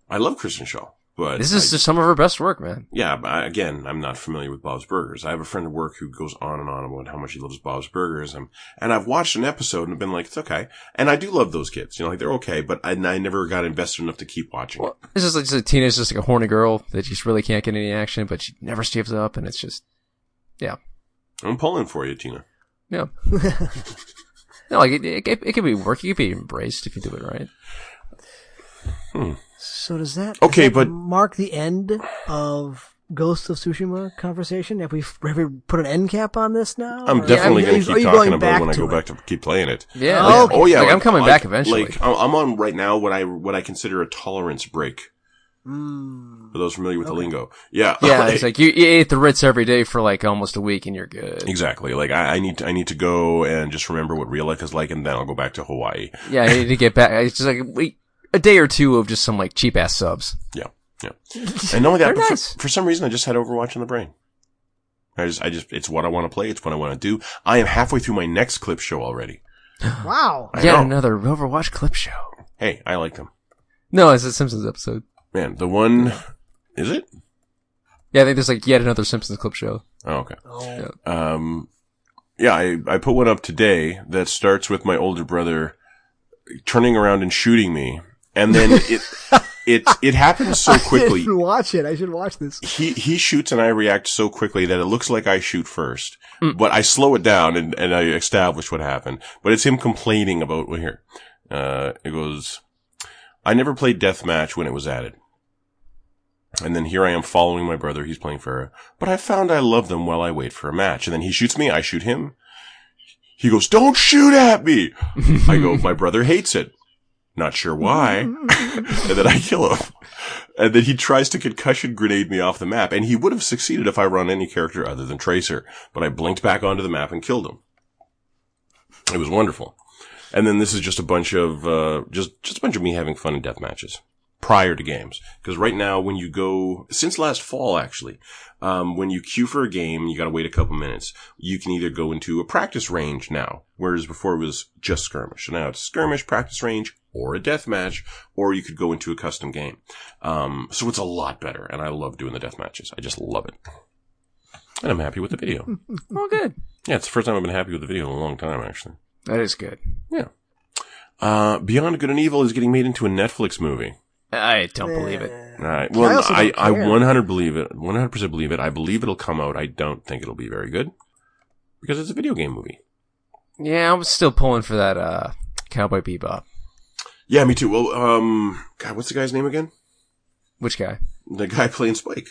[SPEAKER 1] I love Kristen Shaw, but
[SPEAKER 3] This is
[SPEAKER 1] I-
[SPEAKER 3] just some of her best work, man.
[SPEAKER 1] Yeah, but I- again, I'm not familiar with Bob's Burgers. I have a friend at work who goes on and on about how much he loves Bob's Burgers, and and I've watched an episode and been like, it's okay. And I do love those kids, you know, like they're okay, but I, and I never got invested enough to keep watching. it.
[SPEAKER 3] Well, this is like just, Tina's just like a horny girl that just really can't get any action, but she never gives up, and it's just, yeah,
[SPEAKER 1] I'm pulling for you, Tina.
[SPEAKER 3] yeah. no, like it, it, it could be work. It could be embraced if you do it right.
[SPEAKER 2] So does that
[SPEAKER 1] Okay,
[SPEAKER 2] does
[SPEAKER 1] but-
[SPEAKER 2] that mark the end of Ghost of Tsushima conversation? Have we have we put an end cap on this now?
[SPEAKER 1] I'm
[SPEAKER 2] Or-
[SPEAKER 1] definitely
[SPEAKER 2] Yeah,
[SPEAKER 1] going
[SPEAKER 2] are
[SPEAKER 1] to keep
[SPEAKER 2] you- are you
[SPEAKER 1] talking
[SPEAKER 2] going
[SPEAKER 1] about it when I
[SPEAKER 2] to
[SPEAKER 1] go
[SPEAKER 2] it?
[SPEAKER 1] back to keep playing it.
[SPEAKER 3] Yeah.
[SPEAKER 2] Oh,
[SPEAKER 1] Like,
[SPEAKER 2] okay.
[SPEAKER 1] Oh yeah.
[SPEAKER 3] Like, I'm coming back eventually.
[SPEAKER 1] Like I'm I'm on right now what I what I consider a tolerance break. For those familiar with the lingo, yeah,
[SPEAKER 3] Yeah, it's like you, you ate the Ritz every day for like almost a week and you're good.
[SPEAKER 1] exactly. Like I, I need to, I need to go and just remember what real life is like, and then I'll go back to Hawaii.
[SPEAKER 3] Yeah, I need to get back. It's just like we, a day or two of just some like cheap ass subs.
[SPEAKER 1] Yeah, yeah. And not only that,
[SPEAKER 3] They're
[SPEAKER 1] but for-
[SPEAKER 3] nice.
[SPEAKER 1] for, some reason, I just had Overwatch in the brain. I just, I just, it's what I want to play. It's what I want to do. I am halfway through my next clip show already.
[SPEAKER 2] Wow.
[SPEAKER 1] I
[SPEAKER 3] Yet
[SPEAKER 1] know.
[SPEAKER 3] another Overwatch clip show.
[SPEAKER 1] Hey, I like them,
[SPEAKER 3] No, it's a Simpsons episode.
[SPEAKER 1] man. The one is it?
[SPEAKER 3] Yeah, I think there's like yet another Simpsons clip show.
[SPEAKER 1] Oh, okay.
[SPEAKER 2] Oh.
[SPEAKER 1] Um, yeah, I, I put one up today that starts with my older brother turning around and shooting me. And then it, it, it happens so
[SPEAKER 2] I
[SPEAKER 1] quickly.
[SPEAKER 2] should watch it. I should watch this.
[SPEAKER 1] He, he shoots and I react so quickly that it looks like I shoot first, but I slow it down and, and I establish what happened. But it's him complaining about, well, here, uh, it goes, I never played deathmatch when it was added. And then here I am following my brother. He's playing Farah. But I found I love them while I wait for a match. And then he shoots me. I shoot him. He goes, don't shoot at me. I go, my brother hates it. Not sure why. and then I kill him. And then he tries to concussion grenade me off the map. And he would have succeeded if I run any character other than Tracer. But I blinked back onto the map and killed him. It was wonderful. And then this is just a bunch of, uh, just, just a bunch of me having fun in death matches prior to games. Because right now, when you go, since last fall actually, um, when you queue for a game, you gotta wait a couple minutes. You can either go into a practice range now, whereas before it was just skirmish. So now it's skirmish, practice range, or a death match, or you could go into a custom game. Um, so it's a lot better, and I love doing the death matches. I just love it. And I'm happy with the
[SPEAKER 2] Hmm.
[SPEAKER 1] video.
[SPEAKER 3] Well, good.
[SPEAKER 1] Yeah, it's the first time I've been happy with the video in a long time, actually.
[SPEAKER 3] That is good.
[SPEAKER 1] Yeah. Uh, Beyond Good and Evil is getting made into a Netflix movie.
[SPEAKER 3] I don't believe it.
[SPEAKER 1] All right.
[SPEAKER 2] I
[SPEAKER 1] Well,
[SPEAKER 2] also
[SPEAKER 1] I,
[SPEAKER 2] don't
[SPEAKER 1] I,
[SPEAKER 2] care.
[SPEAKER 1] 100 believe it. 100% believe it. I believe it'll come out. I don't think it'll be very good because it's a video game movie.
[SPEAKER 3] Yeah, I'm still pulling for that uh Cowboy Bebop.
[SPEAKER 1] Yeah, me too. Well, um, God, what's the guy's name again?
[SPEAKER 3] Which guy?
[SPEAKER 1] The guy playing Spike.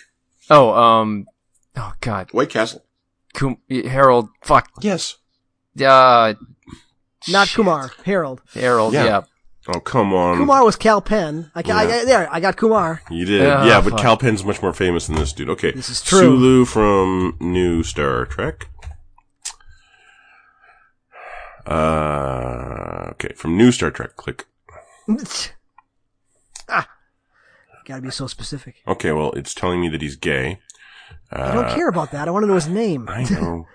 [SPEAKER 3] Oh, um, oh God,
[SPEAKER 1] White Castle.
[SPEAKER 3] Cum- Harold. Fuck.
[SPEAKER 1] Yes.
[SPEAKER 3] Uh,
[SPEAKER 2] Not
[SPEAKER 3] shit.
[SPEAKER 2] Kumar. Harold.
[SPEAKER 3] Harold.
[SPEAKER 1] Yeah.
[SPEAKER 3] Yeah.
[SPEAKER 1] Oh, come on.
[SPEAKER 2] Kumar was Cal Penn. I, ca- I-
[SPEAKER 1] Yeah.
[SPEAKER 2] I- there, I got Kumar.
[SPEAKER 1] You did.
[SPEAKER 3] Ah,
[SPEAKER 1] yeah, but
[SPEAKER 3] fuck.
[SPEAKER 1] Cal Penn's much more famous than this dude. Okay.
[SPEAKER 2] This is true.
[SPEAKER 1] Sulu from New Star Trek. Uh, okay. From New Star Trek. Click.
[SPEAKER 2] ah, gotta be so specific.
[SPEAKER 1] Okay. Well, it's telling me that he's gay.
[SPEAKER 2] I don't care about that. I want to know his name.
[SPEAKER 1] Uh, I know.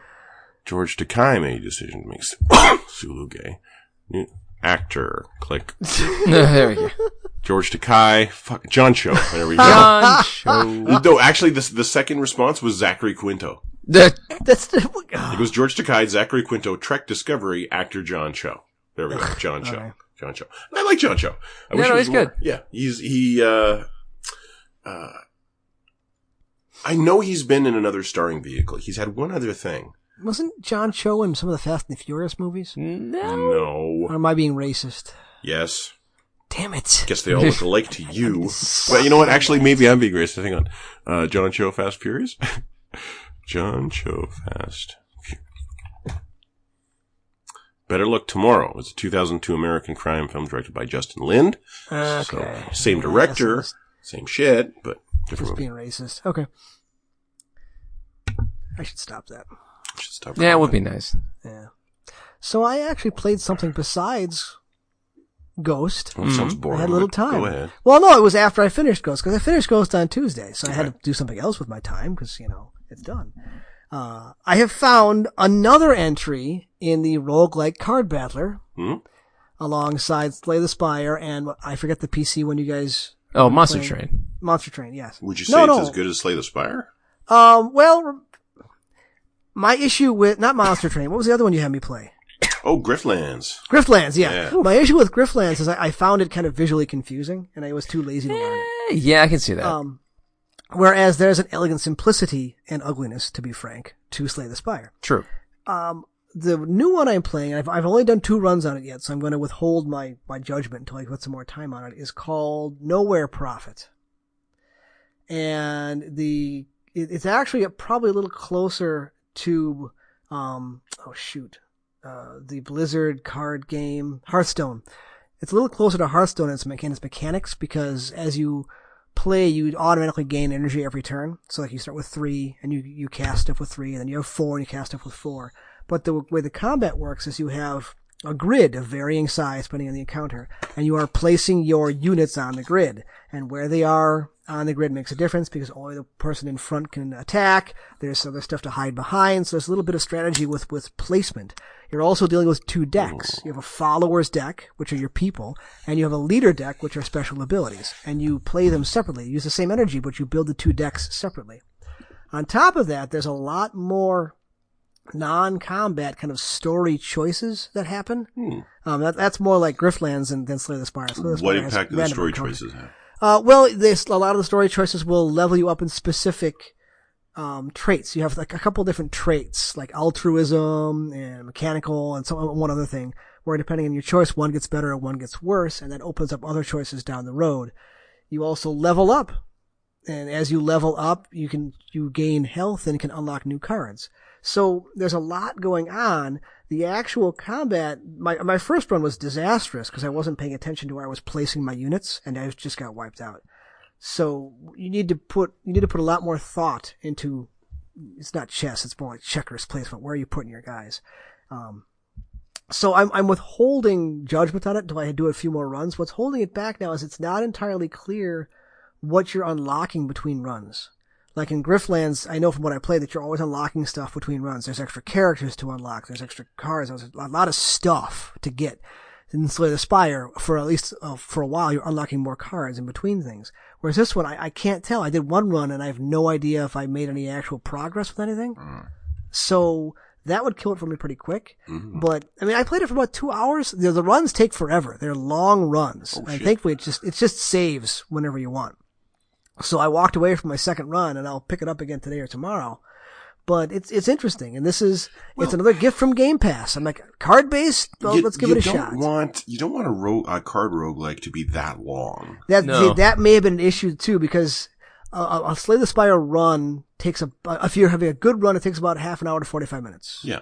[SPEAKER 1] George Takei made a decision to make Sulu gay. New- Actor. Click.
[SPEAKER 3] there we go.
[SPEAKER 1] George Takei. Fuck. John Cho. There we go.
[SPEAKER 3] John Cho.
[SPEAKER 1] no, actually, this, the second response was Zachary Quinto.
[SPEAKER 3] The-
[SPEAKER 2] That's the,
[SPEAKER 1] It was George Takei, Zachary Quinto, Trek Discovery, actor John Cho. There we go. John Cho.
[SPEAKER 2] right.
[SPEAKER 1] John Cho. And I like John Cho. I
[SPEAKER 3] No, no,
[SPEAKER 1] he
[SPEAKER 3] he's
[SPEAKER 1] more-
[SPEAKER 3] good.
[SPEAKER 1] Yeah. He's, he, uh, uh, I know he's been in another starring vehicle. He's had one other thing.
[SPEAKER 2] wasn't John Cho in some of the Fast and the Furious movies?
[SPEAKER 3] no.
[SPEAKER 2] Or
[SPEAKER 1] No.
[SPEAKER 2] am I being racist?
[SPEAKER 1] Yes.
[SPEAKER 2] Damn it!
[SPEAKER 1] Guess they all look alike to you. Well, you know what? Actually, maybe I'm being racist. Hang on. Uh, John Cho Fast Furious? John Cho Fast Furious. Better Look Tomorrow. It's a 2002 American crime film directed by Justin Lin.
[SPEAKER 2] Okay.
[SPEAKER 1] So, same director,
[SPEAKER 2] Yes,
[SPEAKER 1] same shit, but
[SPEAKER 2] I was
[SPEAKER 1] different
[SPEAKER 2] just
[SPEAKER 1] movie.
[SPEAKER 2] being racist. Okay. I should stop that.
[SPEAKER 1] Should stop
[SPEAKER 3] Yeah, it
[SPEAKER 1] calling
[SPEAKER 3] would be
[SPEAKER 1] it.
[SPEAKER 3] nice.
[SPEAKER 2] Yeah. So I actually played something besides Ghost.
[SPEAKER 1] Well, that sounds boring.
[SPEAKER 2] Mm. I had a little
[SPEAKER 1] but
[SPEAKER 2] time.
[SPEAKER 1] Go ahead.
[SPEAKER 2] Well, no, it was after I finished Ghost because I finished Ghost on Tuesday, so I had to do something else with my time because you know it's done. Uh, I have found another entry in the roguelike card battler
[SPEAKER 1] Hmm?
[SPEAKER 2] alongside Slay the Spire and I forget the PC when you guys
[SPEAKER 3] Oh, Monster
[SPEAKER 2] playing-
[SPEAKER 3] Train.
[SPEAKER 2] Monster Train. Yes.
[SPEAKER 1] Would you say
[SPEAKER 2] No,
[SPEAKER 1] it's
[SPEAKER 2] no.
[SPEAKER 1] as good as Slay the Spire?
[SPEAKER 2] Um. Well, my issue with not Monster Train. What was the other one you had me play?
[SPEAKER 1] Oh, Grifflands.
[SPEAKER 2] Griftlands, yeah.
[SPEAKER 1] Yeah.
[SPEAKER 2] My issue with Griftlands is I, I found it kind of visually confusing, and I was too lazy to learn it.
[SPEAKER 3] Eh, yeah, I can see that.
[SPEAKER 2] Um, whereas there's an elegant simplicity and ugliness, to be frank, to Slay the Spire.
[SPEAKER 3] True.
[SPEAKER 2] Um, the new one I'm playing, I've, I've only done two runs on it yet, so I'm going to withhold my, my judgment until I put some more time on it, is called Nowhere Profit. And the, it, it's actually a, probably a little closer to um oh shoot uh the Blizzard card game Hearthstone. It's a little closer to Hearthstone in its mechan- its mechanics because as you play, you automatically gain energy every turn. So like you start with three and you, you cast stuff with three and then you have four and you cast stuff with four. But the way the combat works is you have a grid of varying size depending on the encounter and you are placing your units on the grid and where they are on the grid makes a difference because only the person in front can attack. There's other stuff to hide behind. So there's a little bit of strategy with, with placement. You're also dealing with two
[SPEAKER 1] Mm.
[SPEAKER 2] decks. You have a follower's deck, which are your people, and you have a leader deck, which are special abilities. And you play them separately. You use the same energy, but you build the two decks separately. On top of that, there's a lot more non-combat kind of story choices that happen. Um, that, that's more like Griftlands than, than Slay the Spire. Slay the
[SPEAKER 1] Hmm. What
[SPEAKER 2] Spire has
[SPEAKER 1] impact do the
[SPEAKER 2] random
[SPEAKER 1] story
[SPEAKER 2] encounters.
[SPEAKER 1] choices have?
[SPEAKER 2] Uh, well, this a lot of the story choices will level you up in specific um, traits. You have like a couple different traits, like altruism and mechanical, and so one other thing. Where depending on your choice, one gets better and one gets worse, and that opens up other choices down the road. You also level up, and as you level up, you can you gain health and can unlock new cards. So there's a lot going on. The actual combat, my my first run was disastrous because I wasn't paying attention to where I was placing my units, and I just got wiped out. So you need to put you need to put a lot more thought into. It's not chess; it's more like checkers placement. Where are you putting your guys? Um, so I'm I'm withholding judgment on it until I do a few more runs. What's holding it back now is it's not entirely clear what you're unlocking between runs. Like in Grifflands, I know from what I play that you're always unlocking stuff between runs. There's extra characters to unlock. There's extra cards. There's a lot of stuff to get. In Slay the Spire, for at least uh, for a while, you're unlocking more cards in between things. Whereas this one, I, I can't tell. I did one run and I have no idea if I made any actual progress with anything.
[SPEAKER 1] Mm.
[SPEAKER 2] So that would kill it for me pretty quick.
[SPEAKER 1] Mm-hmm.
[SPEAKER 2] But I mean, I played it for about two hours. The, the runs take forever. They're long runs.
[SPEAKER 1] Oh,
[SPEAKER 2] and
[SPEAKER 1] shit.
[SPEAKER 2] thankfully, it just it just saves whenever you want. So I walked away from my second run, and I'll pick it up again today or tomorrow. But it's it's interesting, and this is it's another gift from Game Pass. I'm like card based. Well,
[SPEAKER 1] You-
[SPEAKER 2] let's give
[SPEAKER 1] you
[SPEAKER 2] it a
[SPEAKER 1] don't
[SPEAKER 2] shot.
[SPEAKER 1] Want, you don't want a, ro- a card roguelike to be that long.
[SPEAKER 2] That
[SPEAKER 3] No.
[SPEAKER 2] that may have been an issue too because a, a a Slay the Spire run takes a if you're having a good run, it takes about half an hour to forty five minutes.
[SPEAKER 1] Yeah.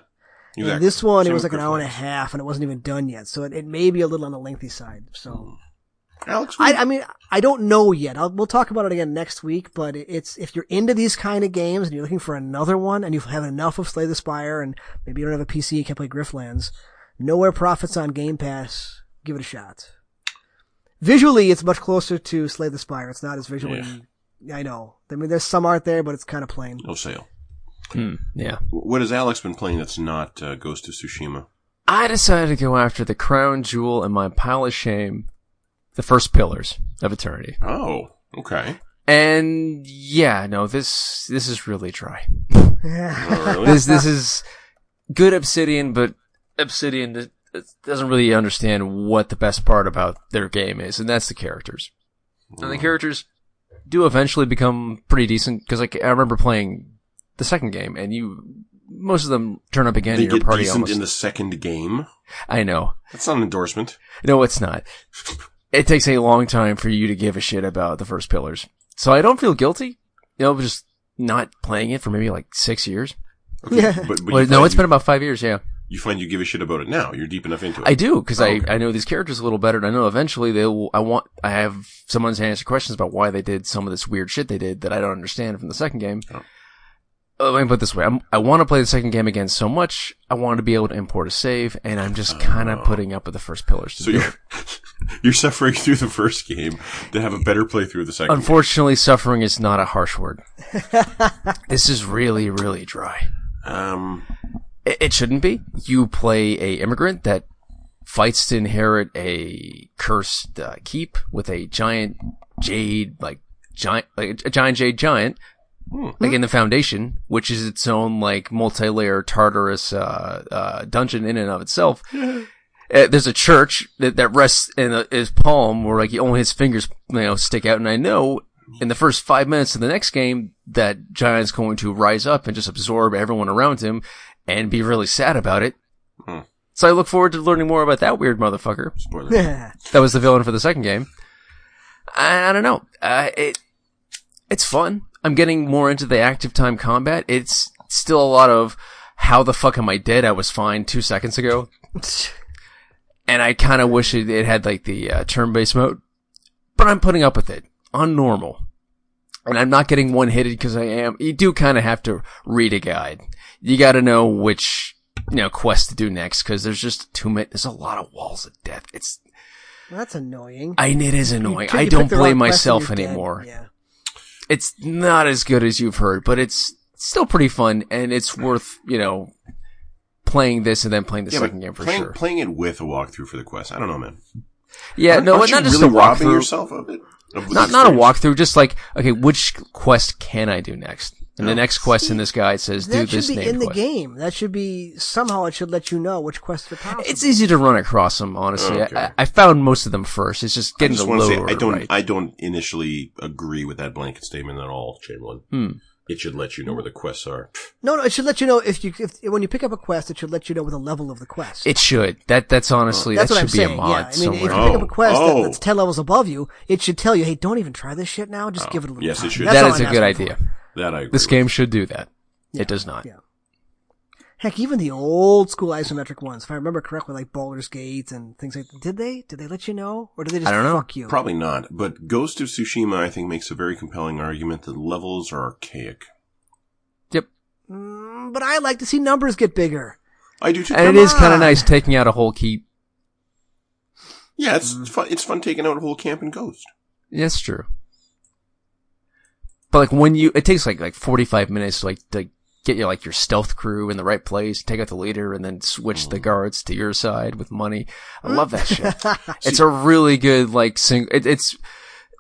[SPEAKER 2] And
[SPEAKER 1] Exactly.
[SPEAKER 2] this one,
[SPEAKER 1] Same
[SPEAKER 2] it was
[SPEAKER 1] with
[SPEAKER 2] like an hour and a
[SPEAKER 1] Grifflands.
[SPEAKER 2] half, and it wasn't even done yet, so it, it may be a little on the lengthy side. So
[SPEAKER 1] Alex,
[SPEAKER 2] I, I mean, I don't know yet. I'll, we'll talk about it again next week. But it's if you're into these kind of games and you're looking for another one, and you've had enough of Slay the Spire, and maybe you don't have a PC, you can't play Grifflands. Nowhere Profits on Game Pass. Give it a shot. Visually, it's much closer to Slay the Spire. It's not as visually. I know. I mean, there's some art there, but it's kind of plain.
[SPEAKER 1] no sale.
[SPEAKER 3] Hmm, yeah.
[SPEAKER 1] What has Alex been playing that's not uh, Ghost of Tsushima?
[SPEAKER 3] I decided to go after the crown jewel and my pile of shame, the first pillars of eternity.
[SPEAKER 1] Oh, okay.
[SPEAKER 3] And yeah, no, this this is really dry.
[SPEAKER 1] Oh, really?
[SPEAKER 3] This this is good obsidian, but obsidian th- doesn't really understand what the best part about their game is, and that's the characters. And
[SPEAKER 1] Mm-hmm.
[SPEAKER 3] the characters do eventually become pretty decent because like I remember playing the second game, and you most of them turn up again
[SPEAKER 1] they
[SPEAKER 3] in your
[SPEAKER 1] get
[SPEAKER 3] party
[SPEAKER 1] decent
[SPEAKER 3] almost.
[SPEAKER 1] in the second game.
[SPEAKER 3] I know.
[SPEAKER 1] That's not an endorsement.
[SPEAKER 3] No, it's not. It takes a long time for you to give a shit about the first pillars. So I don't feel guilty. You know, just not playing it for maybe like six years.
[SPEAKER 1] Okay,
[SPEAKER 2] Yeah.
[SPEAKER 1] but, but
[SPEAKER 3] Well,
[SPEAKER 1] you
[SPEAKER 3] no,
[SPEAKER 1] find
[SPEAKER 3] it's
[SPEAKER 1] you,
[SPEAKER 3] been about five years. Yeah,
[SPEAKER 1] you find you give a shit about it now. You're deep enough into it.
[SPEAKER 3] I do because
[SPEAKER 1] Oh, okay.
[SPEAKER 3] I, I know these characters a little better, and I know eventually they will. I want I have someone's answer questions about why they did some of this weird shit they did that I don't understand from the second game.
[SPEAKER 1] Oh.
[SPEAKER 3] Uh, let me put it this way: I'm, I want to play the second game again so much. I want to be able to import a save, and I'm just kind of
[SPEAKER 1] Oh.
[SPEAKER 3] putting up with the first pillars. To
[SPEAKER 1] so
[SPEAKER 3] do it.
[SPEAKER 1] you're you're suffering through the first game to have a better playthrough of the second. game.
[SPEAKER 3] Unfortunately, suffering is not a harsh word. this is really, really dry.
[SPEAKER 1] Um,
[SPEAKER 3] It, it shouldn't be. You play a immigrant that fights to inherit a cursed uh, keep with a giant jade, like giant, like a giant jade giant, like in the foundation, which is its own like multi-layer Tartarus uh, uh, dungeon in and of itself. Uh, there's a church that, that rests in a, his palm where like only his fingers you know stick out and I know in the first five minutes of the next game that giant's going to rise up and just absorb everyone around him and be really sad about it
[SPEAKER 1] Hmm.
[SPEAKER 3] so I look forward to learning more about that weird motherfucker
[SPEAKER 1] spoiler.
[SPEAKER 2] Yeah.
[SPEAKER 3] that was the villain for the second game I, I don't know uh, it it's fun I'm getting more into the active time combat. It's still a lot of how the fuck am I dead? I was fine two seconds ago. and I kind of wish it, it had like the uh, turn based mode, but I'm putting up with it on normal. And I'm not getting one hitted because I am. You do kind of have to read a guide. You got to know which you know quest to do next because there's just too many. There's a lot of walls of death. It's
[SPEAKER 2] That's annoying.
[SPEAKER 3] I it is annoying.
[SPEAKER 2] You
[SPEAKER 3] I
[SPEAKER 2] pick
[SPEAKER 3] don't
[SPEAKER 2] the wrong
[SPEAKER 3] blame
[SPEAKER 2] quest and
[SPEAKER 3] myself
[SPEAKER 2] you're dead.
[SPEAKER 3] anymore.
[SPEAKER 2] Yeah.
[SPEAKER 3] It's not as good as you've heard, but it's still pretty fun and it's worth you know playing this and then playing the
[SPEAKER 1] Yeah,
[SPEAKER 3] second
[SPEAKER 1] but
[SPEAKER 3] game for
[SPEAKER 1] playing,
[SPEAKER 3] sure.
[SPEAKER 1] playing it with a walkthrough for the quest. I don't know, man.
[SPEAKER 3] yeah,
[SPEAKER 1] Aren't-
[SPEAKER 3] no,
[SPEAKER 1] aren't
[SPEAKER 3] not
[SPEAKER 1] you
[SPEAKER 3] just
[SPEAKER 1] really
[SPEAKER 3] the
[SPEAKER 1] robbing
[SPEAKER 3] walkthrough.
[SPEAKER 1] yourself of it. Of the
[SPEAKER 3] not not a
[SPEAKER 1] experience?
[SPEAKER 3] walkthrough, just like okay, which quest can I do next? And the
[SPEAKER 1] Oh.
[SPEAKER 3] next quest in this guide says do
[SPEAKER 2] That should
[SPEAKER 3] this
[SPEAKER 2] be
[SPEAKER 3] named
[SPEAKER 2] in the
[SPEAKER 3] quest.
[SPEAKER 2] game. That should be somehow. It should let you know which quests are possible.
[SPEAKER 3] It's easy to run across them, honestly.
[SPEAKER 1] Okay.
[SPEAKER 3] I, I found most of them first. It's just
[SPEAKER 1] I
[SPEAKER 3] getting
[SPEAKER 1] just
[SPEAKER 3] the
[SPEAKER 1] want to say
[SPEAKER 3] lower.
[SPEAKER 1] I don't
[SPEAKER 3] right.
[SPEAKER 1] I don't initially agree with that blanket statement at all, Chamberlain.
[SPEAKER 3] Hmm.
[SPEAKER 1] It should let you know where the quests are.
[SPEAKER 2] no, no. It should let you know if you if, when you pick up a quest. It should let you know with the level of the quest.
[SPEAKER 3] It should. That that's honestly
[SPEAKER 2] that's
[SPEAKER 3] that
[SPEAKER 2] what
[SPEAKER 3] should
[SPEAKER 2] I'm
[SPEAKER 3] be
[SPEAKER 2] saying.
[SPEAKER 3] a
[SPEAKER 2] yeah,
[SPEAKER 3] mod
[SPEAKER 2] I mean, if you
[SPEAKER 3] somewhere.
[SPEAKER 2] pick up a
[SPEAKER 1] Oh,
[SPEAKER 2] quest that-
[SPEAKER 1] oh.
[SPEAKER 2] that's ten levels above you, it should tell you, hey, don't even try this shit now. Just give it a little.
[SPEAKER 1] Oh, Yes, it
[SPEAKER 2] time.
[SPEAKER 1] should.
[SPEAKER 2] That's
[SPEAKER 3] that
[SPEAKER 2] all
[SPEAKER 3] is
[SPEAKER 2] I'm
[SPEAKER 3] a good
[SPEAKER 2] asking for.
[SPEAKER 3] idea.
[SPEAKER 1] That I agree.
[SPEAKER 3] This
[SPEAKER 1] with.
[SPEAKER 3] game should do that. It does not.
[SPEAKER 2] Yeah. Heck, even the old school isometric ones, if I remember correctly, like Baldur's Gate and things like that. Did they? Did they let you know? Or did they just
[SPEAKER 3] I don't know.
[SPEAKER 2] fuck you?
[SPEAKER 1] Probably not, but Ghost of Tsushima I think makes a very compelling argument that levels are archaic.
[SPEAKER 3] Yep.
[SPEAKER 2] Mm, but I like to see numbers get bigger.
[SPEAKER 1] I do too.
[SPEAKER 3] And
[SPEAKER 1] Come
[SPEAKER 3] it is
[SPEAKER 1] on.
[SPEAKER 3] kind
[SPEAKER 2] on.
[SPEAKER 3] of nice taking out a whole key.
[SPEAKER 1] Yeah, it's
[SPEAKER 3] Mm.
[SPEAKER 1] it's fun. It's fun taking out a whole camp and Ghost.
[SPEAKER 3] That's true. But like when you, it takes like like forty five minutes to like to get your like your stealth crew in the right place, take out the leader, and then switch
[SPEAKER 2] Mm-hmm.
[SPEAKER 3] the guards to your side with money. I love that shit. it's a really good like sing. It, it's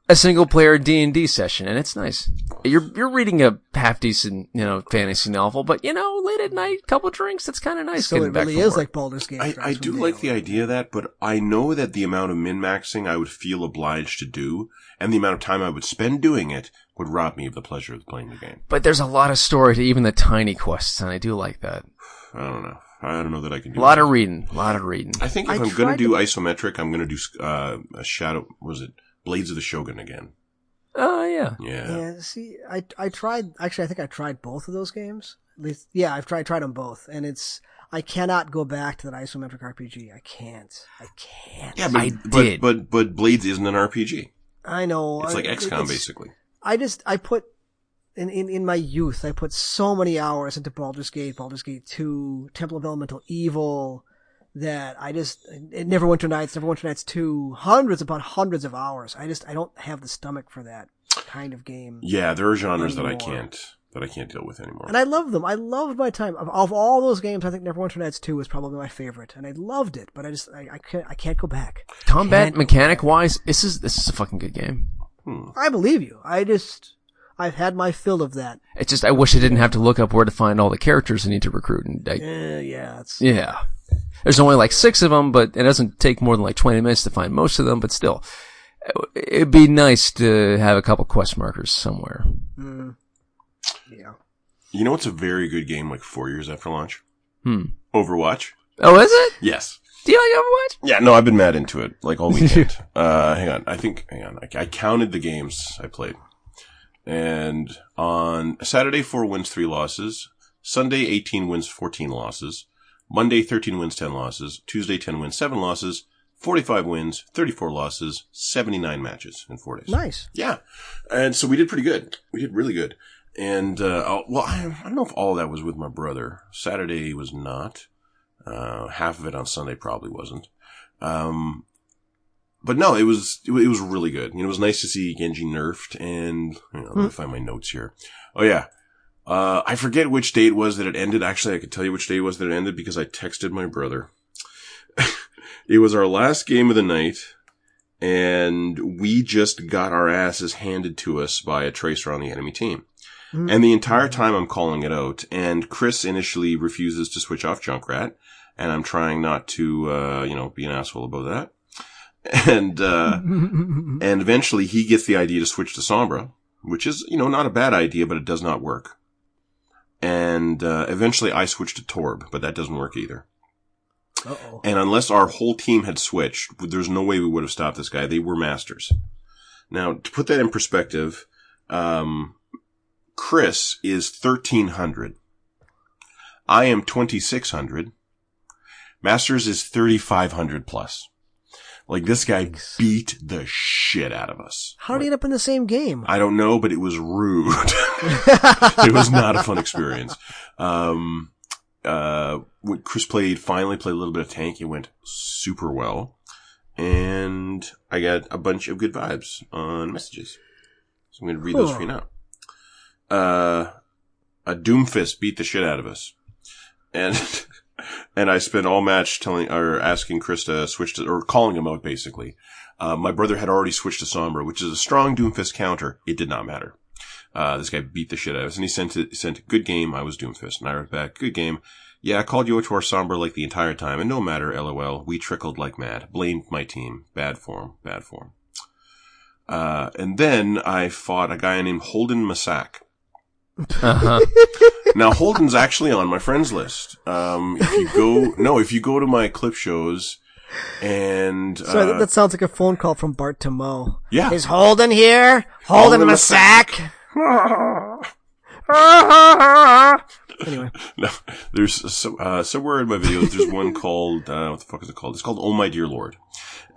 [SPEAKER 3] a single player D and D session, and it's nice. You're you're reading a half decent you know fantasy novel, but you know late at night, couple drinks, that's kind of nice.
[SPEAKER 2] so
[SPEAKER 3] getting
[SPEAKER 2] it
[SPEAKER 3] back
[SPEAKER 2] really
[SPEAKER 3] from
[SPEAKER 2] is
[SPEAKER 3] work.
[SPEAKER 2] like Baldur's Gate.
[SPEAKER 1] I,
[SPEAKER 2] for
[SPEAKER 1] I
[SPEAKER 2] us
[SPEAKER 1] do
[SPEAKER 2] when
[SPEAKER 1] like
[SPEAKER 2] they
[SPEAKER 1] the idea of that, but I know that the amount of min maxing I would feel obliged to do and the amount of time I would spend doing it would rob me of the pleasure of playing the game.
[SPEAKER 3] But there's a lot of story to even the tiny quests, and I do like that.
[SPEAKER 1] I don't know. I don't know that I can
[SPEAKER 3] A
[SPEAKER 1] do
[SPEAKER 3] lot
[SPEAKER 1] that.
[SPEAKER 3] of reading, a lot of reading.
[SPEAKER 1] I think if
[SPEAKER 2] I
[SPEAKER 1] I am going to
[SPEAKER 2] tried
[SPEAKER 1] do
[SPEAKER 2] to-
[SPEAKER 1] isometric, I'm going to do uh, a shadow. what Was it Blades of the Shogun again?
[SPEAKER 3] Oh yeah.
[SPEAKER 1] Yeah.
[SPEAKER 2] Yeah, see, I I tried actually. I think I tried both of those games. At least, yeah, I've tried tried them both, and it's I cannot go back to that isometric RPG. I can't. I can't.
[SPEAKER 1] Yeah,
[SPEAKER 3] I
[SPEAKER 1] but, but
[SPEAKER 3] did.
[SPEAKER 1] but but Blades isn't an RPG.
[SPEAKER 2] I know.
[SPEAKER 1] It's
[SPEAKER 2] I-
[SPEAKER 1] like XCOM
[SPEAKER 2] it's-
[SPEAKER 1] basically.
[SPEAKER 2] I just I put in, in in my youth I put so many hours into Baldur's Gate, Baldur's Gate Two, Temple of Elemental Evil that I just it Neverwinter Nights, Neverwinter Nights Two, hundreds upon hundreds of hours. I just I don't have the stomach for that kind of game.
[SPEAKER 1] Yeah, there are genres that I
[SPEAKER 2] Anymore.
[SPEAKER 1] can't that I can't deal with anymore.
[SPEAKER 2] And I love them. I loved my time of, of all those games. I think Neverwinter Nights Two was probably my favorite, and I loved it. But I just I, I can't I can't go back.
[SPEAKER 3] Combat
[SPEAKER 2] Can't-
[SPEAKER 3] mechanic wise, this is this is a fucking good game.
[SPEAKER 1] Hmm.
[SPEAKER 2] I believe you. I just I've had my fill of that.
[SPEAKER 3] It's just I wish I didn't have to look up where to find all the characters I need to recruit. And I,
[SPEAKER 2] Eh, yeah, it's
[SPEAKER 3] yeah, there's only like six of them, but it doesn't take more than like 20 minutes to find most of them. But still, it'd be nice to have a couple quest markers somewhere.
[SPEAKER 2] mm, yeah.
[SPEAKER 1] You know what's a very good game like four years after launch?
[SPEAKER 3] Hmm.
[SPEAKER 1] Overwatch.
[SPEAKER 3] Oh, is it?
[SPEAKER 1] Yes.
[SPEAKER 3] Do you like Overwatch?
[SPEAKER 1] Yeah, no, I've been mad into it like all weekend. uh, hang on, I think, hang on, I, I counted the games I played, and on Saturday four wins, three losses. Sunday eighteen wins, fourteen losses. Monday thirteen wins, ten losses. Tuesday ten wins, seven losses. Forty-five wins, thirty-four losses, seventy-nine matches in four days.
[SPEAKER 2] Nice.
[SPEAKER 1] Yeah, and so we did pretty good. We did really good. And uh, I'll- well, I, I don't know if all that was with my brother. Saturday was not. Uh, half of it on Sunday probably wasn't. Um, but no, it was it, wa- it was really good. You know, it was nice to see Genji nerfed. And you know, let me find my notes here. Oh yeah. Uh, I forget which day it was that it ended. Actually, I could tell you which day it was that it ended because I texted my brother. it was our last game of the night and we just got our asses handed to us by a tracer on the enemy team.
[SPEAKER 2] Mm.
[SPEAKER 1] And the entire time I'm calling it out, and Chris initially refuses to switch off Junkrat, and I'm trying not to, uh, you know, be an asshole about that. And, uh, and eventually he gets the idea to switch to Sombra, which is, you know, not a bad idea, but it does not work. And, uh, eventually I switch to Torb, but that doesn't work either.
[SPEAKER 2] Uh oh.
[SPEAKER 1] And unless our whole team had switched, there's no way we would have stopped this guy. They were masters. Now, to put that in perspective, um, Chris is 1300. I am 2600. Masters is 3500 plus. Like this guy beat the shit out of us.
[SPEAKER 2] How did he end up in the same game?
[SPEAKER 1] I don't know, but it was rude. it was not a fun experience. Um, uh, when Chris played, finally played a little bit of tank. It went super well. And I got a bunch of good vibes on messages. So I'm going to read those for you now. Uh, a Doomfist beat the shit out of us. And, and I spent all match telling, or asking Chris to switch to, or calling him out basically. Uh, my brother had already switched to Sombra, which is a strong Doomfist counter. It did not matter. Uh, this guy beat the shit out of us, and he sent it, sent good game. I was Doomfist, and I wrote back, good game. Yeah, I called Yotor somber like the entire time, and no matter, lol. We trickled like mad. Blamed my team. Bad form. Bad form. Uh, and then I fought a guy named Holden Masak.
[SPEAKER 3] Uh-huh.
[SPEAKER 1] Now Holden's actually on my friends list. Um, if you go, no, if you go to my clip shows, and
[SPEAKER 2] So
[SPEAKER 1] uh,
[SPEAKER 2] that- that sounds like a phone call from Bart to Mo.
[SPEAKER 1] yeah,
[SPEAKER 2] Is Holden here? Holden
[SPEAKER 1] Holden
[SPEAKER 2] Masak? anyway,
[SPEAKER 1] No, there's so, uh, somewhere in my videos, there's one called, uh, what the fuck is it called? It's called Oh My Dear Lord.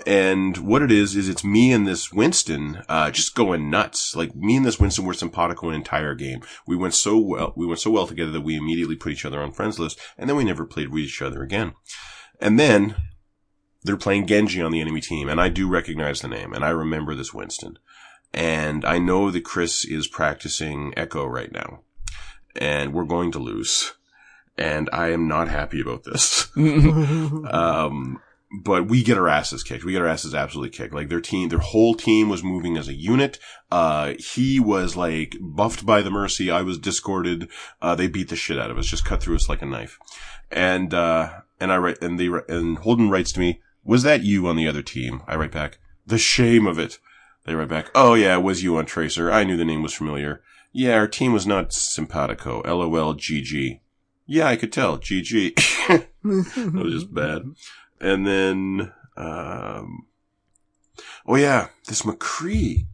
[SPEAKER 1] And what it is, is it's me and this Winston, uh, just going nuts. Like me and this Winston were simpatico an entire game. We went so well, we went so well together that we immediately put each other on friends list and then we never played with each other again. And then they're playing Genji on the enemy team and I do recognize the name and I remember this Winston. And I know that Chris is practicing Echo right now and we're going to lose. And I am not happy about this.
[SPEAKER 3] Mm-hmm.
[SPEAKER 1] um, but we get our asses kicked. We get our asses absolutely kicked. Like their team, their whole team was moving as a unit. Uh, he was like buffed by the mercy. I was discorded. Uh, they beat the shit out of us, just cut through us like a knife. And, uh, and I write, and they, wri- and Holden writes to me, was that you on the other team? I write back, the shame of it. They write back, oh yeah, it was you on Tracer. I knew the name was familiar. Yeah, our team was not simpatico. LOL, GG. Yeah, I could tell. GG. that was just bad. And then, um, oh yeah, this McCree.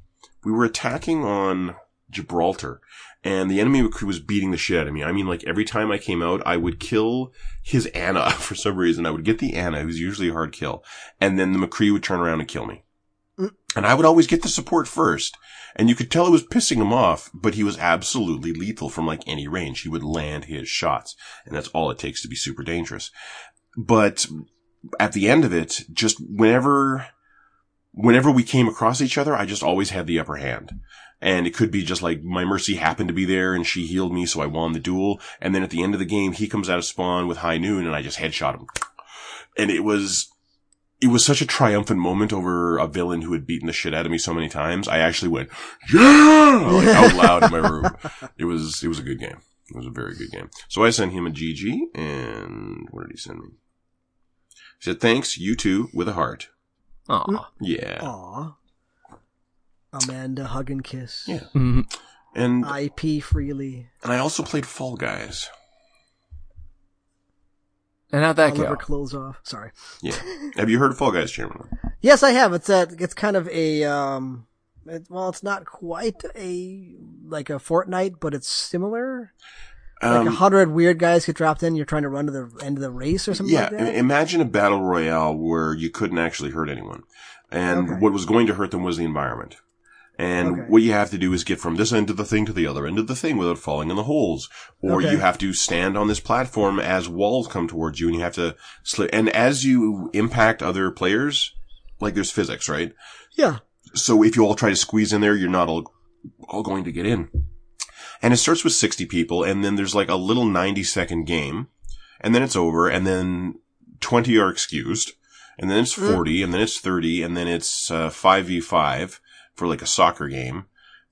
[SPEAKER 1] We were attacking on Gibraltar and the enemy McCree was beating the shit out of me. I mean, like every time I came out, I would kill his Anna for some reason. I would get the Anna, who's usually a hard kill, and then the McCree would turn around and kill me. And I would always get the support first. And you could tell it was pissing him off, but he was absolutely lethal from like any range. He would land his shots. And that's all it takes to be super dangerous. But at the end of it, just whenever, whenever we came across each other, I just always had the upper hand. And it could be just like my mercy happened to be there and she healed me. So I won the duel. And then at the end of the game, he comes out of spawn with high noon and I just headshot him. And it was, it was such a triumphant moment over a villain who had beaten the shit out of me so many times. I actually went, yeah, like out loud in my room. It was, it was a good game. It was a very good game. So I sent him a GG and what did he send me? He said, thanks, you too, with a heart.
[SPEAKER 3] Aw.
[SPEAKER 1] Yeah.
[SPEAKER 2] Oh, aw. Amanda, hug and kiss.
[SPEAKER 1] Yeah.
[SPEAKER 3] Mhm.
[SPEAKER 1] And,
[SPEAKER 2] IP freely.
[SPEAKER 1] and I also played Fall Guys.
[SPEAKER 3] And how'd that
[SPEAKER 2] I'll never
[SPEAKER 3] go?
[SPEAKER 2] close off. Sorry.
[SPEAKER 1] Yeah. Have you heard of Fall Guys, Chairman?
[SPEAKER 2] Yes, I have. It's a, it's kind of a, um, it, well, it's not quite a, like a Fortnite, but it's similar. like a
[SPEAKER 1] Um,
[SPEAKER 2] hundred weird guys get dropped in, you're trying to run to the end of the race or something
[SPEAKER 1] yeah.
[SPEAKER 2] like that.
[SPEAKER 1] i- Imagine a battle royale where you couldn't actually hurt anyone. And
[SPEAKER 2] Okay.
[SPEAKER 1] what was going to hurt them was the environment. And
[SPEAKER 2] Okay.
[SPEAKER 1] what you have to do is get from this end of the thing to the other end of the thing without falling in the holes. Or
[SPEAKER 2] Okay.
[SPEAKER 1] you have to stand on this platform as walls come towards you and you have to slip. And as you impact other players, like there's physics, right?
[SPEAKER 2] yeah.
[SPEAKER 1] So if you all try to squeeze in there, you're not all, all going to get in. And it starts with 60 people and then there's like a little 90 second game and then it's over and then 20 are excused and then it's 40 and then it's 30 and then it's uh, 5v5 for like a soccer game.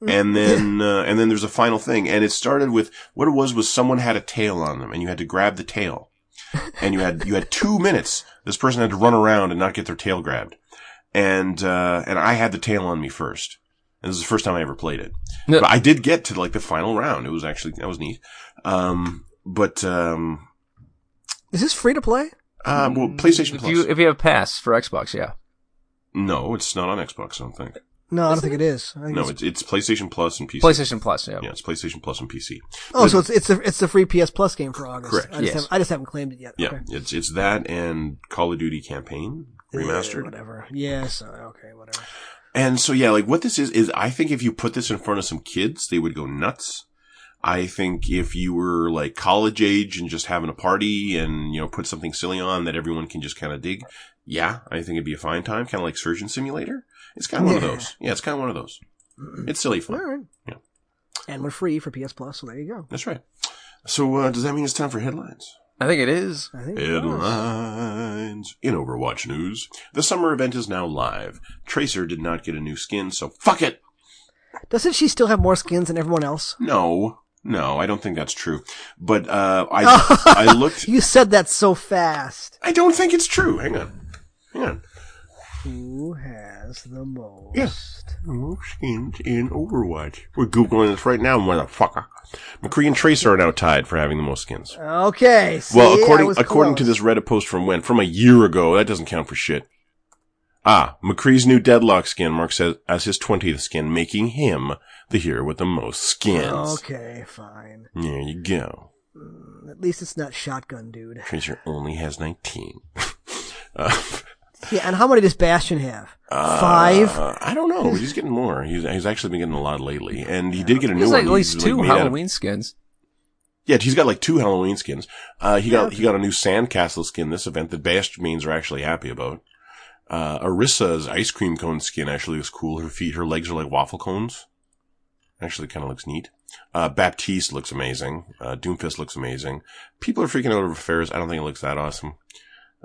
[SPEAKER 1] And then, uh, and then there's a final thing and it started with what it was was someone had a tail on them and you had to grab the tail and you had, you had two minutes. This person had to run around and not get their tail grabbed and uh, and I had the tail on me first. And this is the first time I ever played it.
[SPEAKER 3] No.
[SPEAKER 1] But I did get to like the final round. It was actually that was neat. Um, but um,
[SPEAKER 2] Is this free to play?
[SPEAKER 1] uh,
[SPEAKER 2] Mm,
[SPEAKER 1] well, PlayStation
[SPEAKER 3] If
[SPEAKER 1] Plus.
[SPEAKER 3] you if you have pass for Xbox, yeah.
[SPEAKER 1] no, it's not on Xbox. I don't think.
[SPEAKER 2] No, I don't think it is. I think
[SPEAKER 1] No,
[SPEAKER 2] it's,
[SPEAKER 1] it's, it's PlayStation Plus and PC.
[SPEAKER 3] PlayStation Plus, yeah.
[SPEAKER 1] Yeah, it's PlayStation Plus and PC.
[SPEAKER 2] oh, so it's it's the it's the free PS Plus game for August.
[SPEAKER 1] Correct.
[SPEAKER 2] I just,
[SPEAKER 3] Yes.
[SPEAKER 2] haven't, I just haven't claimed it yet.
[SPEAKER 1] Yeah,
[SPEAKER 2] Okay.
[SPEAKER 1] it's it's that and Call of Duty campaign
[SPEAKER 2] Yeah,
[SPEAKER 1] remastered.
[SPEAKER 2] Uh, whatever. Yes. uh, Okay. Whatever.
[SPEAKER 1] And so yeah, like what this is is I think if you put this in front of some kids, they would go nuts. I think if you were like college age and just having a party and you know put something silly on that everyone can just kind of dig, yeah, I think it'd be a fine time, kind of like Surgeon Simulator. It's kind of one of
[SPEAKER 2] Yeah. Mm.
[SPEAKER 1] those. Yeah, it's kind of one of those. It's silly fun.
[SPEAKER 2] All right.
[SPEAKER 1] Yeah.
[SPEAKER 2] And we're free for PS Plus, so there you go.
[SPEAKER 1] That's right. So uh, does that mean it's time for headlines?
[SPEAKER 3] I think it is.
[SPEAKER 2] I think
[SPEAKER 1] Headlines in Overwatch news. The summer event is now live. Tracer did not get a new skin, so fuck it.
[SPEAKER 2] Doesn't she still have more skins than everyone else?
[SPEAKER 1] No, no, I don't think that's true. But uh, I I looked.
[SPEAKER 2] You said that so fast.
[SPEAKER 1] I don't think it's true. Hang on, hang on.
[SPEAKER 2] Who has the most?
[SPEAKER 1] Yeah. No skins in Overwatch. We're googling this right now, motherfucker. McCree and Tracer are now tied for having the most skins.
[SPEAKER 2] Okay. See,
[SPEAKER 1] Well,
[SPEAKER 2] I
[SPEAKER 1] according
[SPEAKER 2] was
[SPEAKER 1] according to
[SPEAKER 2] close.
[SPEAKER 1] this Reddit post from when from a year ago, that doesn't count for shit. Ah, McCree's new deadlock skin marks as, as his twentieth skin, making him the hero with the most skins.
[SPEAKER 2] Okay, fine.
[SPEAKER 1] There you go.
[SPEAKER 2] At least it's not shotgun, dude.
[SPEAKER 1] Tracer only has nineteen. uh,
[SPEAKER 2] Yeah, and how many does Bastion have? Five.
[SPEAKER 1] uh, I don't know. He's getting more. He's he's actually been getting a lot lately, and he did get a new
[SPEAKER 3] There's like
[SPEAKER 1] one.
[SPEAKER 3] at
[SPEAKER 1] He's,
[SPEAKER 3] least
[SPEAKER 1] like,
[SPEAKER 3] two
[SPEAKER 1] made out of-
[SPEAKER 3] Halloween skins.
[SPEAKER 1] Yeah, he's got like two Halloween skins. Uh, he got he got a new sandcastle skin this event that Bastion means are actually happy about. Uh, Arissa's ice cream cone skin actually looks cool. Her feet, her legs are like waffle cones. Actually, kind of looks neat. Uh, Baptiste looks amazing. Uh, Doomfist looks amazing. People are freaking out over Ferris. I don't think it looks that awesome.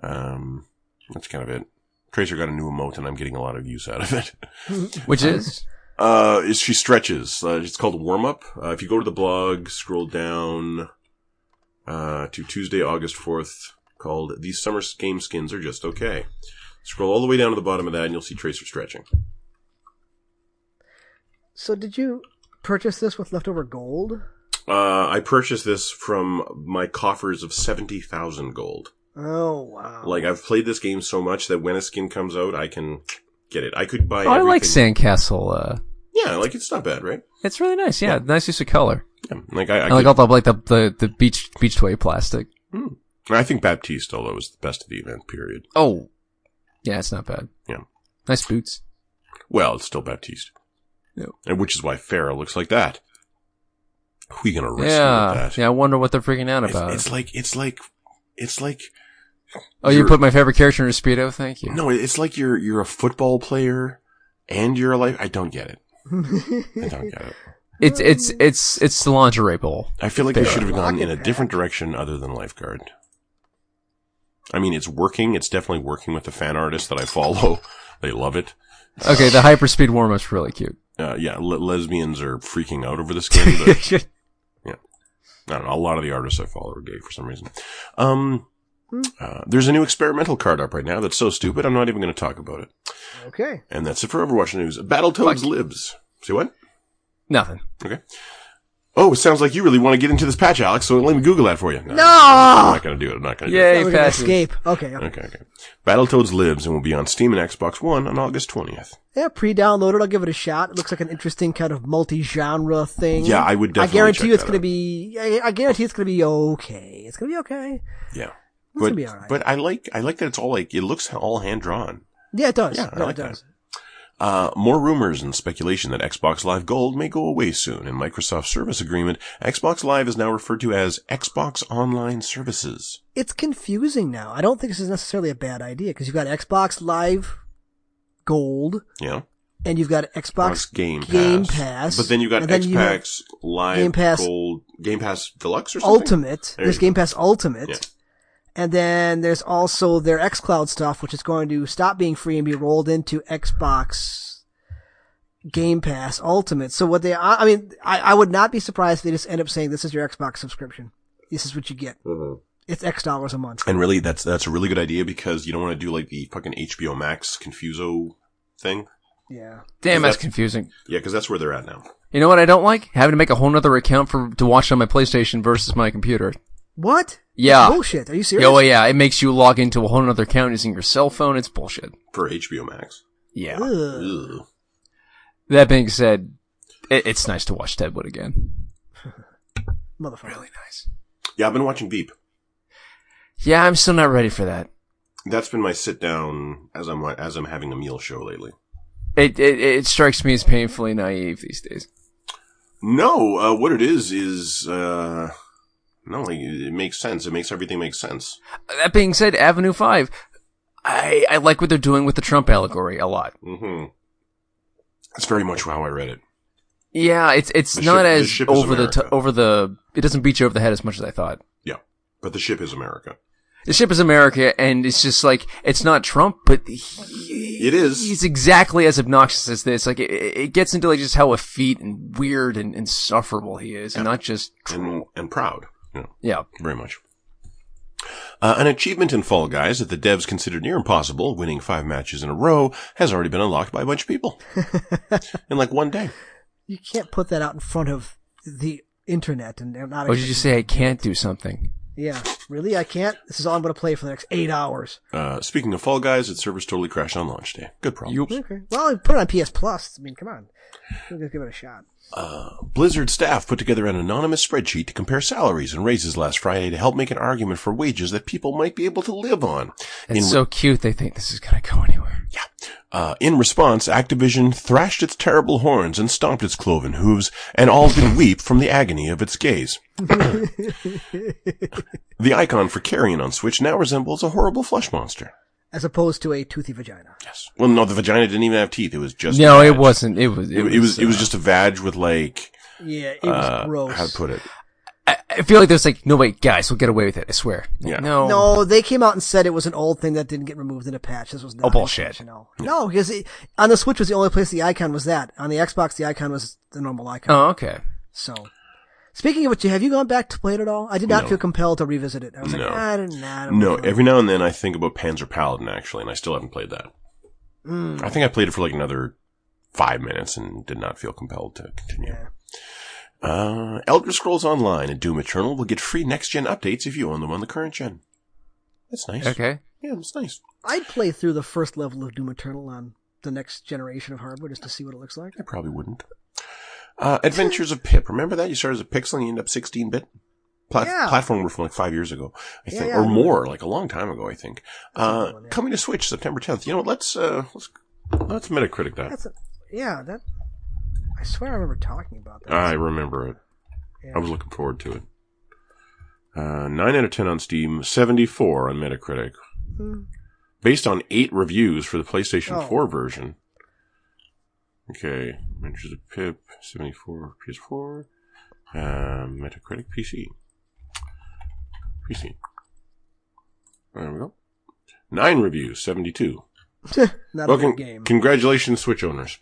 [SPEAKER 1] Um, that's kind of it. Tracer got a new emote, and I'm getting a lot of use out of it.
[SPEAKER 3] Which is
[SPEAKER 1] Uh, is she stretches. Uh, it's called warm up. Uh, if you go to the blog, scroll down, uh, to Tuesday, August 4th, called These Summer Game Skins Are Just Okay. Scroll all the way down to the bottom of that and you'll see Tracer stretching.
[SPEAKER 2] So did you purchase this with leftover gold?
[SPEAKER 1] Uh, I purchased this from my coffers of 70,000 gold.
[SPEAKER 2] Oh wow.
[SPEAKER 1] Like, I've played this game so much that when a skin comes out, I can get it. I could buy
[SPEAKER 3] Oh, I like
[SPEAKER 1] everything.
[SPEAKER 3] Sandcastle. Uh,
[SPEAKER 1] Yeah, like, it's not bad, right?
[SPEAKER 3] it's really nice. Yeah, nice use of color.
[SPEAKER 1] Yeah. Like, I, I,
[SPEAKER 3] I, like
[SPEAKER 1] could-
[SPEAKER 3] all the like the the, the beach beach toy plastic.
[SPEAKER 1] Hmm. I think Baptiste, although, was the best of the event, period.
[SPEAKER 3] Oh, yeah, it's not bad.
[SPEAKER 1] Yeah.
[SPEAKER 3] Nice boots.
[SPEAKER 1] Well, it's still Baptiste.
[SPEAKER 3] Yep.
[SPEAKER 1] And which is why Pharaoh looks like that. Who are you gonna risk
[SPEAKER 3] yeah,
[SPEAKER 1] with that?
[SPEAKER 3] yeah. I wonder what they're freaking out
[SPEAKER 1] It's,
[SPEAKER 3] about.
[SPEAKER 1] it's like it's like it's like
[SPEAKER 3] oh, you
[SPEAKER 1] you're-
[SPEAKER 3] put my favorite character in a speedo. Thank you.
[SPEAKER 1] no, it's like you're you're a football player and you're a life. I don't get it. I don't get it.
[SPEAKER 3] It's it's it's it's the lingerie bowl.
[SPEAKER 1] I feel like they
[SPEAKER 3] Fair.
[SPEAKER 1] should have gone in a
[SPEAKER 2] Rocket
[SPEAKER 1] different direction other than lifeguard. I mean, it's working. It's definitely working with the fan artist that I follow. They love it.
[SPEAKER 3] Okay, the hyperspeed warm up's really cute.
[SPEAKER 1] Uh, yeah, le- lesbians are freaking out over the skin. But I don't know. A lot of the artists I follow are gay for some reason. Um, uh, there's a new experimental card up right now that's so stupid I'm not even going to talk about it.
[SPEAKER 2] okay.
[SPEAKER 1] And that's it for Overwatch news. Battletoads lives. See what?
[SPEAKER 3] Nothing.
[SPEAKER 1] Okay. Oh, it sounds like you really want to get into this patch, Alex. So let me Google that for you. No, I'm
[SPEAKER 2] No.
[SPEAKER 1] not going to do it. I'm not going to do it.
[SPEAKER 2] That
[SPEAKER 3] Yay,
[SPEAKER 2] was an
[SPEAKER 3] passes.
[SPEAKER 2] escape. Okay. okay.
[SPEAKER 1] Okay, okay. Battletoads lives and will be on Steam and Xbox One on August 20th.
[SPEAKER 2] Yeah, pre-downloaded. I'll give it a shot. It looks like an interesting kind of multi-genre thing.
[SPEAKER 1] Yeah, I would definitely
[SPEAKER 2] I guarantee
[SPEAKER 1] check
[SPEAKER 2] you it's
[SPEAKER 1] that
[SPEAKER 2] gonna
[SPEAKER 1] out.
[SPEAKER 2] be. I, I guarantee it's gonna be okay. It's gonna be okay.
[SPEAKER 1] Yeah.
[SPEAKER 2] This
[SPEAKER 1] but
[SPEAKER 2] will be all right.
[SPEAKER 1] but I like I like that it's all like it looks all hand drawn.
[SPEAKER 2] Yeah, it does.
[SPEAKER 1] Yeah, I
[SPEAKER 2] no,
[SPEAKER 1] like
[SPEAKER 2] it
[SPEAKER 1] that.
[SPEAKER 2] does.
[SPEAKER 1] Uh, more rumors and speculation that Xbox Live Gold may go away soon. In Microsoft's service agreement, Xbox Live is now referred to as Xbox Online Services.
[SPEAKER 2] It's confusing now. I don't think this is necessarily a bad idea because you've got Xbox Live Gold
[SPEAKER 1] Yeah.
[SPEAKER 2] and you've got Xbox,
[SPEAKER 1] Game Pass.
[SPEAKER 2] Game Pass.
[SPEAKER 1] But then you got
[SPEAKER 2] and then
[SPEAKER 1] Xbox
[SPEAKER 2] you have
[SPEAKER 1] Live
[SPEAKER 2] Game Pass-
[SPEAKER 1] Gold, Game Pass Deluxe or something?
[SPEAKER 2] Ultimate.
[SPEAKER 1] There
[SPEAKER 2] There's
[SPEAKER 1] you
[SPEAKER 2] Game Pass Ultimate.
[SPEAKER 1] Yeah.
[SPEAKER 2] And then there's also their xCloud stuff, which is going to stop being free and be rolled into Xbox Game Pass Ultimate. So what they, I I mean, I, I would not be surprised if they just end up saying this is your Xbox subscription. This is what you get. It's X dollars a month.
[SPEAKER 1] And really, that's, that's a really good idea because you don't want to do like the fucking HBO Max Confuso thing.
[SPEAKER 2] Yeah.
[SPEAKER 3] Damn, that's
[SPEAKER 1] That's-
[SPEAKER 3] confusing.
[SPEAKER 1] Yeah, because that's where they're at now.
[SPEAKER 3] You know what I don't like? Having to make a whole nother account for to watch on my PlayStation versus my computer.
[SPEAKER 2] What?
[SPEAKER 3] Yeah.
[SPEAKER 2] Bullshit. Are you serious?
[SPEAKER 3] Oh yeah, it makes you log into a whole nother account using your cell phone. It's bullshit.
[SPEAKER 1] For HBO Max.
[SPEAKER 3] Yeah.
[SPEAKER 2] Ugh.
[SPEAKER 1] Ugh.
[SPEAKER 3] That being said, it, it's nice to watch Ted Wood again.
[SPEAKER 2] Motherfucker.
[SPEAKER 3] Really nice.
[SPEAKER 1] Yeah, I've been watching Veep.
[SPEAKER 3] Yeah, I'm still not ready for that.
[SPEAKER 1] That's been my sit down as I'm as I'm having a meal show lately.
[SPEAKER 3] It it, it strikes me as painfully naive these days.
[SPEAKER 1] No, uh, what it is is uh, no, like, it makes sense. It makes everything make sense.
[SPEAKER 3] That being said, Avenue Five, I I like what they're doing with the Trump allegory a lot.
[SPEAKER 1] hmm That's very much how I read it.
[SPEAKER 3] Yeah, it's it's
[SPEAKER 1] The
[SPEAKER 3] not
[SPEAKER 1] ship- the
[SPEAKER 3] as
[SPEAKER 1] ship is
[SPEAKER 3] over the t-
[SPEAKER 1] America.
[SPEAKER 3] over the. It doesn't beat you over the head as much as I thought.
[SPEAKER 1] Yeah, but the ship is America.
[SPEAKER 3] The ship is America, and it's just like it's not Trump, but he,
[SPEAKER 1] It is.
[SPEAKER 3] He's exactly as obnoxious as this. Like it, it gets into like just how effete and weird and insufferable he is, and not just
[SPEAKER 1] and and proud. You know,
[SPEAKER 3] yeah.
[SPEAKER 1] very much. Uh, an achievement in Fall Guys that the devs considered near impossible, winning five matches in a row, has already been unlocked by a bunch of people in like one day.
[SPEAKER 2] You can't put that out in front of the internet and they're not.
[SPEAKER 3] Or did Oh, you say I can't do something?
[SPEAKER 2] Yeah, really? I can't? This is all I'm going to play for the next eight hours.
[SPEAKER 1] Uh, speaking of Fall Guys, its servers totally crashed on launch day. Good problem.
[SPEAKER 2] Okay. Well, put it on PS Plus. I mean, come on. Let's give it a shot.
[SPEAKER 1] Uh, Blizzard staff put together an anonymous spreadsheet to compare salaries and raises last Friday to help make an argument for wages that people might be able to live on.
[SPEAKER 3] It's
[SPEAKER 1] In-
[SPEAKER 3] so cute. They think this is gonna go anywhere.
[SPEAKER 1] Yeah. Uh, in response, Activision thrashed its terrible horns and stomped its cloven hooves, and all did weep from the agony of its gaze. the icon for carrion on Switch now resembles a horrible flesh monster.
[SPEAKER 2] As opposed to a toothy vagina.
[SPEAKER 1] Yes. Well, no, the vagina didn't even have teeth. It was just
[SPEAKER 3] No,
[SPEAKER 1] a
[SPEAKER 3] it
[SPEAKER 1] vag.
[SPEAKER 3] wasn't. It was. uh,
[SPEAKER 1] It, it was. It was just a vag with like.
[SPEAKER 2] Yeah, it was
[SPEAKER 1] uh,
[SPEAKER 2] gross.
[SPEAKER 1] How to put it?
[SPEAKER 3] I, I feel like there's like no wait, guys, we'll get away with it. I swear. Like,
[SPEAKER 1] Yeah.
[SPEAKER 3] No.
[SPEAKER 2] No, they came out and said it was an old thing that didn't get removed in a patch. This was not
[SPEAKER 3] Oh, bullshit.
[SPEAKER 2] intentional. No, because it, on the Switch was the only place the icon was that. On the Xbox, the icon was the normal icon.
[SPEAKER 3] Oh, okay.
[SPEAKER 2] So, speaking of which, have you gone back to play it at all? I did not
[SPEAKER 1] No.
[SPEAKER 2] feel compelled to revisit it. I was
[SPEAKER 1] No.
[SPEAKER 2] like, I don't know. I don't
[SPEAKER 1] No.
[SPEAKER 2] know.
[SPEAKER 1] Every now and then, I think about Panzer Paladin actually, and I still haven't played that.
[SPEAKER 2] Hmm.
[SPEAKER 1] I think I played it for like another five minutes and did not feel compelled to continue.
[SPEAKER 2] Yeah.
[SPEAKER 1] Uh, Elder Scrolls Online and Doom Eternal will get free next gen updates if you own them on the current gen. That's nice.
[SPEAKER 3] Okay.
[SPEAKER 1] Yeah, that's nice.
[SPEAKER 2] I'd play through the first level of Doom Eternal on the next generation of hardware just to see what it looks like.
[SPEAKER 1] I probably wouldn't. Uh, Adventures of Pip. Remember that? You start as a pixel and you end up 16 bit? Plat-
[SPEAKER 2] Yeah.
[SPEAKER 1] Platformer from like five years ago, I
[SPEAKER 2] Yeah,
[SPEAKER 1] think,
[SPEAKER 2] yeah, I
[SPEAKER 1] or
[SPEAKER 2] remember.
[SPEAKER 1] more, like a long time ago, I think. Uh,
[SPEAKER 2] yeah.
[SPEAKER 1] coming to Switch September 10th. You know what? Let's, uh, let's, let's Metacritic that.
[SPEAKER 2] That's a, yeah, that. I swear I remember talking about that.
[SPEAKER 1] I remember it.
[SPEAKER 2] Yeah.
[SPEAKER 1] I was looking forward to it. Uh, 9 out of 10 on Steam, 74 on Metacritic.
[SPEAKER 2] Hmm.
[SPEAKER 1] Based on eight reviews for the PlayStation
[SPEAKER 2] Oh.
[SPEAKER 1] 4 version. Okay, Adventures of Pip, 74 PS4, uh, Metacritic PC. PC. There we go. Nine reviews, 72.
[SPEAKER 2] Not
[SPEAKER 1] Well,
[SPEAKER 2] a good
[SPEAKER 1] con-
[SPEAKER 2] game. Mm-hmm.
[SPEAKER 1] congratulations, Switch owners.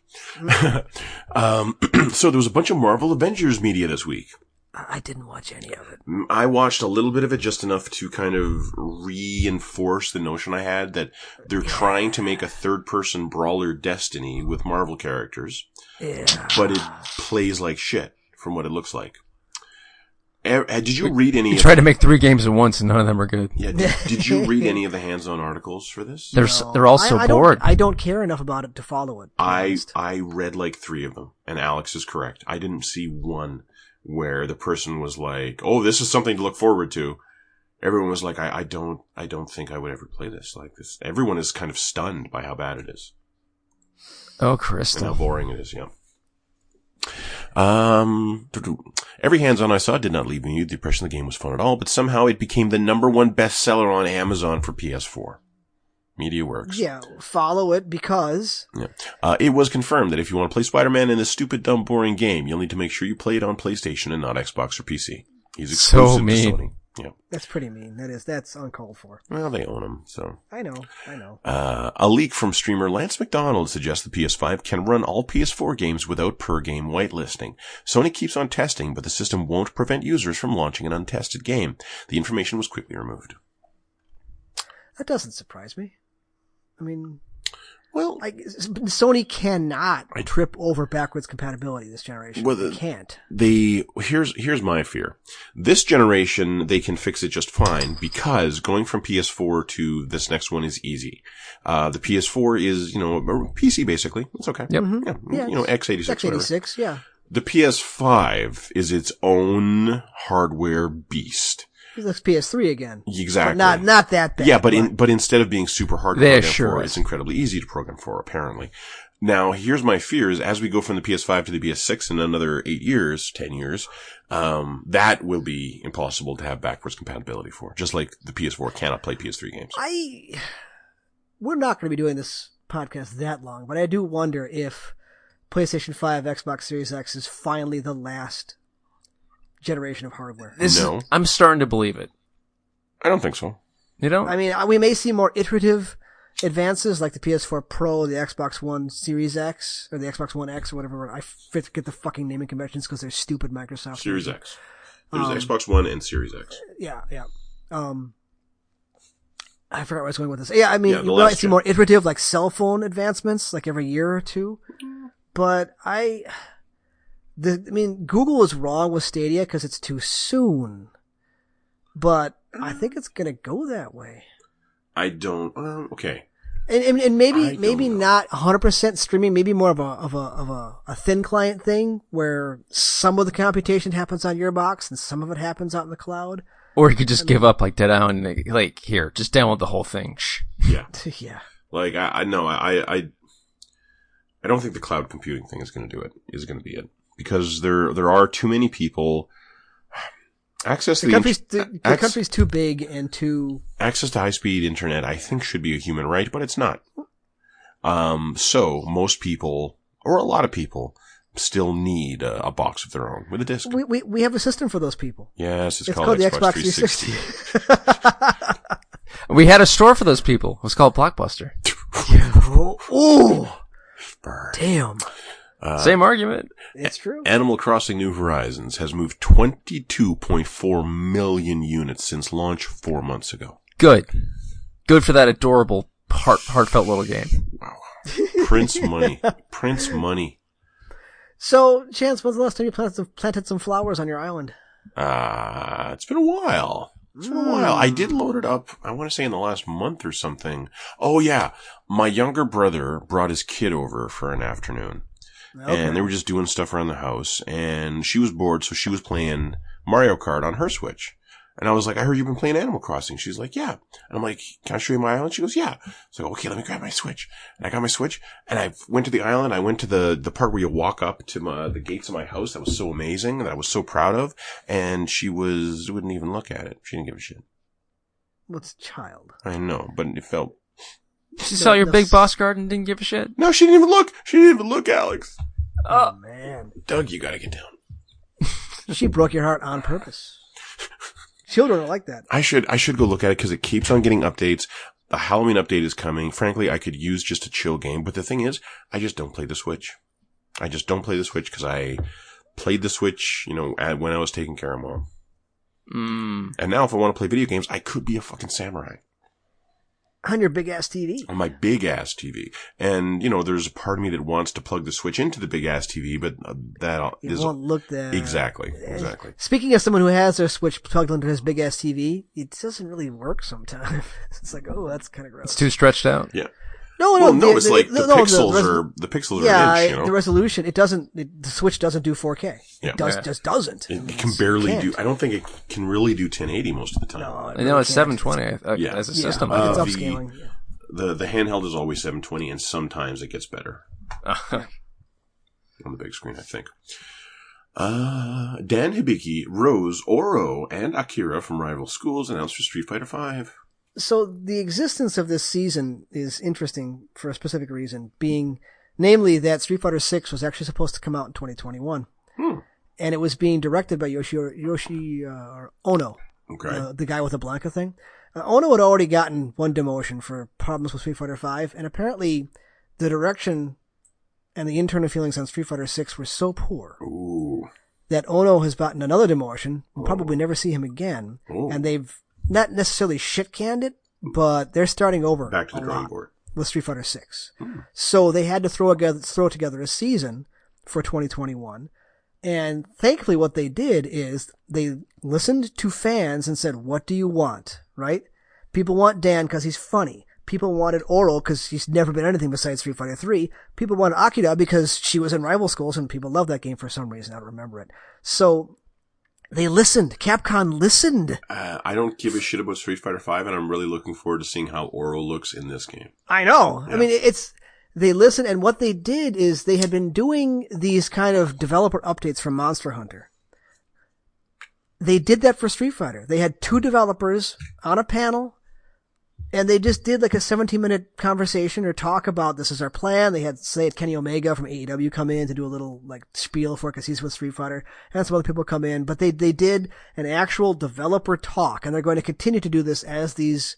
[SPEAKER 1] um, so there was a bunch of Marvel Avengers media this week.
[SPEAKER 2] I I didn't watch any of it.
[SPEAKER 1] Mm, I watched a little bit of it just enough to kind of reinforce the notion I had that they're trying to make a third person brawler destiny with Marvel characters,
[SPEAKER 2] Yeah.
[SPEAKER 1] but it plays like shit from what it looks like. Eh, eh, Did you read any
[SPEAKER 3] You
[SPEAKER 1] of,
[SPEAKER 3] try to make three games at once, and none of them are good.
[SPEAKER 1] yeah, did, did you read any of the hands-on articles for this?
[SPEAKER 3] They're s they're all so
[SPEAKER 2] I, I don't-
[SPEAKER 3] bored.
[SPEAKER 2] I don't care enough about it to follow it. to be
[SPEAKER 1] I
[SPEAKER 2] honest.
[SPEAKER 1] I read like three of them, and Alex is correct. I didn't see one where the person was like, "Oh, this is something to look forward to." Everyone was like, "I, I don't I don't think I would ever play this." Like this, everyone is kind of stunned by how bad it is
[SPEAKER 3] oh,
[SPEAKER 1] and how
[SPEAKER 3] Crystal.
[SPEAKER 1] boring it is. Yeah. Um, every hands-on I saw did not leave me with the impression the game was fun at all, but somehow it became the number one bestseller on Amazon for PS4. Media Works.
[SPEAKER 2] Yeah, follow it because
[SPEAKER 1] Yeah. Uh, it was confirmed that if you want to play Spider-Man in this stupid, dumb, boring game, you'll need to make sure you play it on PlayStation and not Xbox or PC. He's
[SPEAKER 3] So
[SPEAKER 1] exclusive
[SPEAKER 3] mean.
[SPEAKER 1] to Sony. Yeah.
[SPEAKER 2] that's pretty mean. That is that's uncalled for.
[SPEAKER 1] Well, they own him, so.
[SPEAKER 2] I know. I know.
[SPEAKER 1] Uh, a leak from streamer Lance McDonald suggests the PS5 can run all PS4 games without per game whitelisting. Sony keeps on testing, but the system won't prevent users from launching an untested game. The information was quickly removed.
[SPEAKER 2] That doesn't surprise me. I mean,
[SPEAKER 1] Well,
[SPEAKER 2] Like s- Sony cannot trip over backwards compatibility this generation.
[SPEAKER 1] Well,
[SPEAKER 2] they
[SPEAKER 1] the-
[SPEAKER 2] can't.
[SPEAKER 1] they here's here's my fear. This generation they can fix it just fine because going from PS4 to this next one is easy. Uh, the PS4 is you know a PC basically. It's okay.
[SPEAKER 3] Yep.
[SPEAKER 1] Yeah,
[SPEAKER 2] Mm-hmm. Yeah,
[SPEAKER 1] you know
[SPEAKER 2] it's-
[SPEAKER 1] x86.
[SPEAKER 2] Sex
[SPEAKER 1] whatever.
[SPEAKER 2] 86, yeah.
[SPEAKER 1] The PS5 is its own hardware beast.
[SPEAKER 2] That's PS3 again.
[SPEAKER 1] Exactly.
[SPEAKER 2] But not not that bad.
[SPEAKER 1] Yeah, but in, but instead of being super hard to
[SPEAKER 3] There
[SPEAKER 1] program
[SPEAKER 3] sure
[SPEAKER 1] for,
[SPEAKER 3] is.
[SPEAKER 1] it's incredibly easy to program for, apparently. Now, here's my fears: as we go from the PS5 to the PS6 in another eight years, ten years, um, that will be impossible to have backwards compatibility for. Just like the PS4 cannot play PS3 games.
[SPEAKER 2] I we're not going to be doing this podcast that long, but I do wonder if PlayStation 5, Xbox Series X is finally the last generation of hardware.
[SPEAKER 3] This
[SPEAKER 1] No.
[SPEAKER 3] is, I'm starting to believe it.
[SPEAKER 1] I don't think so.
[SPEAKER 3] You know,
[SPEAKER 2] I mean, I- we may see more iterative advances like the PS4 Pro, the Xbox One Series X, or the Xbox One X, or whatever. I forget the fucking naming conventions because they're stupid Microsoft.
[SPEAKER 1] Series X. There's
[SPEAKER 2] Um,
[SPEAKER 1] Xbox One and Series X.
[SPEAKER 2] Yeah, yeah. Um, I forgot where I was going with this. Yeah, I mean,
[SPEAKER 1] Yeah, the
[SPEAKER 2] you might
[SPEAKER 1] last
[SPEAKER 2] see
[SPEAKER 1] gen.
[SPEAKER 2] more iterative, like cell phone advancements, like every year or two. But I, the, I mean, Google is wrong with Stadia because it's too soon. But I think it's gonna go that way.
[SPEAKER 1] I don't. Um, okay.
[SPEAKER 2] And, and, and
[SPEAKER 1] I
[SPEAKER 2] maybe
[SPEAKER 1] don't
[SPEAKER 2] maybe
[SPEAKER 1] know.
[SPEAKER 2] not 100% streaming, maybe more of a of a of a, a thin client thing where some of the computation happens on your box and some of it happens out in the cloud.
[SPEAKER 3] or you could just give up like that out and like, like here, just download the whole thing. Shh.
[SPEAKER 1] Yeah.
[SPEAKER 2] yeah.
[SPEAKER 1] Like I, I no, I, I, I don't think the cloud computing thing is going to do it. Is going to be it because there there are too many people. Access to
[SPEAKER 2] The
[SPEAKER 1] the,
[SPEAKER 2] country's
[SPEAKER 1] int-
[SPEAKER 2] the, the
[SPEAKER 1] acc-
[SPEAKER 2] country's too big and too
[SPEAKER 1] access to high speed internet. I think should be a human right, but it's not. Um, so most people or a lot of people still need a, a box of their own with a disc.
[SPEAKER 2] we, we we have a system for those people.
[SPEAKER 1] yes, it's,
[SPEAKER 2] It's, called, the Xbox 360.
[SPEAKER 1] 360.
[SPEAKER 3] We had a store for those people. It was called Blockbuster.
[SPEAKER 2] Ooh,
[SPEAKER 1] Burn.
[SPEAKER 2] Oh, damn.
[SPEAKER 3] Same argument.
[SPEAKER 2] It's true.
[SPEAKER 1] Animal Crossing New Horizons has moved 22.4 million units since launch four months ago.
[SPEAKER 3] Good. Good for that adorable, heart, heartfelt little game.
[SPEAKER 1] Wow. Prince money. Prince money.
[SPEAKER 2] So, Chance, when's the last time you planted some, planted some flowers on your island?
[SPEAKER 1] Uh, it's been a while. It's been a while. I did load it up, I want to say in the last month or something. Oh yeah. My younger brother brought his kid over for an afternoon and they were just doing stuff around the house and she was bored. So she was playing Mario Kart on her Switch. And I was like, I heard you've been playing Animal Crossing. She's like, yeah. And I'm like, can I show you my island? She goes, yeah. So, okay, let me grab my Switch. And I got my Switch and I went to the island. I went to the, the part where you walk up to my, the gates of my house. That was so amazing that I was so proud of. And she was, wouldn't even look at it. She didn't give a shit.
[SPEAKER 2] What's child?
[SPEAKER 1] I know, but it felt,
[SPEAKER 3] She saw your big boss garden, and didn't give a shit.
[SPEAKER 1] no, she didn't even look. She didn't even look, Alex.
[SPEAKER 2] Oh man,
[SPEAKER 1] Doug, you gotta get down.
[SPEAKER 2] she broke your heart on purpose. Children are like that.
[SPEAKER 1] I should I should go look at it because it keeps on getting updates. The Halloween update is coming. Frankly, I could use just a chill game, but the thing is, I just don't play the Switch. I just don't play the Switch because I played the Switch, you know, at, when I was taking care of mom.
[SPEAKER 3] Mm.
[SPEAKER 1] And now, if I want to play video games, I could be a fucking samurai
[SPEAKER 2] On your big ass TV.
[SPEAKER 1] on my big ass TV. And you know, there's a part of me that wants to plug the Switch into the big ass TV, but uh, that
[SPEAKER 2] It
[SPEAKER 1] is
[SPEAKER 2] won't look that
[SPEAKER 1] exactly exactly.
[SPEAKER 2] Speaking of someone who has their Switch plugged into his big ass TV, it doesn't really work sometimes. it's like, oh, that's kind of gross.
[SPEAKER 3] It's too stretched out.
[SPEAKER 1] Yeah.
[SPEAKER 2] no,
[SPEAKER 1] Well, no,
[SPEAKER 2] the-
[SPEAKER 1] it's
[SPEAKER 2] the-
[SPEAKER 1] like
[SPEAKER 2] no,
[SPEAKER 1] the
[SPEAKER 2] no,
[SPEAKER 1] pixels
[SPEAKER 2] res-
[SPEAKER 1] are the pixels
[SPEAKER 2] yeah,
[SPEAKER 1] are an inch. You know,
[SPEAKER 2] the resolution. It doesn't. It, the Switch doesn't do 4K.
[SPEAKER 1] Yeah.
[SPEAKER 2] It does
[SPEAKER 3] Yeah.
[SPEAKER 2] just doesn't.
[SPEAKER 1] It, it can barely
[SPEAKER 2] can't.
[SPEAKER 1] do. I don't think it can really do 1080 most of the time.
[SPEAKER 2] No,
[SPEAKER 3] I know it's
[SPEAKER 2] really can't.
[SPEAKER 3] 720 uh,
[SPEAKER 1] Yeah.
[SPEAKER 3] as a
[SPEAKER 2] Yeah,
[SPEAKER 3] system.
[SPEAKER 1] Uh,
[SPEAKER 2] it's
[SPEAKER 1] the-
[SPEAKER 2] upscaling. yeah.
[SPEAKER 1] The the handheld is always 720, and sometimes it gets better
[SPEAKER 3] Uh,
[SPEAKER 1] on the big screen. I think. Uh, Dan Hibiki, Rose, Oro, and Akira from rival schools announced for Street Fighter Five.
[SPEAKER 2] So the existence of this season is interesting for a specific reason, being namely that Street Fighter 6 was actually supposed to come out in 2021.
[SPEAKER 1] Hmm.
[SPEAKER 2] And it was being directed by Yoshi Yoshi uh, or Ono,
[SPEAKER 1] Okay.
[SPEAKER 2] the, the guy with the Blanca thing. Uh, ono had already gotten one demotion for problems with Street Fighter Five, and apparently the direction and the internal feelings on Street Fighter Six were so poor
[SPEAKER 1] Ooh.
[SPEAKER 2] that Ono has gotten another demotion. We'll probably never see him again,
[SPEAKER 1] Oh.
[SPEAKER 2] and they've not necessarily shit canned it, but they're starting over.
[SPEAKER 1] Back to the
[SPEAKER 2] a
[SPEAKER 1] drawing
[SPEAKER 2] lot.
[SPEAKER 1] board.
[SPEAKER 2] with Street Fighter Six. So they had to throw together throw together a season for 2021. And thankfully, what they did is they listened to fans and said, "What do you want?" Right? People want Dan because he's funny. People wanted Oral because he's never been anything besides Street Fighter 3. People wanted Akira because she was in rival schools and people love that game for some reason. I don't remember it. So they listened. Capcom listened.
[SPEAKER 1] Uh, I don't give a shit about Street Fighter Five, and I'm really looking forward to seeing how Oral looks in this game.
[SPEAKER 2] I know. I
[SPEAKER 1] Yeah.
[SPEAKER 2] mean, it's, they listened and what they did is they had been doing these kind of developer updates for Monster Hunter. They did that for Street Fighter. They had two developers on a panel and they just did like a 17 minute conversation or talk about this is our plan. They had, say, had Kenny Omega from AEW come in to do a little like spiel for it because he's with Street Fighter and some other people come in, but they, they did an actual developer talk and they're going to continue to do this as these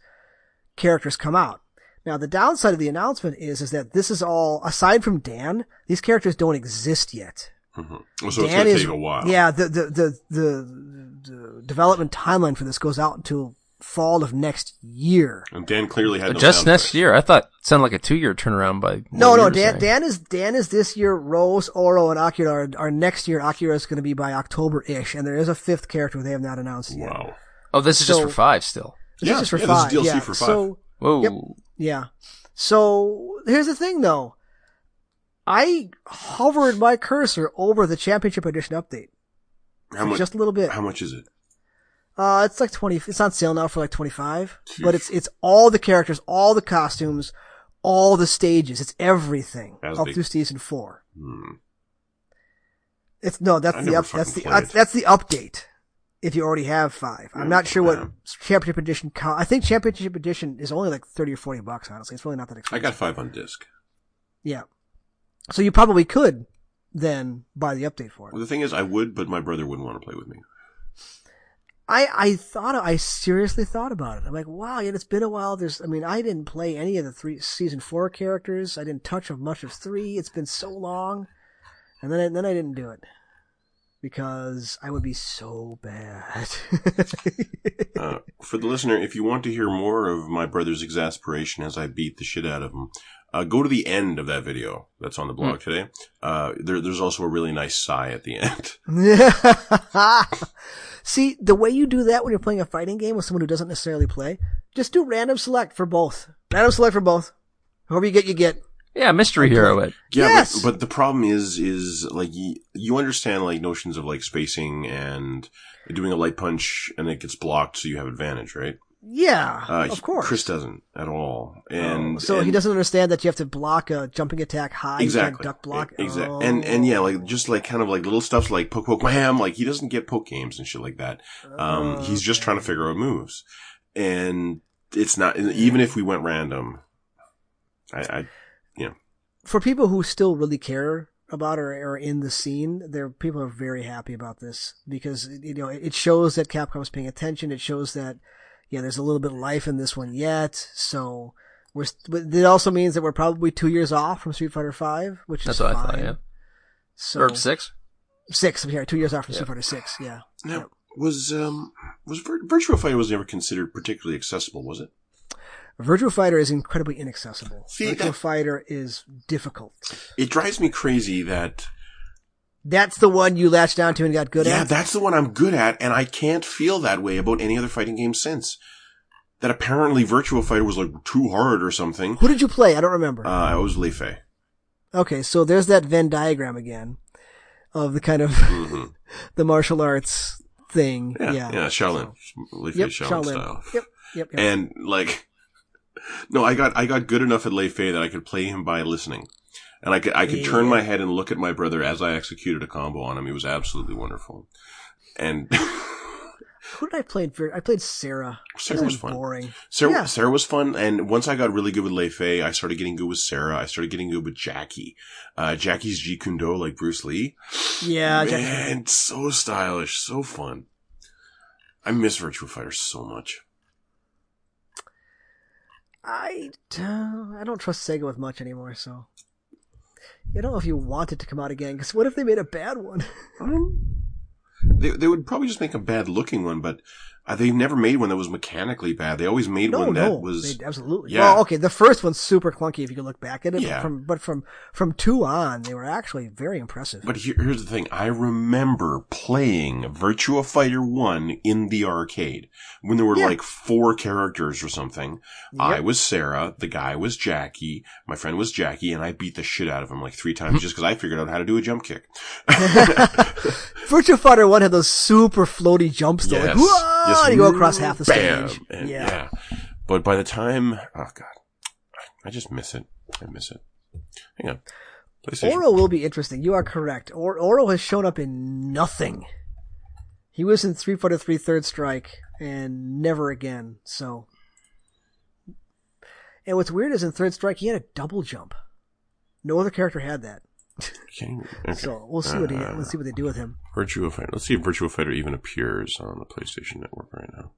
[SPEAKER 2] characters come out. Now, the downside of the announcement is, is that this is all, aside from Dan, these characters don't exist yet.
[SPEAKER 1] Mm-hmm. So it's
[SPEAKER 2] Dan
[SPEAKER 1] gonna
[SPEAKER 2] is,
[SPEAKER 1] take a while.
[SPEAKER 2] yeah, the, the, the, the, the development timeline for this goes out until fall of next year.
[SPEAKER 1] and Dan clearly had no
[SPEAKER 3] Just
[SPEAKER 1] sound
[SPEAKER 3] next
[SPEAKER 1] effects.
[SPEAKER 3] year. I thought it sounded like a two year turnaround by.
[SPEAKER 2] No,
[SPEAKER 3] what you
[SPEAKER 2] no,
[SPEAKER 3] were
[SPEAKER 2] Dan,
[SPEAKER 3] saying.
[SPEAKER 2] Dan is, Dan is this year, Rose, Oro, and Akira are, are next year. Akira is going to be by October-ish, and there is a fifth character they have not announced yet.
[SPEAKER 1] Wow.
[SPEAKER 3] Oh, this is
[SPEAKER 2] So-
[SPEAKER 3] just for five still.
[SPEAKER 2] This
[SPEAKER 1] Yeah,
[SPEAKER 2] is for
[SPEAKER 1] yeah, this is
[SPEAKER 2] five.
[SPEAKER 1] DLC
[SPEAKER 2] yeah.
[SPEAKER 1] for five.
[SPEAKER 2] So,
[SPEAKER 3] Whoa.
[SPEAKER 2] Yep. Yeah. So here's the thing though. I hovered my cursor over the championship edition update
[SPEAKER 1] How
[SPEAKER 2] for
[SPEAKER 1] much?
[SPEAKER 2] just a little bit.
[SPEAKER 1] How much is it?
[SPEAKER 2] Uh, it's like 20, it's on sale now for like 25, but it's, it's all the characters, all the costumes, all the stages. It's everything
[SPEAKER 1] As
[SPEAKER 2] up
[SPEAKER 1] big-
[SPEAKER 2] through season four.
[SPEAKER 1] Hmm.
[SPEAKER 2] It's no, that's
[SPEAKER 1] I
[SPEAKER 2] the
[SPEAKER 1] never
[SPEAKER 2] up, that's the
[SPEAKER 1] fucking
[SPEAKER 2] that's,
[SPEAKER 1] played.
[SPEAKER 2] that's the update. If you already have five, I'm not sure what
[SPEAKER 1] Yeah.
[SPEAKER 2] championship edition. Co- I think championship edition is only like thirty or forty bucks. Honestly, it's really not that
[SPEAKER 1] I
[SPEAKER 2] expensive.
[SPEAKER 1] got five on disc.
[SPEAKER 2] Yeah. So you probably could then buy the update for
[SPEAKER 1] Well,
[SPEAKER 2] it.
[SPEAKER 1] the thing is, I would, but my brother wouldn't want to play with me.
[SPEAKER 2] I, I thought, I seriously thought about it. I'm like, wow, yeah, it's been a while. There's, I mean, I didn't play any of the three season four characters. I didn't touch of much of three. It's been so long. And then I, then I didn't do it because I would be so bad.
[SPEAKER 1] Uh, for the listener, if you want to hear more of my brother's exasperation as I beat the shit out of him, uh, go to the end of that video that's on the blog today. Uh, there, there's also a really nice sigh at the end.
[SPEAKER 2] See, the way you do that when you're playing a fighting game with someone who doesn't necessarily play, just do random select for both. Random select for both. Whoever you get, you get.
[SPEAKER 3] Yeah, mystery hero. It.
[SPEAKER 1] Yeah,
[SPEAKER 2] Yes!
[SPEAKER 1] but, but the problem is, is like you, you understand like notions of like spacing and doing a light punch, and it gets blocked, so you have advantage, right?
[SPEAKER 2] Yeah,
[SPEAKER 1] Uh,
[SPEAKER 2] of course.
[SPEAKER 1] Chris doesn't at all, and
[SPEAKER 2] so he
[SPEAKER 1] and-
[SPEAKER 2] doesn't understand that you have to block a jumping attack high, you can't
[SPEAKER 1] exactly
[SPEAKER 2] duck block.
[SPEAKER 1] exactly,
[SPEAKER 2] Oh.
[SPEAKER 1] and and yeah, like just like kind of like little stuffs like poke poke wham, like he doesn't get poke games and shit like that.
[SPEAKER 2] Oh,
[SPEAKER 1] Um, he's just trying to figure out moves, and it's not even if we went random. I, I
[SPEAKER 2] for people who still really care about or are in the scene, there people are very happy about this because you know it shows that Capcom's paying attention. It shows that yeah, there's a little bit of life in this one yet. So we're st- but it also means that we're probably two years off from Street Fighter Five, which
[SPEAKER 3] That's
[SPEAKER 2] is
[SPEAKER 3] what
[SPEAKER 2] fine.
[SPEAKER 3] I thought. Yeah.
[SPEAKER 2] So
[SPEAKER 3] Or six.
[SPEAKER 2] six, I'm sorry, two years off from
[SPEAKER 3] Yeah.
[SPEAKER 2] Street Fighter Six. Yeah.
[SPEAKER 1] now was um was Vir- Virtua Fighter was never considered particularly accessible, was it?
[SPEAKER 2] Virtual Fighter is incredibly inaccessible.
[SPEAKER 1] See,
[SPEAKER 2] Virtual
[SPEAKER 1] that-
[SPEAKER 2] Fighter is difficult.
[SPEAKER 1] It drives me crazy that
[SPEAKER 2] That's the one you latched onto and got good
[SPEAKER 1] yeah,
[SPEAKER 2] at.
[SPEAKER 1] that's the one I'm good at, and I can't feel that way about any other fighting game since. That apparently Virtua Fighter was like too hard or something.
[SPEAKER 2] Who did you play? I don't remember.
[SPEAKER 1] Uh, I was Leifei.
[SPEAKER 2] Okay, so there's that Venn diagram again of the kind of
[SPEAKER 1] Mm-hmm.
[SPEAKER 2] the martial arts thing.
[SPEAKER 1] Yeah,
[SPEAKER 2] Yeah.
[SPEAKER 1] yeah, Shaolin, Leifei
[SPEAKER 2] Yep,
[SPEAKER 1] Shaolin,
[SPEAKER 2] Shaolin.
[SPEAKER 1] style.
[SPEAKER 2] Yep, yep, yep.
[SPEAKER 1] And like, no, I got I got good enough at Leifei that I could play him by listening, and I could I could turn my head and look at my brother as I executed a combo on him. It was absolutely wonderful, and
[SPEAKER 2] Who did I play? for- I played Sarah.
[SPEAKER 1] Sarah
[SPEAKER 2] That
[SPEAKER 1] was fun.
[SPEAKER 2] boring.
[SPEAKER 1] Sarah,
[SPEAKER 2] Yeah.
[SPEAKER 1] Sarah was fun, and once I got really good with Leifei, I started getting good with Sarah. I started getting good with Jackie. Uh, Jackie's Jeet Kune Do, like Bruce Lee.
[SPEAKER 2] Yeah, Jack-
[SPEAKER 1] Man, so stylish, so fun. I miss Virtua Fighter so much.
[SPEAKER 2] I don't, I don't trust Sega with much anymore. So I don't know if you want it to come out again. Because what if they made a bad one?
[SPEAKER 1] They, they would probably just make a bad looking one, but Uh, they never made one that was mechanically bad. They always made
[SPEAKER 2] No,
[SPEAKER 1] one that
[SPEAKER 2] no,
[SPEAKER 1] was
[SPEAKER 2] they- absolutely.
[SPEAKER 1] Yeah.
[SPEAKER 2] Well, okay, the first one's super clunky if you can look back at it.
[SPEAKER 1] Yeah.
[SPEAKER 2] But from but from from two on, they were actually very impressive.
[SPEAKER 1] But here, here's the thing. I remember playing Virtua Fighter 1 in the arcade when there were
[SPEAKER 2] Yeah.
[SPEAKER 1] like four characters or something. I
[SPEAKER 2] Yep.
[SPEAKER 1] was Sarah. The guy was Jackie. My friend was Jackie and I beat the shit out of him like three
[SPEAKER 2] Mm-hmm.
[SPEAKER 1] times just because I figured out how to do a jump kick.
[SPEAKER 2] Virtua Fighter One had those super floaty jumps though, like
[SPEAKER 1] Yes.
[SPEAKER 2] "Whoa!"
[SPEAKER 1] Yes.
[SPEAKER 2] and you go across half the
[SPEAKER 1] Bam!
[SPEAKER 2] stage.
[SPEAKER 1] And
[SPEAKER 2] yeah.
[SPEAKER 1] yeah. But by the time, oh god, I just miss it. I miss it. Hang on. PlayStation.
[SPEAKER 2] Oro will be interesting. You are correct. Or- Oro has shown up in nothing. He was in three footer three third strike and never again. So, and what's weird is in third strike he had a double jump. No other character had that.
[SPEAKER 1] Okay. Okay.
[SPEAKER 2] So we'll see what he
[SPEAKER 1] Uh,
[SPEAKER 2] let's see what they do with him.
[SPEAKER 1] Virtua Fighter. Let's see if Virtua Fighter even appears on the PlayStation Network right now.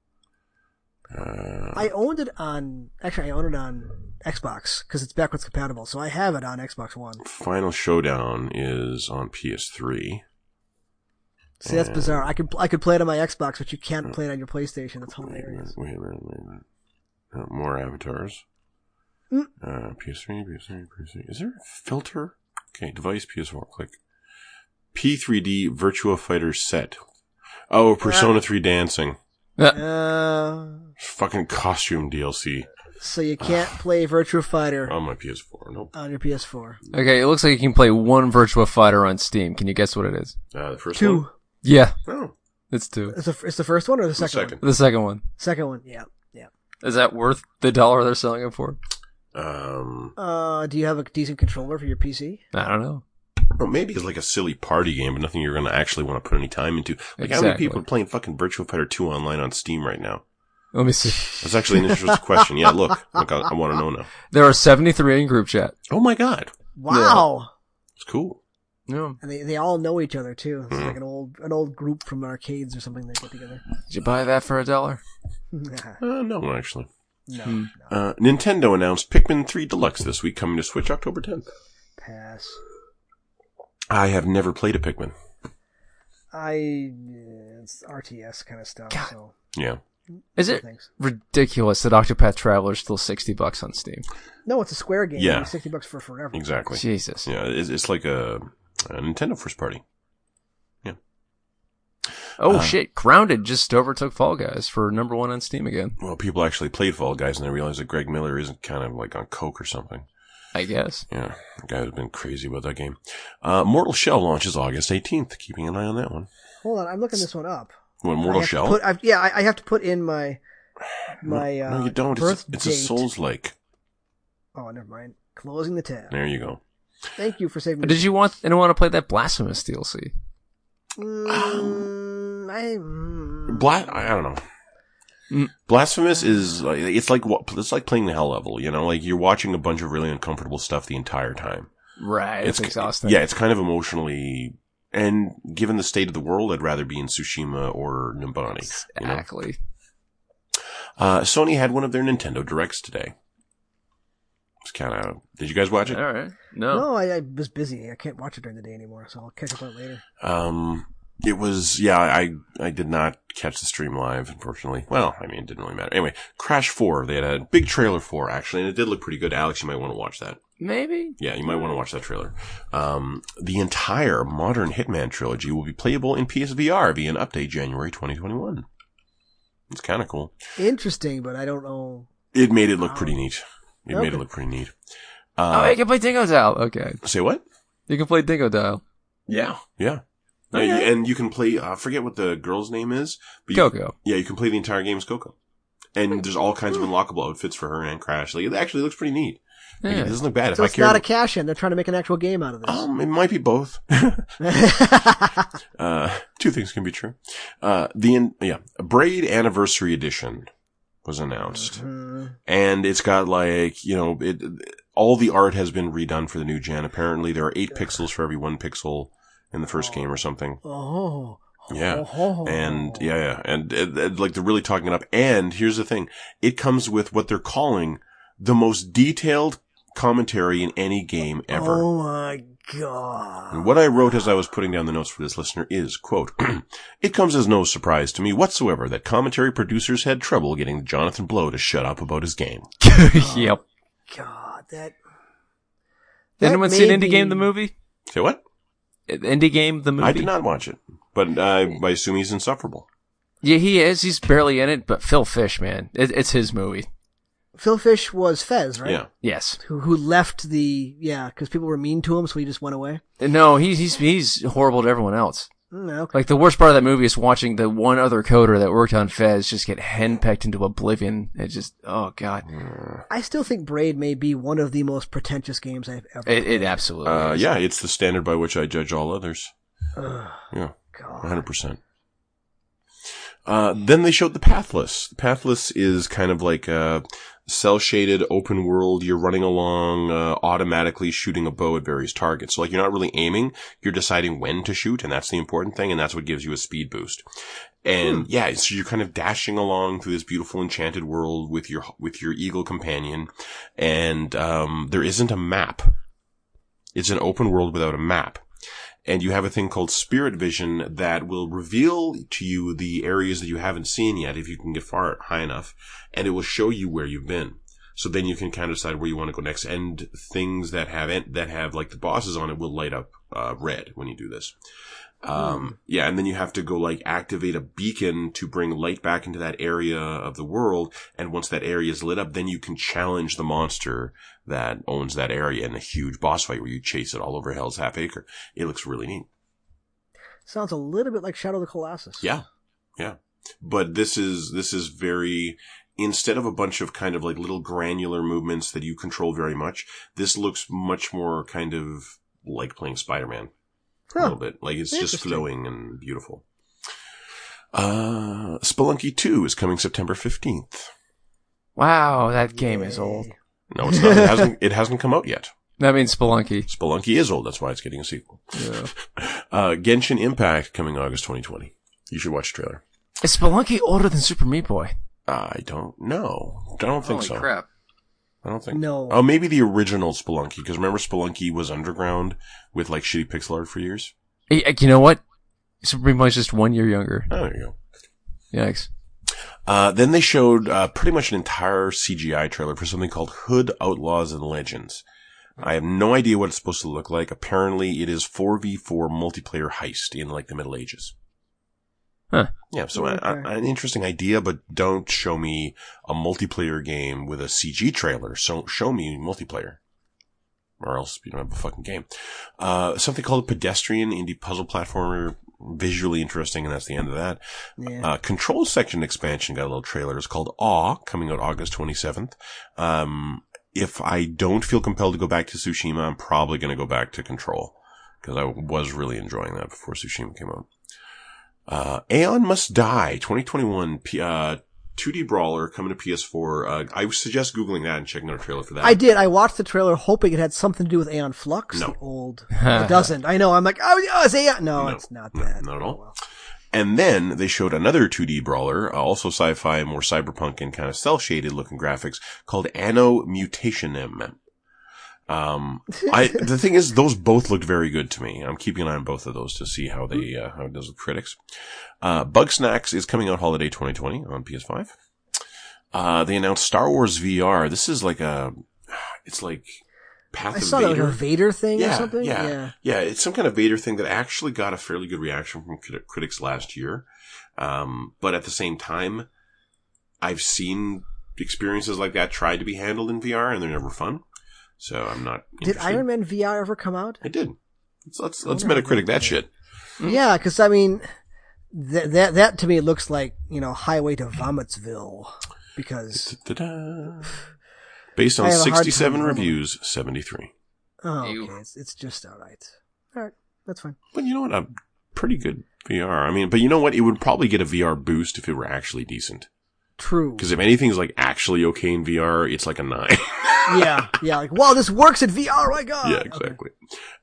[SPEAKER 1] Uh,
[SPEAKER 2] I owned it on actually I own it on Xbox because it's backwards compatible. So I have it on Xbox One.
[SPEAKER 1] Final Showdown is on PS3.
[SPEAKER 2] See that's
[SPEAKER 1] Yeah.
[SPEAKER 2] bizarre. I could I could play it on my Xbox, but you can't play it on your PlayStation. That's
[SPEAKER 1] Wait a minute,
[SPEAKER 2] hilarious.
[SPEAKER 1] wait a minute, wait a minute. Uh, more avatars.
[SPEAKER 2] Mm.
[SPEAKER 1] Uh, PS3, PS3, PS3. Is there a filter? Okay, device, PS4, click. P3D Virtua Fighter set. Oh, Persona 3 Dancing.
[SPEAKER 3] Uh,
[SPEAKER 2] Uh,
[SPEAKER 1] Fucking costume DLC
[SPEAKER 2] So you can't play Virtua Fighter
[SPEAKER 1] on my PS4. Nope.
[SPEAKER 2] on your PS4.
[SPEAKER 3] okay, it looks like you can play one Virtua Fighter on Steam. Can you guess what it is?
[SPEAKER 1] Uh, the first
[SPEAKER 2] Two.
[SPEAKER 1] one?
[SPEAKER 3] Yeah,
[SPEAKER 1] Oh,
[SPEAKER 3] it's two.
[SPEAKER 2] It's the, it's the first one or the second,
[SPEAKER 1] second.
[SPEAKER 2] one?
[SPEAKER 3] The second one.
[SPEAKER 2] Second one, yeah. Yeah.
[SPEAKER 3] Is that worth the dollar they're selling it for?
[SPEAKER 1] Um,
[SPEAKER 2] Uh, do you have a decent controller for your PC?
[SPEAKER 3] I don't know.
[SPEAKER 1] or oh, maybe it's like a silly party game, but nothing you're going to actually want to put any time into. Like, how many
[SPEAKER 3] Exactly.
[SPEAKER 1] people are playing fucking Virtua Fighter 2 online on Steam right now?
[SPEAKER 3] Let me see.
[SPEAKER 1] That's actually an interesting question. Yeah, look. Look, I, I want to know now.
[SPEAKER 3] There are 73 in group chat.
[SPEAKER 1] Oh my god.
[SPEAKER 2] Wow.
[SPEAKER 1] It's cool.
[SPEAKER 3] No.
[SPEAKER 2] And they, they all know each other too.
[SPEAKER 1] Hmm.
[SPEAKER 2] It's like an old an old group from arcades or something they put together.
[SPEAKER 3] Did you buy that for a dollar?
[SPEAKER 2] Nah,
[SPEAKER 1] Uh, no, actually.
[SPEAKER 2] no.
[SPEAKER 1] Uh, Nintendo announced Pikmin 3 Deluxe this week, coming to Switch October 10th.
[SPEAKER 2] Pass.
[SPEAKER 1] I have never played a Pikmin.
[SPEAKER 2] I yeah, it's RTS kind of stuff. So
[SPEAKER 1] Yeah.
[SPEAKER 3] Is it
[SPEAKER 2] Thanks.
[SPEAKER 3] ridiculous that Octopath Traveler is still 60 bucks on Steam?
[SPEAKER 2] no, it's a Square game.
[SPEAKER 1] Yeah.
[SPEAKER 2] It'll be Sixty bucks for forever.
[SPEAKER 1] Exactly.
[SPEAKER 3] Jesus.
[SPEAKER 1] Yeah, it's, it's like a, a Nintendo first party.
[SPEAKER 3] Oh
[SPEAKER 1] Uh,
[SPEAKER 3] shit, Grounded just overtook Fall Guys for number one on Steam again,
[SPEAKER 1] Well, people actually played Fall Guys and they realized that Greg Miller isn't kind of like on coke or something.
[SPEAKER 3] I guess.
[SPEAKER 1] Yeah, the guy's been crazy about that game. Uh, Mortal Shell launches August 18th. Keeping an eye on that one.
[SPEAKER 2] Hold on, I'm looking this one up.
[SPEAKER 1] What,
[SPEAKER 2] I
[SPEAKER 1] Mortal
[SPEAKER 2] have to
[SPEAKER 1] Shell?
[SPEAKER 2] Put, I've, yeah, I, I have to put in my
[SPEAKER 1] No,
[SPEAKER 2] my uh,
[SPEAKER 1] no, you don't.
[SPEAKER 2] birth
[SPEAKER 1] It's, it's a
[SPEAKER 2] date.
[SPEAKER 1] Souls like.
[SPEAKER 2] Oh, never mind. Closing the tab.
[SPEAKER 1] There you go.
[SPEAKER 2] Thank you for saving.
[SPEAKER 3] Did you want anyone to play that Blasphemous DLC?
[SPEAKER 2] Mm, I, mm,
[SPEAKER 1] Bla- I I don't know.
[SPEAKER 3] Mm.
[SPEAKER 1] Blasphemous is like, it's like wa- it's like playing the hell level, you know, like you're watching a bunch of really uncomfortable stuff the entire time.
[SPEAKER 3] Right, it's, exhausting.
[SPEAKER 1] Yeah, it's kind of emotionally and given the state of the world, I'd rather be in Tsushima or Nimbani. You know?
[SPEAKER 3] exactly.
[SPEAKER 1] Uh, Sony had one of their Nintendo directs today. It's kind of. Did you guys watch it?
[SPEAKER 3] All right, no.
[SPEAKER 2] no, I, I was busy. I can't watch it during the day anymore, so I'll catch up on it later.
[SPEAKER 1] Um, it was, yeah, I, I did not catch the stream live, unfortunately. Well, I mean, it didn't really matter. Anyway, Crash 4, they had a big trailer for, actually, and it did look pretty good. Alex, you might want to watch that.
[SPEAKER 3] maybe.
[SPEAKER 1] Yeah, you might want to watch that trailer. Um, the entire modern Hitman trilogy will be playable in PSVR via an update January 2021. It's kind of cool.
[SPEAKER 2] Interesting, but I don't know.
[SPEAKER 1] It made it look pretty neat. It made
[SPEAKER 2] Okay.
[SPEAKER 1] it look pretty neat.
[SPEAKER 3] oh,
[SPEAKER 1] Uh,
[SPEAKER 3] you can play Dingo Dial. Okay,
[SPEAKER 1] say what?
[SPEAKER 3] you can play Dingo Dial.
[SPEAKER 1] Yeah. Yeah. Yeah, you- and you can play, I forget what the girl's name is, but you,
[SPEAKER 3] Coco.
[SPEAKER 1] Yeah, you can play the entire game as Coco.
[SPEAKER 2] Hmm.
[SPEAKER 1] And there's all kinds of unlockable outfits for her and Crash. Like, it actually looks pretty neat. Like,
[SPEAKER 3] Yeah.
[SPEAKER 1] It doesn't look bad.
[SPEAKER 2] So
[SPEAKER 1] if I
[SPEAKER 2] it's
[SPEAKER 1] care.
[SPEAKER 2] not a cash in. They're trying to make an actual game out of this. Mm-hmm.
[SPEAKER 1] um, it might be both. uh, two things can be true. Uh, the, in- yeah, Braid Anniversary Edition was announced.
[SPEAKER 2] Mm,
[SPEAKER 1] And it's got like, you know, it, all the art has been redone for the new gen. Apparently there are eight pixels for every one pixel in the first game or something.
[SPEAKER 2] oh.
[SPEAKER 1] Yeah.
[SPEAKER 2] Oh.
[SPEAKER 1] And yeah, yeah. And, and, and, like they're really talking it up. And here's the thing. It comes with what they're calling the most detailed commentary in any game ever.
[SPEAKER 2] Oh my god.
[SPEAKER 1] And what I wrote as I was putting down the notes for this listener is, quote, It comes as no surprise to me whatsoever that commentary producers had trouble getting Jonathan Blow to shut up about his game.
[SPEAKER 3] yep.
[SPEAKER 2] God, that. that
[SPEAKER 3] Anyone
[SPEAKER 2] may
[SPEAKER 3] seen Indie
[SPEAKER 2] be-
[SPEAKER 3] Game the movie?
[SPEAKER 1] Say what?
[SPEAKER 3] Uh, Indie Game the movie.
[SPEAKER 1] I did not watch it, but I, I assume he's insufferable.
[SPEAKER 3] Yeah, he is. He's barely in it, but Phil Fish, man, it, it's his movie.
[SPEAKER 2] Phil Fish was Fez, right?
[SPEAKER 1] Yeah.
[SPEAKER 3] Yes.
[SPEAKER 2] Who, who left the, yeah, because people were mean to him, so he just went away.
[SPEAKER 3] No, he's he's he's horrible to everyone else.
[SPEAKER 2] Mm, okay.
[SPEAKER 3] Like the worst part of that movie is watching the one other coder that worked on Fez just get henpecked into oblivion. It just oh god,
[SPEAKER 1] Mm.
[SPEAKER 2] I still think Braid may be one of the most pretentious games I've ever.
[SPEAKER 3] it, it absolutely.
[SPEAKER 1] Uh,
[SPEAKER 3] is.
[SPEAKER 1] yeah, it's the standard by which I judge all others.
[SPEAKER 2] Ugh,
[SPEAKER 1] Yeah.
[SPEAKER 2] God.
[SPEAKER 1] 100%. Uh, then they showed the Pathless. The Pathless is kind of like a cell shaded open world. You're running along, uh, automatically shooting a bow at various targets. So like you're not really aiming. You're deciding when to shoot. And that's the important thing. And that's what gives you a speed boost. And yeah, so you're kind of dashing along through this beautiful enchanted world with your, with your eagle companion. And, um, there isn't a map. It's an open world without a map and you have a thing called spirit vision that will reveal to you the areas that you haven't seen yet if you can get far high enough and it will show you where you've been so then you can kind of decide where you want to go next and things that have en- that have like the bosses on it will light up uh, red when you do this um, yeah, and then you have to go like activate a beacon to bring light back into that area of the world. And once that area is lit up, then you can challenge the monster that owns that area in a huge boss fight where you chase it all over Hell's Half Acre. It looks really neat.
[SPEAKER 2] Sounds a little bit like Shadow of the Colossus.
[SPEAKER 1] Yeah. Yeah. But this is, this is very, instead of a bunch of kind of like little granular movements that you control very much, this looks much more kind of like playing Spider-Man a
[SPEAKER 2] Huh.
[SPEAKER 1] little bit. Like it's just
[SPEAKER 2] Interesting.
[SPEAKER 1] flowing and beautiful. Uh, Spelunky 2 is coming September 15th.
[SPEAKER 3] Wow, that game is old.
[SPEAKER 2] Yay.
[SPEAKER 1] No, it's not. It hasn't, it hasn't come out yet.
[SPEAKER 3] That means Spelunky.
[SPEAKER 1] Spelunky is old. That's why it's getting a sequel.
[SPEAKER 3] Yeah.
[SPEAKER 1] Uh, Genshin Impact coming August 2020. You should watch the trailer.
[SPEAKER 3] is Spelunky older than Super Meat Boy?
[SPEAKER 1] I don't know. I don't think
[SPEAKER 3] Holy
[SPEAKER 1] so.
[SPEAKER 3] crap!
[SPEAKER 1] I don't think.
[SPEAKER 2] No.
[SPEAKER 1] Oh, maybe the original Spelunky, because remember Spelunky was underground with like shitty pixel art for years?
[SPEAKER 3] Eh, eh, You know what? Super Meat Boy's just one year younger.
[SPEAKER 1] Oh, there you go.
[SPEAKER 3] Yikes!
[SPEAKER 1] Uh, then they showed uh, pretty much an entire CGI trailer for something called Hood Outlaws and Legends. I have no idea what it's supposed to look like. Apparently, it is 4v4 multiplayer heist in like the Middle Ages.
[SPEAKER 3] Huh.
[SPEAKER 1] Yeah, so I- I-
[SPEAKER 2] Okay.
[SPEAKER 1] an interesting idea, but don't show me a multiplayer game with a CG trailer. So show me multiplayer. Or else you don't have a fucking game. Uh, something called Pedestrian Indie Puzzle Platformer. Visually interesting, and that's the end of that.
[SPEAKER 2] Yeah.
[SPEAKER 1] Uh, control section expansion got a little trailer. It's called Awe, coming out August 27th. Um, if I don't feel compelled to go back to Tsushima, I'm probably going to go back to Control because I was really enjoying that before Tsushima came out. Uh, Aeon Must Die 2021 P- uh, 2D brawler coming to PS4. Uh, I would suggest googling that and checking out a trailer for that.
[SPEAKER 2] I did. I watched the trailer hoping it had something to do with Aeon Flux,
[SPEAKER 1] No.
[SPEAKER 2] the old. it doesn't. I know. I'm like, oh, yeah, it's Aeon.
[SPEAKER 1] No.
[SPEAKER 2] No, it's not
[SPEAKER 1] No,
[SPEAKER 2] that.
[SPEAKER 1] not at
[SPEAKER 2] Oh,
[SPEAKER 1] all.
[SPEAKER 2] well.
[SPEAKER 1] And then they showed another 2D brawler, uh, also sci-fi, more cyberpunk and kind of cel-shaded looking graphics called Anno Mutationem. Um, I, the thing is, those both looked very good to me. I'm keeping an eye on both of those to see how they, uh, how it does with critics. Uh, Bug Snacks is coming out holiday 2020 on PS5. Uh, they announced Star Wars VR. This is like a, it's like Path
[SPEAKER 2] I
[SPEAKER 1] of
[SPEAKER 2] saw that like
[SPEAKER 1] Vader.
[SPEAKER 2] a Vader thing
[SPEAKER 1] yeah,
[SPEAKER 2] or something.
[SPEAKER 1] Yeah,
[SPEAKER 2] yeah.
[SPEAKER 1] yeah, It's some kind of Vader thing that actually got a fairly good reaction from crit- critics last year. Um, but at the same time, I've seen experiences like that tried to be handled in VR, and they're never fun. So I'm not.
[SPEAKER 2] Did
[SPEAKER 1] Interested.
[SPEAKER 2] Iron Man VR ever come out?
[SPEAKER 1] It did. Let's let's, let's
[SPEAKER 2] Oh, no,
[SPEAKER 1] Metacritic that
[SPEAKER 2] okay.
[SPEAKER 1] shit. Mm.
[SPEAKER 2] Yeah, because I mean, that that that to me looks like you know Highway to Vomitsville, because
[SPEAKER 1] Da-da. Based
[SPEAKER 2] I
[SPEAKER 1] on
[SPEAKER 2] have a hard time
[SPEAKER 1] 67
[SPEAKER 2] remembering.
[SPEAKER 1] reviews, 73.
[SPEAKER 2] oh, okay,
[SPEAKER 3] Ew.
[SPEAKER 2] it's, it's just all right. All right, that's fine.
[SPEAKER 1] But you know what? A pretty good VR. I mean, but you know what? It would probably get a VR boost if it were actually decent.
[SPEAKER 2] True.
[SPEAKER 1] Because if anything's like actually okay in VR, it's like a nine.
[SPEAKER 2] yeah, yeah. Like, wow, this works at VR. My God.
[SPEAKER 1] yeah, exactly.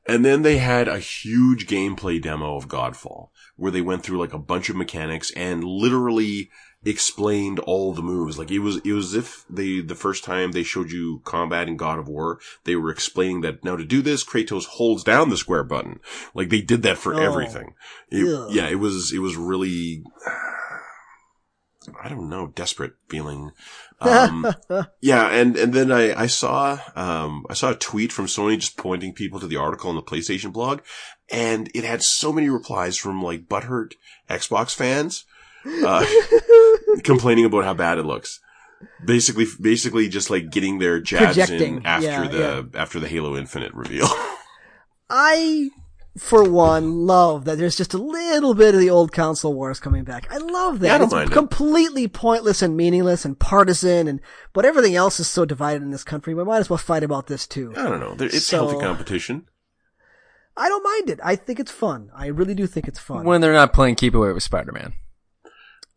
[SPEAKER 1] And then they had a huge gameplay demo of Godfall where they went through like a bunch of mechanics and literally explained all the moves. Like it was, it was as if they, the first time they showed you combat in God of War, they were explaining that now to do this, Kratos holds down the square button. Like they did that for
[SPEAKER 2] Oh.
[SPEAKER 1] everything. It-
[SPEAKER 2] Ugh.
[SPEAKER 1] yeah, it was, it was really, I don't know, desperate feeling. Um, yeah, and and then I I saw um I saw a tweet from Sony just pointing people to the article on the PlayStation blog, and it had so many replies from like butthurt Xbox fans, uh, complaining about how bad it looks. Basically, basically just like getting their jabs
[SPEAKER 2] Projecting.
[SPEAKER 1] in after
[SPEAKER 2] Yeah,
[SPEAKER 1] the after the Halo Infinite reveal.
[SPEAKER 2] I, for one, love that there's just a little bit of the old console wars coming back. I love that.
[SPEAKER 1] Yeah, I don't
[SPEAKER 2] it's
[SPEAKER 1] mind it.
[SPEAKER 2] completely pointless and meaningless and partisan and, but everything else is so divided in this country, we might as well fight about this too.
[SPEAKER 1] I don't know. There- It's
[SPEAKER 2] So-
[SPEAKER 1] healthy competition.
[SPEAKER 2] I don't mind it. I think it's fun. I really do think it's fun.
[SPEAKER 3] When they're not playing Keep Away with Spider Man.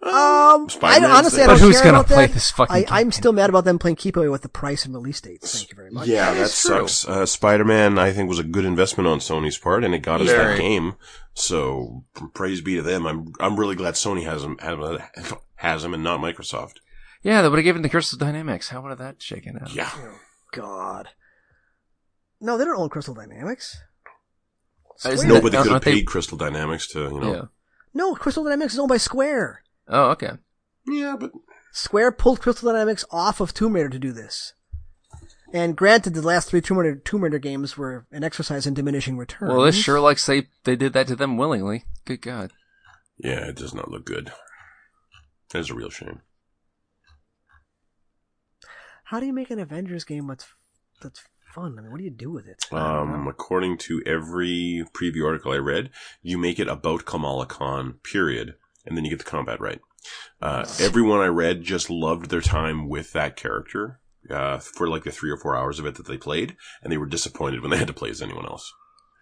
[SPEAKER 2] um, I
[SPEAKER 1] Spider-Man's
[SPEAKER 2] don't, honestly,
[SPEAKER 1] there.
[SPEAKER 2] I don't
[SPEAKER 3] But who's
[SPEAKER 2] care
[SPEAKER 3] gonna
[SPEAKER 2] about
[SPEAKER 3] play
[SPEAKER 2] that.
[SPEAKER 3] this fucking
[SPEAKER 2] I, I'm
[SPEAKER 3] game?
[SPEAKER 2] still mad about them playing keep away with the price and release dates. Thank you very much.
[SPEAKER 1] Yeah,
[SPEAKER 3] That
[SPEAKER 1] that
[SPEAKER 3] is true.
[SPEAKER 1] sucks. Uh, Spider Man, I think, was a good investment on Sony's part, and it got us
[SPEAKER 3] Very.
[SPEAKER 1] that game. So praise be to them. I'm I'm really glad Sony has them has, has them and not Microsoft.
[SPEAKER 3] Yeah, they would have given the Crystal Dynamics. How would have that shaken out?
[SPEAKER 1] Yeah,
[SPEAKER 2] God. No, they don't own Crystal Dynamics.
[SPEAKER 3] Uh, isn't
[SPEAKER 2] Square-
[SPEAKER 1] no, but they
[SPEAKER 3] Uh,
[SPEAKER 1] could have
[SPEAKER 3] aren't they-
[SPEAKER 1] paid Crystal Dynamics to you know.
[SPEAKER 3] Yeah.
[SPEAKER 2] no, Crystal Dynamics is owned by Square.
[SPEAKER 3] Oh, okay.
[SPEAKER 1] Yeah, but
[SPEAKER 2] Square pulled Crystal Dynamics off of Tomb Raider to do this. And granted, the last three Tomb Raider, Tomb Raider games were an exercise in diminishing returns.
[SPEAKER 3] Well, this sure like they they did that to them willingly. Good God.
[SPEAKER 1] yeah, it does not look good. That is a real shame.
[SPEAKER 2] How do you make an Avengers game that's that's fun? I mean, what do you do with it? I don't
[SPEAKER 1] Um,
[SPEAKER 2] know.
[SPEAKER 1] according to every preview article I read, you make it about Kamala Khan, period, and then you get the combat right. Uh, everyone I read just loved their time with that character uh, for like the three or four hours of it that they played, and they were disappointed when they had to play as anyone else.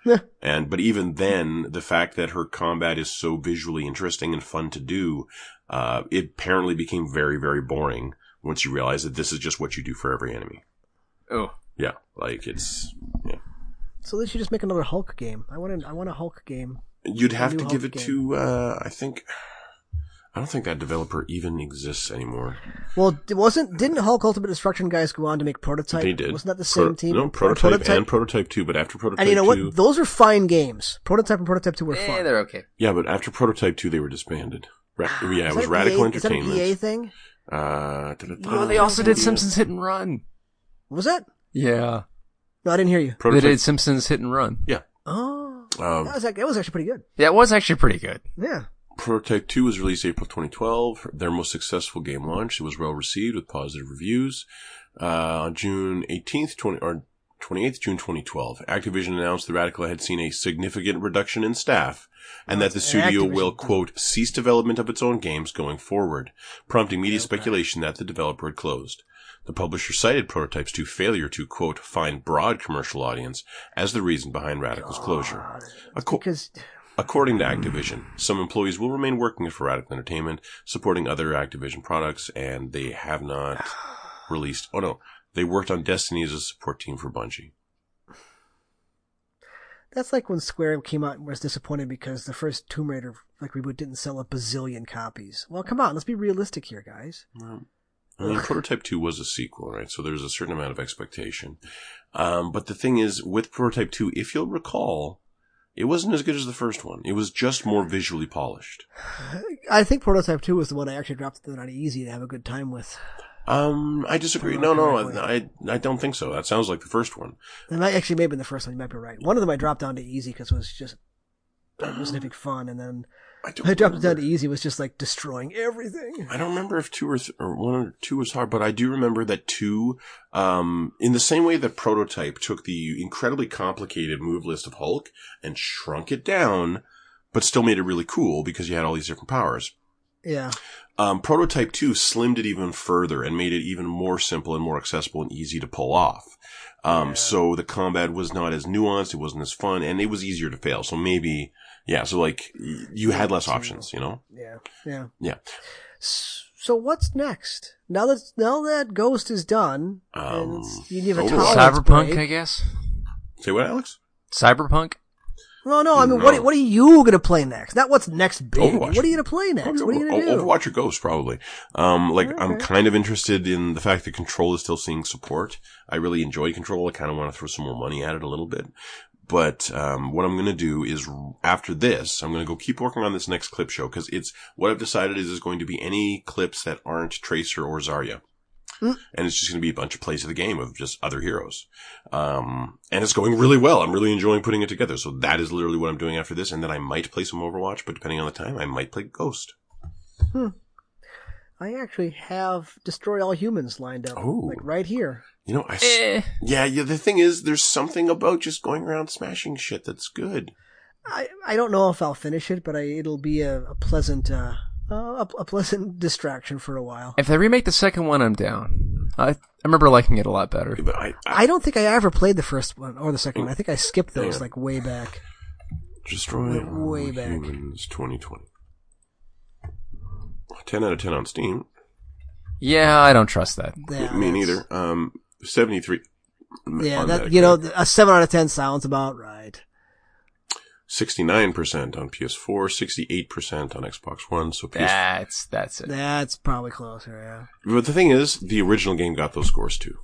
[SPEAKER 2] Yeah.
[SPEAKER 1] and but even then, the fact that her combat is so visually interesting and fun to do, uh, it apparently became very very boring once you realize that this is just what you do for every enemy.
[SPEAKER 3] Oh.
[SPEAKER 1] Yeah, like it's yeah.
[SPEAKER 2] so they should just make another Hulk game. I want a, I want a Hulk game.
[SPEAKER 1] You'd have
[SPEAKER 2] new
[SPEAKER 1] to give
[SPEAKER 2] Hulk
[SPEAKER 1] it to, uh, I think, I don't think that developer even exists anymore.
[SPEAKER 2] Well, it wasn't didn't Hulk Ultimate Destruction guys go on to make Prototype?
[SPEAKER 1] they did.
[SPEAKER 2] Wasn't that the
[SPEAKER 1] Pro-
[SPEAKER 2] same team?
[SPEAKER 1] No,
[SPEAKER 2] Or
[SPEAKER 1] prototype, and prototype two, but after prototype
[SPEAKER 2] And you know
[SPEAKER 1] two,
[SPEAKER 2] what? Those are fine games. Prototype and Prototype Two were
[SPEAKER 3] Eh,
[SPEAKER 2] fun.
[SPEAKER 3] they're okay.
[SPEAKER 1] yeah, but after prototype two, they were disbanded. Ra- yeah,
[SPEAKER 2] Ah, Is
[SPEAKER 1] it was
[SPEAKER 2] that
[SPEAKER 1] Radical
[SPEAKER 2] EA, Is that an EA
[SPEAKER 1] Entertainment.
[SPEAKER 2] thing?
[SPEAKER 1] Uh, da-da-da.
[SPEAKER 3] Oh, they also did Simpsons Hit and Run.
[SPEAKER 2] What was that?
[SPEAKER 3] Yeah.
[SPEAKER 2] No, I didn't hear you.
[SPEAKER 1] Prototype.
[SPEAKER 3] They did Simpsons Hit and Run.
[SPEAKER 1] Yeah,
[SPEAKER 2] Oh,
[SPEAKER 1] Um,
[SPEAKER 2] that was ac- that was actually pretty good.
[SPEAKER 3] That was actually pretty good.
[SPEAKER 2] Yeah.
[SPEAKER 1] Prototype 2 was released April 2012, their most successful game launch. It was well received with positive reviews. Uh, on June 18th, 20, or 28th, June 2012, Activision announced the Radical had seen a significant reduction in staff and that the studio
[SPEAKER 2] Activision.
[SPEAKER 1] will, quote, cease development of its own games going forward, prompting media speculation that the developer had closed. The publisher cited Prototype's 2 failure to, quote, find broad commercial audience as the reason behind Radical's closure. Acco-
[SPEAKER 2] Because
[SPEAKER 1] According to Activision, some employees will remain working for Radical Entertainment, supporting other Activision products, and they have not released. Oh no, they worked on Destiny as a support team for Bungie.
[SPEAKER 2] that's like when Square came out and was disappointed because the first Tomb Raider like reboot didn't sell a bazillion copies. Well, come on, let's be realistic here, guys.
[SPEAKER 1] I mean, Prototype 2 was a sequel, right? So there's a certain amount of expectation. Um, but the thing is, with Prototype 2, if you'll recall, it wasn't as good as the first one. It was just more visually polished.
[SPEAKER 2] I think Prototype Two was the one I actually dropped down on easy to have a good time with,
[SPEAKER 1] Um, I disagree. No, no, I, I don't think so. That sounds like the first one.
[SPEAKER 2] and I actually may have been the first one. You might be right. One of them I dropped down to easy because it was just it was having fun, and then
[SPEAKER 1] I don't
[SPEAKER 2] I dropped it down
[SPEAKER 1] remember.
[SPEAKER 2] to easy was just like destroying everything.
[SPEAKER 1] I don't remember if two or, th- or one or two was hard, but I do remember that two, um, in the same way that Prototype took the incredibly complicated move list of Hulk and shrunk it down, but still made it really cool because you had all these different powers.
[SPEAKER 2] Yeah.
[SPEAKER 1] Um, Prototype 2 slimmed it even further and made it even more simple and more accessible and easy to pull off. Um, so the combat was not as nuanced, it wasn't as fun, and it was easier to fail. So maybe, yeah, so like, y- you had less options, you know?
[SPEAKER 2] Yeah, yeah.
[SPEAKER 1] Yeah.
[SPEAKER 2] S- So what's next? Now that now that Ghost is done, and
[SPEAKER 1] Um,
[SPEAKER 3] Oh,
[SPEAKER 2] it's, you need a
[SPEAKER 1] Overwatch.
[SPEAKER 2] tolerance
[SPEAKER 3] Cyberpunk, I
[SPEAKER 2] break.
[SPEAKER 3] guess.
[SPEAKER 1] Say what, Alex?
[SPEAKER 3] Cyberpunk.
[SPEAKER 2] Well, no, I mean,
[SPEAKER 1] No.
[SPEAKER 2] what what are you gonna play next? Not what's next big.
[SPEAKER 1] Overwatch.
[SPEAKER 2] What are you gonna play next? What are you gonna
[SPEAKER 1] O-
[SPEAKER 2] do?
[SPEAKER 1] Overwatch or Ghost, probably. Um, like I'm
[SPEAKER 2] Okay.
[SPEAKER 1] kind of interested in the fact that Control is still seeing support. I really enjoy Control. I kind of want to throw some more money at it a little bit. But um, what I'm going to do is r- after this, I'm going to go keep working on this next clip show because it's what I've decided is is going to be any clips that aren't Tracer or Zarya.
[SPEAKER 2] Mm.
[SPEAKER 1] And it's just going to be a bunch of plays of the game of just other heroes. Um, and it's going really well. I'm really enjoying putting it together. So that is literally what I'm doing after this. And then I might play some Overwatch, but depending on the time, I might play Ghost.
[SPEAKER 2] I actually have Destroy All Humans lined up,
[SPEAKER 1] Oh.
[SPEAKER 2] like right here.
[SPEAKER 1] You know, I s-
[SPEAKER 3] Eh.
[SPEAKER 1] yeah, yeah. The thing is, there's something about just going around smashing shit that's good.
[SPEAKER 2] I I don't know if I'll finish it, but I, it'll be a, a pleasant uh, uh, a, a pleasant distraction for a while.
[SPEAKER 3] If they remake the second one, I'm down. I I remember liking it a lot better.
[SPEAKER 1] But I, I
[SPEAKER 2] I don't think I ever played the first one or the second one. I think I skipped those
[SPEAKER 1] Yeah.
[SPEAKER 2] like way back.
[SPEAKER 1] destroy
[SPEAKER 2] Went way
[SPEAKER 1] All
[SPEAKER 2] back.
[SPEAKER 1] humans 2020. Ten out of ten on Steam.
[SPEAKER 3] Yeah, I don't trust that.
[SPEAKER 2] Yeah,
[SPEAKER 1] Me
[SPEAKER 2] that's-
[SPEAKER 1] neither. Um, seventy three.
[SPEAKER 2] Yeah, that you know, a seven out of ten sounds about right.
[SPEAKER 1] sixty nine percent on PS4, sixty eight percent on Xbox One. So PS.
[SPEAKER 3] That's that's it.
[SPEAKER 2] That's probably closer. Yeah,
[SPEAKER 1] But the thing is, the original game got those scores too.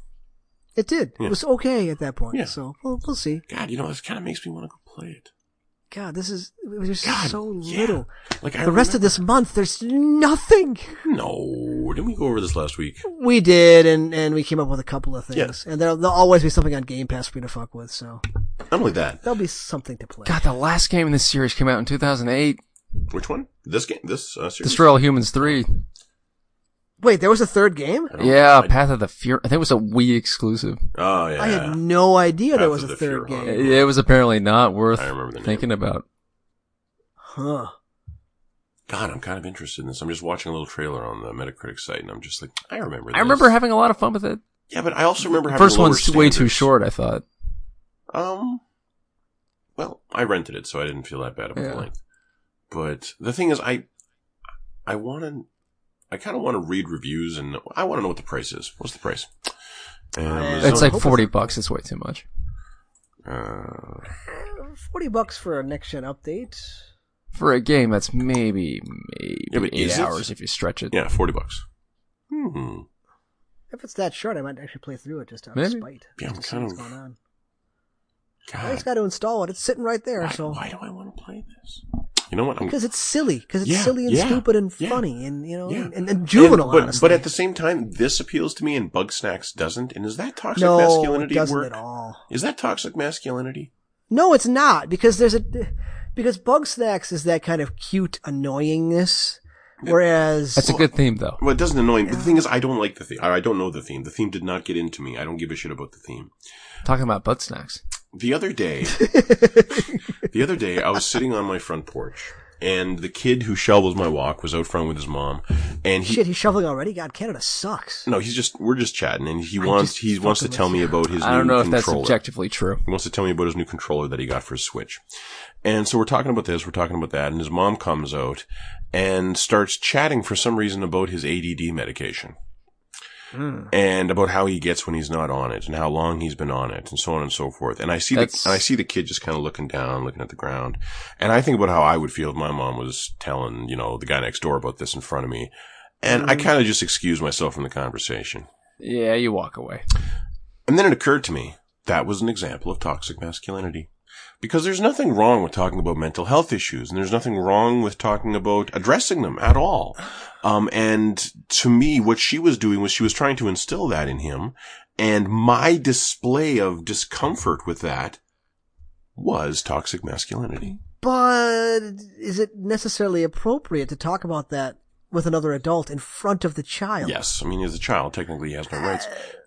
[SPEAKER 2] it did.
[SPEAKER 1] Yeah.
[SPEAKER 2] It was okay at that point.
[SPEAKER 1] Yeah.
[SPEAKER 2] So we'll, we'll see.
[SPEAKER 1] God, you know, this kind of makes me want to go play it.
[SPEAKER 2] God, this is there's
[SPEAKER 1] God,
[SPEAKER 2] so
[SPEAKER 1] yeah.
[SPEAKER 2] little.
[SPEAKER 1] Like I
[SPEAKER 2] The rest of this month, there's nothing.
[SPEAKER 1] remember- No, didn't we go over this last week?
[SPEAKER 2] We did, and and we came up with a couple of things,
[SPEAKER 1] Yeah.
[SPEAKER 2] and there'll, there'll always be something on Game Pass for me to fuck with. So
[SPEAKER 1] Not only that,
[SPEAKER 2] there'll be something to play.
[SPEAKER 3] God, the last game in this series came out in 2008.
[SPEAKER 1] Which one? This game? This uh, series?
[SPEAKER 3] Destroy All Humans 3.
[SPEAKER 2] Wait, there was a third game.
[SPEAKER 1] I don't-
[SPEAKER 3] Yeah,
[SPEAKER 1] I-
[SPEAKER 3] Path of the Fury. I think it was a Wii exclusive.
[SPEAKER 1] oh yeah.
[SPEAKER 2] I had no idea
[SPEAKER 1] Path
[SPEAKER 2] there was
[SPEAKER 1] of
[SPEAKER 2] a
[SPEAKER 1] the
[SPEAKER 2] third
[SPEAKER 1] Fury.
[SPEAKER 2] game.
[SPEAKER 3] It was apparently not worth
[SPEAKER 1] I remember the name.
[SPEAKER 3] thinking about.
[SPEAKER 2] Huh.
[SPEAKER 1] God, I'm kind of interested in this. I'm just watching a little trailer on the Metacritic site, and I'm just like, I remember. This.
[SPEAKER 3] I remember having a lot of fun with it.
[SPEAKER 1] Yeah, but I also remember having
[SPEAKER 3] First
[SPEAKER 1] lower
[SPEAKER 3] one's too- way too
[SPEAKER 1] standards.
[SPEAKER 3] short, I thought.
[SPEAKER 1] Um, well, I rented it, so I didn't feel that bad about
[SPEAKER 3] Yeah.
[SPEAKER 1] the length. But the thing is, I, I want to, I kind of want to read reviews, and I want to know what the price is. What's the price? Amazon.
[SPEAKER 3] It's like
[SPEAKER 2] hope it's-
[SPEAKER 3] 40 bucks. It's way too much.
[SPEAKER 1] uh,
[SPEAKER 2] Uh, Forty bucks for a next gen update.
[SPEAKER 3] For a game that's maybe, maybe
[SPEAKER 1] Yeah, but is
[SPEAKER 3] eight
[SPEAKER 1] it?
[SPEAKER 3] hours if you stretch it.
[SPEAKER 1] yeah, forty bucks. Hmm.
[SPEAKER 2] If it's that short, I might actually play through it just out of
[SPEAKER 3] Maybe.
[SPEAKER 2] spite.
[SPEAKER 1] Yeah,
[SPEAKER 2] just
[SPEAKER 1] I'm
[SPEAKER 2] to see
[SPEAKER 1] kind
[SPEAKER 2] what's
[SPEAKER 1] of-
[SPEAKER 2] going on. I
[SPEAKER 1] God,
[SPEAKER 2] just got to install it. It's sitting right there,
[SPEAKER 1] why,
[SPEAKER 2] so
[SPEAKER 1] why do I want to play this? You know what? I'm,
[SPEAKER 2] because it's silly, because it's
[SPEAKER 1] Yeah,
[SPEAKER 2] silly and
[SPEAKER 1] yeah,
[SPEAKER 2] stupid and
[SPEAKER 1] yeah.
[SPEAKER 2] funny, and you know,
[SPEAKER 1] Yeah.
[SPEAKER 2] and, and juvenile.
[SPEAKER 1] And- but,
[SPEAKER 2] honestly.
[SPEAKER 1] but at the same time, this appeals to me, and Bug Snacks doesn't. And is that toxic
[SPEAKER 2] no,
[SPEAKER 1] masculinity
[SPEAKER 2] it doesn't
[SPEAKER 1] work?
[SPEAKER 2] at all.
[SPEAKER 1] Is that toxic masculinity?
[SPEAKER 2] No, it's not because there's a because Bug Snacks is that kind of cute annoyingness, whereas
[SPEAKER 3] That's a good theme, though.
[SPEAKER 1] Well, it doesn't annoy me. The thing is, I don't like the theme. I I don't know the theme. The theme did not get into me. I don't give a shit about the theme.
[SPEAKER 3] Talking about butt snacks.
[SPEAKER 1] The other day, the other day, I was sitting on my front porch, and the kid who shovels my walk was out front with his mom, and he.
[SPEAKER 2] shit, he's shoveling already. God, Canada sucks.
[SPEAKER 1] No, he's just we're just chatting, and he
[SPEAKER 2] I
[SPEAKER 1] wants
[SPEAKER 2] just
[SPEAKER 1] he wants to
[SPEAKER 2] fucking
[SPEAKER 1] tell me about his.
[SPEAKER 3] I don't
[SPEAKER 1] new
[SPEAKER 3] know if that's
[SPEAKER 1] controller.
[SPEAKER 3] objectively true.
[SPEAKER 1] He wants to tell me about his new controller that he got for his Switch. And so we're talking about this, we're talking about that, and his mom comes out and starts chatting for some reason about his ADD medication. And about how he gets when he's not on it, and how long he's been on it, and so on and so forth. And I see the
[SPEAKER 3] That's-
[SPEAKER 1] and I see the kid just kind of looking down, looking at the ground, and I think about how I would feel if my mom was telling you know the guy next door about this in front of me, and I kind of just excuse myself from the conversation.
[SPEAKER 3] Yeah, you walk away.
[SPEAKER 1] And then it occurred to me that was an example of toxic masculinity. Because there's nothing wrong with talking about mental health issues, and there's nothing wrong with talking about addressing them at all. Um, and to me, what she was doing was she was trying to instill that in him, and my display of discomfort with that was toxic masculinity.
[SPEAKER 2] But is it necessarily appropriate to talk about that with another adult in front of the child?
[SPEAKER 1] Yes, I mean, as a child, technically he has no rights.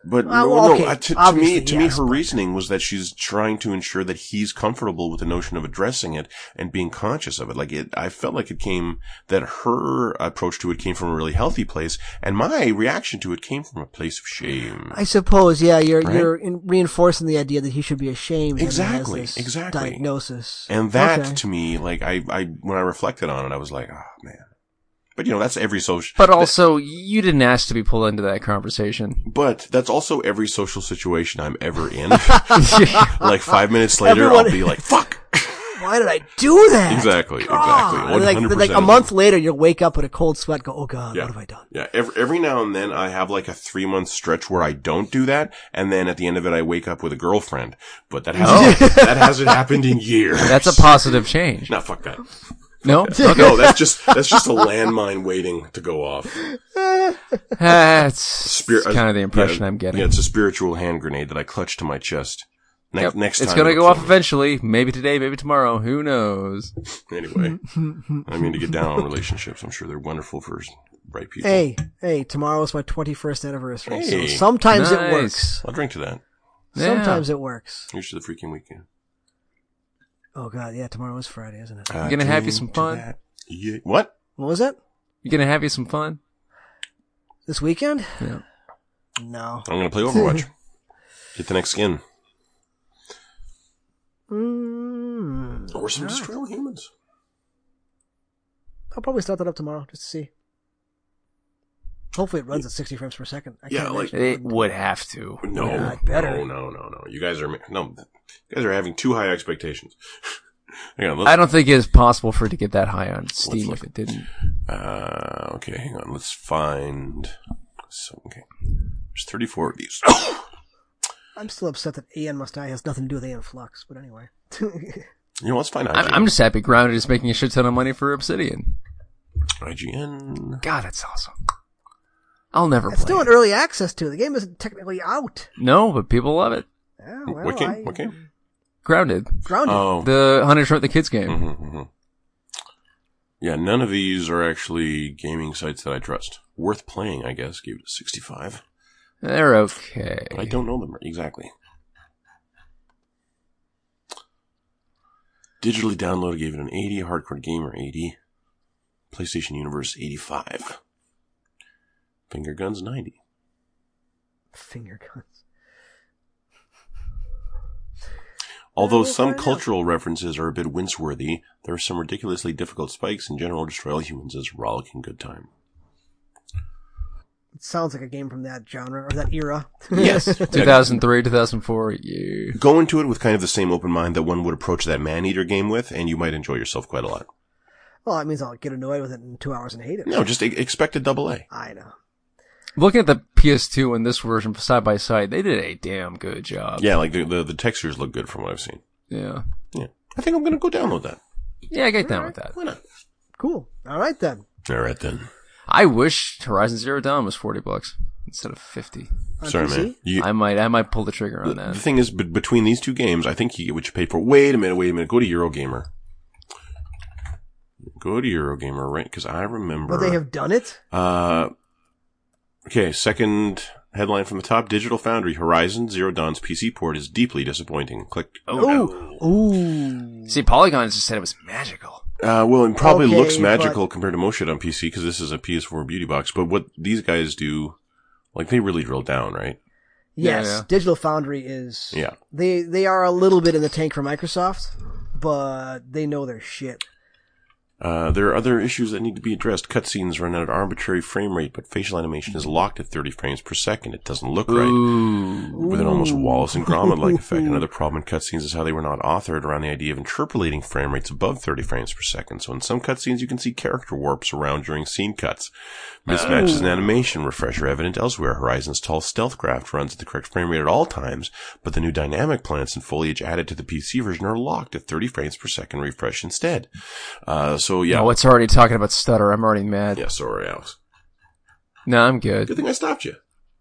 [SPEAKER 1] But
[SPEAKER 2] Uh,
[SPEAKER 1] no,
[SPEAKER 2] well,
[SPEAKER 1] no,
[SPEAKER 2] okay,
[SPEAKER 1] uh, to, to me,
[SPEAKER 2] obviously,
[SPEAKER 1] to me,
[SPEAKER 2] yes,
[SPEAKER 1] her
[SPEAKER 2] but-
[SPEAKER 1] reasoning was that she's trying to ensure that he's comfortable with the notion of addressing it and being conscious of it. Like it, I felt like it came that her approach to it came from a really healthy place, and my reaction to it came from a place of shame.
[SPEAKER 2] I suppose, yeah, you're
[SPEAKER 1] Right?
[SPEAKER 2] you're in reinforcing the idea that he should be ashamed. that he has
[SPEAKER 1] Exactly,
[SPEAKER 2] this
[SPEAKER 1] exactly.
[SPEAKER 2] Diagnosis,
[SPEAKER 1] and that
[SPEAKER 2] Okay.
[SPEAKER 1] to me, like I, I, when I reflected on it, I was like, ah, man. But you know, that's every social.
[SPEAKER 3] But also, you didn't ask to be pulled into that conversation.
[SPEAKER 1] But that's also every social situation I'm ever in.
[SPEAKER 3] yeah,
[SPEAKER 1] like five minutes later, I'll
[SPEAKER 2] Everyone-
[SPEAKER 1] be like, fuck.
[SPEAKER 2] Why did I do that?
[SPEAKER 1] Exactly, exactly.
[SPEAKER 2] God. And Like,
[SPEAKER 1] 100%
[SPEAKER 2] like a
[SPEAKER 1] of
[SPEAKER 2] month later, you'll wake up with a cold sweat. Go, oh god,
[SPEAKER 1] Yeah.
[SPEAKER 2] what have I done?
[SPEAKER 1] Yeah, every, every now and then I have like a three month stretch where I don't do that, and then at the end of it I wake up with a girlfriend. But that hasn't that hasn't happened in years.
[SPEAKER 3] That's a positive change.
[SPEAKER 1] no fuck that.
[SPEAKER 3] No?
[SPEAKER 1] No, that's just that's just a landmine waiting to go off.
[SPEAKER 3] That's
[SPEAKER 1] Spir-
[SPEAKER 3] kind of the impression
[SPEAKER 1] yeah,
[SPEAKER 3] I'm getting.
[SPEAKER 1] Yeah, it's a spiritual hand grenade that I clutch to my chest. Ne-
[SPEAKER 3] Yep.
[SPEAKER 1] Next time
[SPEAKER 3] it's gonna
[SPEAKER 1] it'll
[SPEAKER 3] go off
[SPEAKER 1] kill me.
[SPEAKER 3] eventually. Maybe today, maybe tomorrow. Who knows?
[SPEAKER 1] anyway. I mean to get down on relationships. I'm sure they're wonderful for bright people.
[SPEAKER 2] Hey, hey, tomorrow's my 21st anniversary. So
[SPEAKER 1] Hey.
[SPEAKER 2] sometimes it
[SPEAKER 3] Nice.
[SPEAKER 2] works.
[SPEAKER 1] I'll drink to that.
[SPEAKER 3] Yeah.
[SPEAKER 2] Sometimes it works.
[SPEAKER 1] Here's to the freaking weekend.
[SPEAKER 2] Oh god, yeah, tomorrow is Friday, isn't it?
[SPEAKER 1] I
[SPEAKER 3] gonna have you
[SPEAKER 1] dreamed
[SPEAKER 3] some
[SPEAKER 1] to
[SPEAKER 3] fun?
[SPEAKER 1] that- Yeah. What?
[SPEAKER 2] What was that?
[SPEAKER 3] You gonna have you some fun?
[SPEAKER 2] This weekend?
[SPEAKER 3] Yeah.
[SPEAKER 2] No.
[SPEAKER 1] I'm gonna play Overwatch. Get the next skin.
[SPEAKER 2] Mm,
[SPEAKER 1] Or some
[SPEAKER 2] all right.
[SPEAKER 1] destroy all humans.
[SPEAKER 2] I'll probably start that up tomorrow just to see. Hopefully, it runs at 60 frames per second. I
[SPEAKER 1] Yeah,
[SPEAKER 2] can't
[SPEAKER 1] like-
[SPEAKER 2] imagine
[SPEAKER 3] It
[SPEAKER 2] would.
[SPEAKER 3] would have to.
[SPEAKER 1] Oh, No,
[SPEAKER 2] Yeah, I better.
[SPEAKER 1] no, no, no, no. You guys are ma- no. You guys are having too high expectations. hang on. Let's,
[SPEAKER 3] I don't think it's possible for it to get that high on Steam
[SPEAKER 1] look.
[SPEAKER 3] if it didn't.
[SPEAKER 1] Uh, okay, hang on. Let's find. So, okay, there's 34 of these. yeah,
[SPEAKER 2] I'm still upset that Aeon Must Die has nothing to do with Aeon Flux, but anyway.
[SPEAKER 1] you know, let's find
[SPEAKER 3] I'm,
[SPEAKER 1] IGN.
[SPEAKER 3] I'm just happy Grounded is making a shit ton of money for Obsidian.
[SPEAKER 1] IGN.
[SPEAKER 3] God, that's awesome. I'll never
[SPEAKER 2] it's
[SPEAKER 3] play.
[SPEAKER 2] still
[SPEAKER 3] it.
[SPEAKER 2] in early access too. The game isn't technically out.
[SPEAKER 3] No, but people love it.
[SPEAKER 2] Yeah, well,
[SPEAKER 1] What game?
[SPEAKER 2] I-
[SPEAKER 1] What game?
[SPEAKER 3] Grounded,
[SPEAKER 2] Grounded.
[SPEAKER 1] Oh,
[SPEAKER 3] the Hunter Short the Kids game.
[SPEAKER 1] mhm, mhm. yeah. None of these are actually gaming sites that I trust. Worth playing, I guess. Gave it a 65.
[SPEAKER 3] They're okay.
[SPEAKER 1] Mm-hmm. I don't know them exactly. Digitally downloaded gave it an 80, hardcore gamer 80, PlayStation Universe 85, Finger Guns 90.
[SPEAKER 2] Finger guns.
[SPEAKER 1] Although
[SPEAKER 2] we'll
[SPEAKER 1] some
[SPEAKER 2] find out.
[SPEAKER 1] cultural references are a bit wince-worthy, there are some ridiculously difficult spikes, and General Destroy All Humans is a rollicking good time.
[SPEAKER 2] It sounds like a game from that genre or that era.
[SPEAKER 1] Yes.
[SPEAKER 3] 2003, 2004. You.
[SPEAKER 1] Go into it with kind of the same open mind that one would approach that man-eater game with, and you might enjoy yourself quite a lot.
[SPEAKER 2] well, that means I'll get annoyed with it in two hours and hate it.
[SPEAKER 1] No, just e- expect a double A.
[SPEAKER 2] I know.
[SPEAKER 3] Looking at the PS2 and this version side by side, they did a damn good job.
[SPEAKER 1] Yeah, like the, the, the textures look good from what I've seen.
[SPEAKER 3] Yeah.
[SPEAKER 1] Yeah. I think I'm going to go download that.
[SPEAKER 3] Yeah, I get down with that.
[SPEAKER 1] Why not?
[SPEAKER 2] Cool. All right then.
[SPEAKER 1] All right, then.
[SPEAKER 3] I wish Horizon Zero Dawn was 40 bucks instead of 50.
[SPEAKER 2] On
[SPEAKER 1] Sorry,
[SPEAKER 2] PC?
[SPEAKER 1] man. You,
[SPEAKER 3] I might, I might pull the trigger on
[SPEAKER 1] the
[SPEAKER 3] that.
[SPEAKER 1] thing is, but between these two games, I think you get what you pay for. Wait a minute, wait a minute. Go to Eurogamer. Go to Eurogamer, right? Because I remember.
[SPEAKER 2] But they have done it.
[SPEAKER 1] Uh, okay, second headline from the top: Digital Foundry Horizon Zero Dawn's PC port is deeply disappointing. Click. Oh, no.
[SPEAKER 2] Ooh.
[SPEAKER 3] See, Polygon just said it was magical.
[SPEAKER 1] Uh, well, it probably
[SPEAKER 2] Okay,
[SPEAKER 1] looks magical compared to most shit on PC because this is a PS4 beauty box. But what these guys do, like they really drill down, right?
[SPEAKER 2] Yes,
[SPEAKER 3] Yeah, yeah.
[SPEAKER 2] Digital Foundry is.
[SPEAKER 1] Yeah.
[SPEAKER 2] They they are a little bit in the tank for Microsoft, but they know their shit.
[SPEAKER 1] Uh, there are other issues that need to be addressed. Cutscenes run at an arbitrary frame rate, but facial animation is locked at 30 frames per second. It doesn't look right.
[SPEAKER 3] Ooh.
[SPEAKER 1] With an almost
[SPEAKER 2] Ooh.
[SPEAKER 1] Wallace and Gromit like effect. Another problem in cutscenes is how they were not authored around the idea of interpolating frame rates above 30 frames per second. So in some cutscenes, you can see character warps around during scene cuts. Mismatches in animation refresh are evident elsewhere. Horizon's tall stealth craft runs at the correct frame rate at all times, but the new dynamic plants and foliage added to the PC version are locked at 30 frames per second refresh instead. Uh, so yeah.
[SPEAKER 3] Oh, it's already talking about stutter. I'm already mad.
[SPEAKER 1] Yeah, sorry, Alex.
[SPEAKER 3] No, I'm good.
[SPEAKER 1] Good thing I stopped you.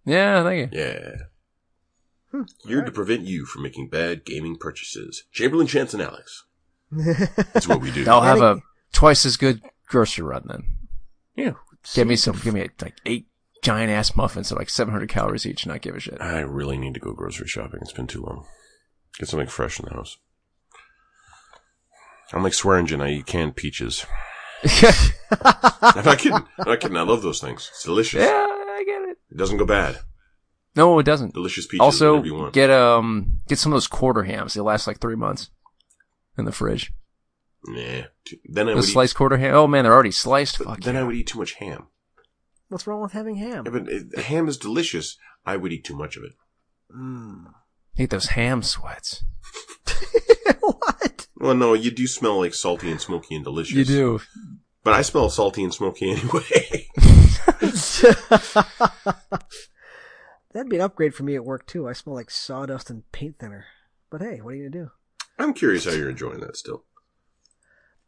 [SPEAKER 3] Yeah, thank you.
[SPEAKER 1] Yeah. Here to prevent you from making bad gaming purchases. Chamberlain, Chance, and Alex. That's what we do.
[SPEAKER 3] I'll have
[SPEAKER 2] Ready?
[SPEAKER 3] a twice as good grocery run then.
[SPEAKER 1] yeah.
[SPEAKER 3] Give me some. Give me like eight giant ass muffins, so like 700 calories each, and not give a shit.
[SPEAKER 1] I really need to go grocery shopping. It's been too long. Get something fresh in the house. I'm like Swearingen. I eat canned peaches. I'm not kidding. I'm not kidding. I love those things. It's delicious.
[SPEAKER 3] yeah, I get it.
[SPEAKER 1] It doesn't go bad.
[SPEAKER 3] No, it doesn't.
[SPEAKER 1] Delicious peaches.
[SPEAKER 3] also,
[SPEAKER 1] whatever you want.
[SPEAKER 3] get um, get some of those quarter hams. They last like three months in the fridge.
[SPEAKER 1] nah. Too- Then I
[SPEAKER 3] the
[SPEAKER 1] would
[SPEAKER 3] sliced quarter ham. Oh man, they're already sliced.
[SPEAKER 1] eat.
[SPEAKER 3] Fuck.
[SPEAKER 1] Then
[SPEAKER 3] yeah.
[SPEAKER 1] I would eat too much ham.
[SPEAKER 2] What's wrong with having ham?
[SPEAKER 1] Yeah, but uh, ham is delicious. I would eat too much of it.
[SPEAKER 2] Mm.
[SPEAKER 3] Eat those ham sweats.
[SPEAKER 2] what?
[SPEAKER 1] Well, no, you do smell like salty and smoky and delicious.
[SPEAKER 3] You do.
[SPEAKER 1] But I smell salty and smoky anyway.
[SPEAKER 2] That'd be an upgrade for me at work too. I smell like sawdust and paint thinner. But hey, what are you gonna do?
[SPEAKER 1] I'm curious how you're enjoying that still.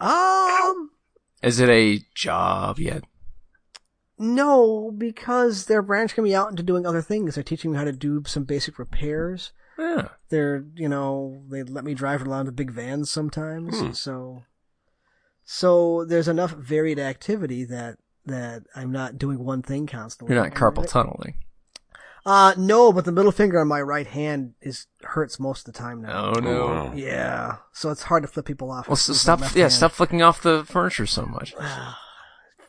[SPEAKER 2] Um,
[SPEAKER 3] Is it a job yet?
[SPEAKER 2] no, because they're branching me out into doing other things. They're teaching me how to do some basic repairs.
[SPEAKER 3] Yeah.
[SPEAKER 2] They're, you know, they let me drive around the big vans sometimes.
[SPEAKER 1] Hmm.
[SPEAKER 2] So, so there's enough varied activity that that I'm not doing one thing constantly.
[SPEAKER 3] You're not carpal
[SPEAKER 2] And-
[SPEAKER 3] tunneling.
[SPEAKER 2] Uh, no, but the middle finger on my right hand is hurts most of the time now.
[SPEAKER 3] Oh no.
[SPEAKER 1] Oh, wow.
[SPEAKER 2] Yeah, so it's hard to flip people off.
[SPEAKER 3] Well,
[SPEAKER 2] with
[SPEAKER 3] so
[SPEAKER 2] my
[SPEAKER 3] stop.
[SPEAKER 2] left
[SPEAKER 3] Yeah,
[SPEAKER 2] hand.
[SPEAKER 3] stop flicking off the furniture so much.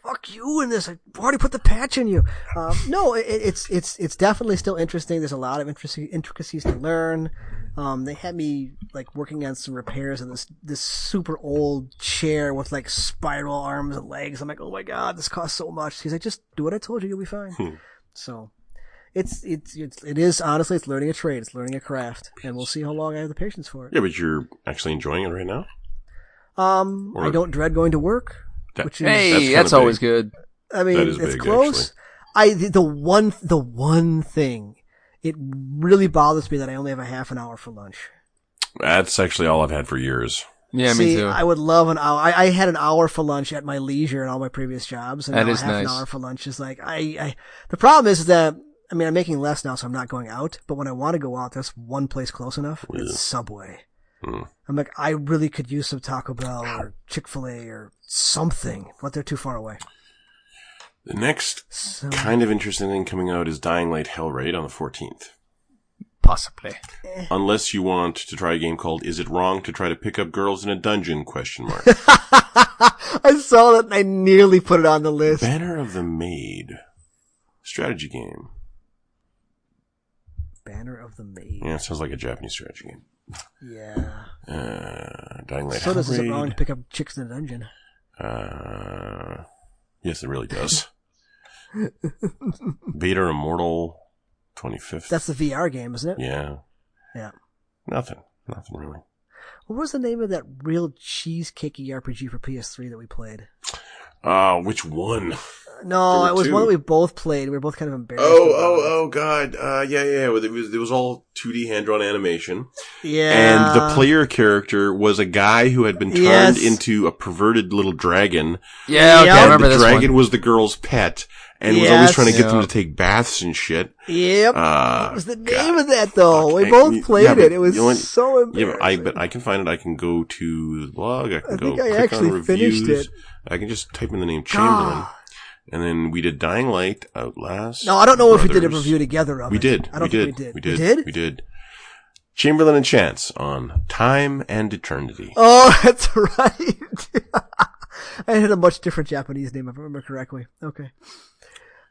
[SPEAKER 2] fuck you in this. I already put the patch in you. Um, no, it, it- it's it's it's definitely still interesting. There's a lot of interesting intricacies to learn. Um, they had me like working on some repairs on this this super old chair with like spiral arms and legs. I'm like, oh my god, this costs so much. He's like, just do what I told you, you'll be fine. So. It's, it's it's it is honestly it's learning a trade it's learning a craft and we'll see how long I have the patience for it.
[SPEAKER 1] Yeah, but you're actually enjoying it right now.
[SPEAKER 2] Um,
[SPEAKER 1] Or-
[SPEAKER 2] I don't dread going to work,
[SPEAKER 1] That-
[SPEAKER 2] which is
[SPEAKER 3] Hey,
[SPEAKER 1] kinda
[SPEAKER 3] that's,
[SPEAKER 1] big.
[SPEAKER 3] always good.
[SPEAKER 2] I mean,
[SPEAKER 1] That is
[SPEAKER 2] it's
[SPEAKER 1] big,
[SPEAKER 2] close. I the, the one the one thing it really bothers me that I only have a half an hour for lunch.
[SPEAKER 1] That's actually all I've had for years.
[SPEAKER 3] Yeah,
[SPEAKER 2] See,
[SPEAKER 3] me too.
[SPEAKER 2] I would love an hour. I, I had an hour for lunch at my leisure in all my previous jobs, and
[SPEAKER 3] That
[SPEAKER 2] now
[SPEAKER 3] is
[SPEAKER 2] half
[SPEAKER 3] nice.
[SPEAKER 2] an hour for lunch is like I, I. The problem is that I mean I'm making less now, so I'm not going out. But when I want to go out, there's one place close enough. and
[SPEAKER 1] Yeah.
[SPEAKER 2] It's Subway.
[SPEAKER 1] Mm.
[SPEAKER 2] I'm like I really could use some Taco Bell or Chick Fil A or something, but they're too far away.
[SPEAKER 1] The next
[SPEAKER 2] So
[SPEAKER 1] kind of interesting thing coming out is Dying Light Hell Raid on the 14th.
[SPEAKER 3] Possibly.
[SPEAKER 2] Eh.
[SPEAKER 1] Unless you want to try a game called Is It Wrong to Try to Pick Up Girls in a Dungeon? question mark.
[SPEAKER 2] I saw that and I nearly put it on the list.
[SPEAKER 1] Banner of the Maid. Strategy game.
[SPEAKER 2] Banner of the Maid.
[SPEAKER 1] Yeah, it sounds like a Japanese strategy game.
[SPEAKER 2] Yeah.
[SPEAKER 1] Uh, Dying Light
[SPEAKER 2] So
[SPEAKER 1] Hell
[SPEAKER 2] does is it
[SPEAKER 1] Raid.
[SPEAKER 2] wrong to pick up chicks in a dungeon?
[SPEAKER 1] Uh, yes, it really does. Vader Immortal, 25th.
[SPEAKER 2] That's the VR game, isn't it?
[SPEAKER 1] yeah,
[SPEAKER 2] Yeah.
[SPEAKER 1] nothing, nothing really.
[SPEAKER 2] What was the name of that real cheesecakey RPG for PS3 that we played?
[SPEAKER 1] Uh, which one?
[SPEAKER 2] Uh,
[SPEAKER 1] There
[SPEAKER 2] No,
[SPEAKER 1] were
[SPEAKER 2] it was one
[SPEAKER 1] two.
[SPEAKER 2] that we both played. We were both kind of embarrassed.
[SPEAKER 1] Oh,
[SPEAKER 2] about
[SPEAKER 1] oh,
[SPEAKER 2] it.
[SPEAKER 1] oh, God. Uh, yeah, yeah, yeah. Well, It was, it was all 2D hand drawn animation.
[SPEAKER 2] Yeah.
[SPEAKER 1] And the player character was a guy who had been turned
[SPEAKER 2] Yes.
[SPEAKER 1] into a perverted little dragon.
[SPEAKER 3] Yeah, okay,
[SPEAKER 2] Yeah.
[SPEAKER 3] I
[SPEAKER 1] and
[SPEAKER 3] remember
[SPEAKER 1] the
[SPEAKER 3] this
[SPEAKER 1] dragon
[SPEAKER 3] one.
[SPEAKER 1] was the girl's pet and was always
[SPEAKER 2] Yes.
[SPEAKER 1] trying to get them
[SPEAKER 3] Yeah.
[SPEAKER 1] to take baths and shit.
[SPEAKER 2] Yep.
[SPEAKER 1] Uh,
[SPEAKER 2] what was the
[SPEAKER 1] God.
[SPEAKER 2] name of that though?
[SPEAKER 1] Fuck,
[SPEAKER 2] We
[SPEAKER 1] I-
[SPEAKER 2] both
[SPEAKER 1] yeah,
[SPEAKER 2] played
[SPEAKER 1] but
[SPEAKER 2] it. It was
[SPEAKER 1] you know what?
[SPEAKER 2] so
[SPEAKER 1] Yeah,
[SPEAKER 2] embarrassing.
[SPEAKER 1] but I but I can find it. I can go to the blog. I can
[SPEAKER 2] I
[SPEAKER 1] go
[SPEAKER 2] think I
[SPEAKER 1] click on
[SPEAKER 2] actually
[SPEAKER 1] reviews.
[SPEAKER 2] finished it.
[SPEAKER 1] I can just type in the name Chamberlain,
[SPEAKER 2] God.
[SPEAKER 1] and then we did Dying Light, Outlast.
[SPEAKER 2] No, I don't know if we did a
[SPEAKER 1] Brothers.
[SPEAKER 2] review together of
[SPEAKER 1] We
[SPEAKER 2] it.
[SPEAKER 1] did.
[SPEAKER 2] I
[SPEAKER 1] we,
[SPEAKER 2] don't
[SPEAKER 1] did.
[SPEAKER 2] think we did.
[SPEAKER 1] we did.
[SPEAKER 2] We did?
[SPEAKER 1] We did. Chamberlain and Chance on Time and Eternity.
[SPEAKER 2] Oh, that's right. I had a much different Japanese name, if I remember correctly. Okay.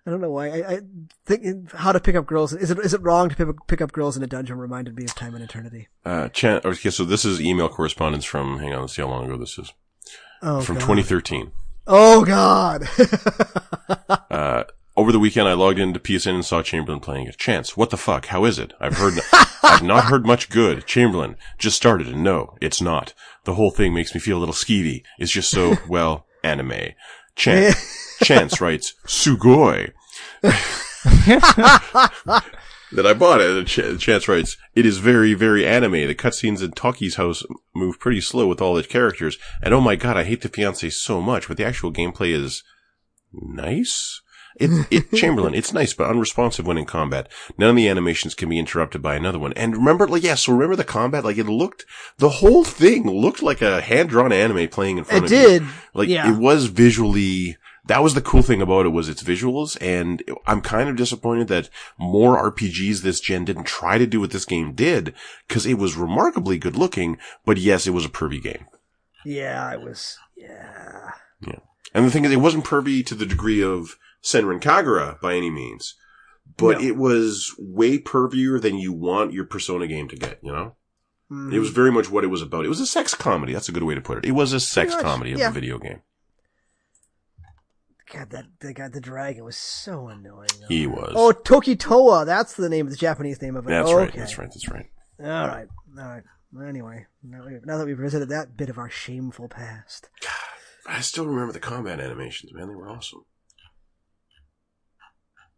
[SPEAKER 2] I don't know why. I, I think how to pick up girls. Is it is it wrong to pick up, pick up girls in a dungeon? Reminded me of Time and Eternity.
[SPEAKER 1] Uh, Chan- okay, so this is email correspondence from. Hang on, let's see how long ago this is.
[SPEAKER 2] Oh,
[SPEAKER 1] from
[SPEAKER 2] God.
[SPEAKER 1] 2013.
[SPEAKER 2] Oh God.
[SPEAKER 1] Uh, over the weekend, I logged into PSN and saw Chamberlain playing a chance. What the fuck? How is it? I've heard, I've not heard much good. Chamberlain just started and no, it's not. The whole thing makes me feel a little skeevy. It's just so, well, anime. Chance, Chance writes, Sugoi. that I bought it. And Ch- Chance writes, it is very, very anime. The cutscenes in Talkie's house move pretty slow with all the characters. And oh my god, I hate the fiance so much, but the actual gameplay is nice. It, it Chamberlain, it's nice but unresponsive when in combat. None of the animations can be interrupted by another one. And remember, like, yeah, so remember the combat? Like, it looked, the whole thing looked like a hand-drawn anime playing in front
[SPEAKER 2] it
[SPEAKER 1] of you.
[SPEAKER 2] did.
[SPEAKER 1] Like
[SPEAKER 2] yeah.
[SPEAKER 1] it was visually that was the cool thing about it was its visuals and I'm kind of disappointed that more RPGs this gen didn't try to do what this game did cuz it was remarkably good looking, but yes, it was a pervy game.
[SPEAKER 2] yeah, it was. Yeah.
[SPEAKER 1] And the thing is it wasn't pervy to the degree of Senran Kagura by any means, but
[SPEAKER 2] No.
[SPEAKER 1] it was way pervier than you want your persona game to get, you know?
[SPEAKER 2] Mm.
[SPEAKER 1] It was very much what it was about. It was a sex comedy. That's a good way to put it. It was a sex
[SPEAKER 2] much,
[SPEAKER 1] comedy of
[SPEAKER 2] yeah.
[SPEAKER 1] a video game.
[SPEAKER 2] God that the God the dragon was so annoying. though.
[SPEAKER 1] He was.
[SPEAKER 2] Oh, Tokitoa. That's the name, the Japanese name of it.
[SPEAKER 1] that's right.
[SPEAKER 2] Okay.
[SPEAKER 1] That's right. That's right.
[SPEAKER 2] All right. All right. But anyway, now, we, now that we've visited that bit of our shameful past,
[SPEAKER 1] I still remember the combat animations, man. They were awesome.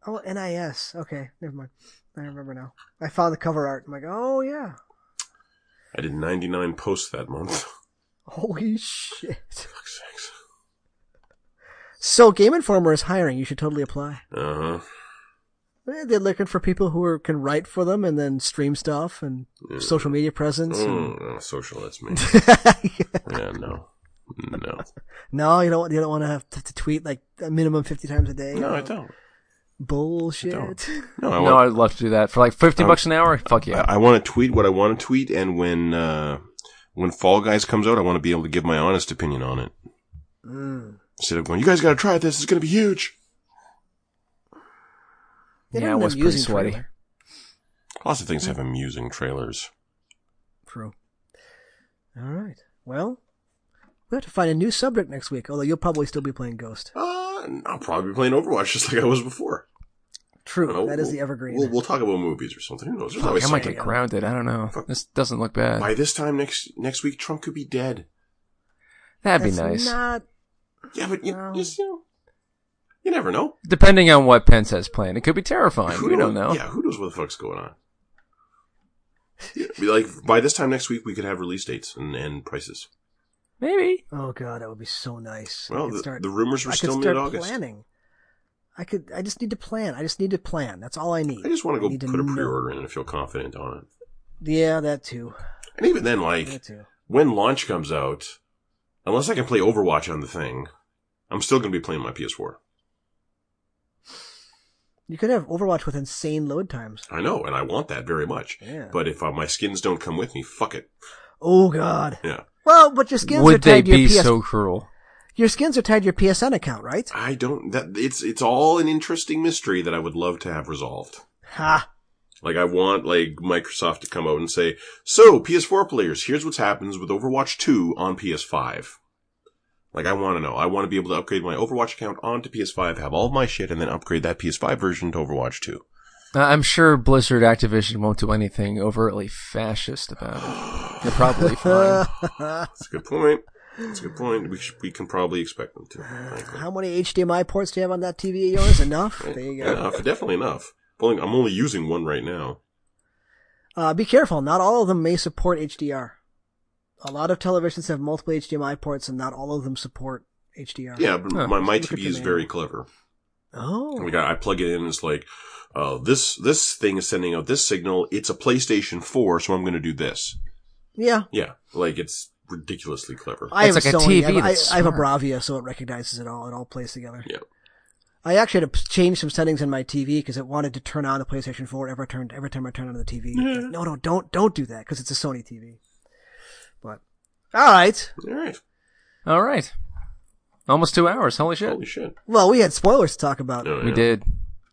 [SPEAKER 2] oh, NIS. Okay, never mind. I remember now. I found the cover art. I'm like, oh yeah,
[SPEAKER 1] I did 99 posts that month.
[SPEAKER 2] holy shit.
[SPEAKER 1] Fuck's sakes.
[SPEAKER 2] So Game Informer is hiring. You should totally apply.
[SPEAKER 1] Uh huh.
[SPEAKER 2] Eh, They're looking for people who are, can write for them and then stream stuff and social media presence.
[SPEAKER 3] Hmm.
[SPEAKER 2] and-
[SPEAKER 1] Mm, uh, social, that's me. yeah, no. No.
[SPEAKER 2] no, you don't. want- You don't want to have to, to tweet like a minimum fifty times a day.
[SPEAKER 1] No, I don't.
[SPEAKER 2] Bullshit.
[SPEAKER 1] No, I
[SPEAKER 3] no,
[SPEAKER 1] want,
[SPEAKER 3] I'd love to do that for like fifty bucks an hour. Fuck yeah.
[SPEAKER 1] I, I want to tweet what I want to tweet, and when, uh, when Fall Guys comes out, I want to be able to give my honest opinion on it.
[SPEAKER 2] Mm.
[SPEAKER 1] Instead of going, you guys gotta try this, it's gonna be huge.
[SPEAKER 2] They
[SPEAKER 3] Yeah,
[SPEAKER 2] don't
[SPEAKER 3] I
[SPEAKER 2] have an
[SPEAKER 3] was pretty
[SPEAKER 2] amusing
[SPEAKER 3] sweaty.
[SPEAKER 2] trailer.
[SPEAKER 1] Lots of things have amusing trailers.
[SPEAKER 2] True. All right. Well, we have to find a new subject next week. Although you'll probably still be playing Ghost.
[SPEAKER 1] Uh, I'll probably be playing Overwatch just like I was before. I
[SPEAKER 2] True.
[SPEAKER 1] don't know,
[SPEAKER 2] that is
[SPEAKER 1] we'll-
[SPEAKER 2] the evergreen.
[SPEAKER 1] We'll, we'll talk about movies or something. Who knows? There's
[SPEAKER 3] Fuck,
[SPEAKER 1] always
[SPEAKER 3] I might
[SPEAKER 1] something.
[SPEAKER 3] get grounded. I don't know. This doesn't look bad.
[SPEAKER 1] By this time next next week, Trump could be dead.
[SPEAKER 3] That'd be
[SPEAKER 2] That's
[SPEAKER 3] nice.
[SPEAKER 2] Not
[SPEAKER 1] Yeah, but you,
[SPEAKER 2] No.
[SPEAKER 1] just, you know, you never know.
[SPEAKER 3] Depending on what Pence has planned, it could be terrifying.
[SPEAKER 1] Who
[SPEAKER 3] We don't know.
[SPEAKER 1] knows- Yeah, who knows what the fuck's going on? Yeah, be like by this time next week, we could have release dates and, and prices.
[SPEAKER 3] Maybe.
[SPEAKER 2] Oh god, that would be so nice. I
[SPEAKER 1] Well,
[SPEAKER 2] could
[SPEAKER 1] the-
[SPEAKER 2] start,
[SPEAKER 1] the rumors were
[SPEAKER 2] I could
[SPEAKER 1] still
[SPEAKER 2] start
[SPEAKER 1] mid-August.
[SPEAKER 2] planning. I could. I just need to plan. I just need to plan. That's all I need.
[SPEAKER 1] I just want to go
[SPEAKER 2] need
[SPEAKER 1] put a
[SPEAKER 2] know-
[SPEAKER 1] pre-order in and feel confident on it.
[SPEAKER 2] Yeah, that too.
[SPEAKER 1] And even then, like
[SPEAKER 2] That too.
[SPEAKER 1] when launch comes out, unless I can play Overwatch on the thing, I'm still going to be playing my PS4.
[SPEAKER 2] You could have Overwatch with insane load times.
[SPEAKER 1] I know, and I want that very much.
[SPEAKER 2] Yeah.
[SPEAKER 1] But if uh, my skins don't come with me, fuck it.
[SPEAKER 2] Oh god.
[SPEAKER 1] Yeah,
[SPEAKER 2] Well, but your skins are
[SPEAKER 3] Would they
[SPEAKER 2] tied to
[SPEAKER 3] be
[SPEAKER 2] your PS.
[SPEAKER 3] so cruel?
[SPEAKER 2] Your skins are tied to your PSN account, right?
[SPEAKER 1] I don't. That it's it's all an interesting mystery that I would love to have resolved.
[SPEAKER 2] Ha.
[SPEAKER 1] Like I want like Microsoft to come out and say, "So, PS4 players, here's what happens with Overwatch 2 on PS5." Like I want to know. I want to be able to upgrade my Overwatch account onto PS5, have all of my shit and then upgrade that PS5 version to Overwatch 2.
[SPEAKER 3] Uh, I'm sure Blizzard Activision won't do anything overtly fascist about it. They're probably fine.
[SPEAKER 1] That's a good point. That's a good point. We should, we can probably expect them to. frankly.
[SPEAKER 2] How many HDMI ports do you have on that TV of yours? Enough.
[SPEAKER 1] Oh,
[SPEAKER 2] There you go.
[SPEAKER 1] Enough, definitely enough. Only- I'm only using one right now.
[SPEAKER 2] Uh, be careful. Not all of them may support HDR. A lot of televisions have multiple HDMI ports, and not all of them support HDR.
[SPEAKER 1] Yeah, but
[SPEAKER 3] Huh.
[SPEAKER 1] my, my
[SPEAKER 2] Look at
[SPEAKER 1] TV
[SPEAKER 2] the
[SPEAKER 1] is
[SPEAKER 2] man.
[SPEAKER 1] very clever.
[SPEAKER 2] Oh.
[SPEAKER 1] Like I I plug it in, and it's like, uh, this this thing is sending out this signal. It's a PlayStation 4, so I'm going to do this.
[SPEAKER 2] Yeah.
[SPEAKER 1] Yeah, like it's ridiculously clever.
[SPEAKER 2] I have
[SPEAKER 3] It's
[SPEAKER 2] a
[SPEAKER 3] like a
[SPEAKER 2] Sony.
[SPEAKER 3] TV
[SPEAKER 2] I, have,
[SPEAKER 3] that's
[SPEAKER 2] I, I have a
[SPEAKER 3] smart.
[SPEAKER 2] Bravia, so it recognizes it all. It all plays together.
[SPEAKER 1] yeah,
[SPEAKER 2] I actually had to change some settings in my TV because it wanted to turn on the PlayStation 4 every, turn, every time I turned on the TV.
[SPEAKER 3] Mm-hmm.
[SPEAKER 2] Like, no, no, don't don't do that because it's a Sony TV. But all right.
[SPEAKER 1] all right.
[SPEAKER 3] All right. Almost two hours. Holy shit.
[SPEAKER 1] Holy shit!
[SPEAKER 2] Well, we had spoilers to talk about.
[SPEAKER 1] No,
[SPEAKER 3] we
[SPEAKER 1] yeah.
[SPEAKER 3] did.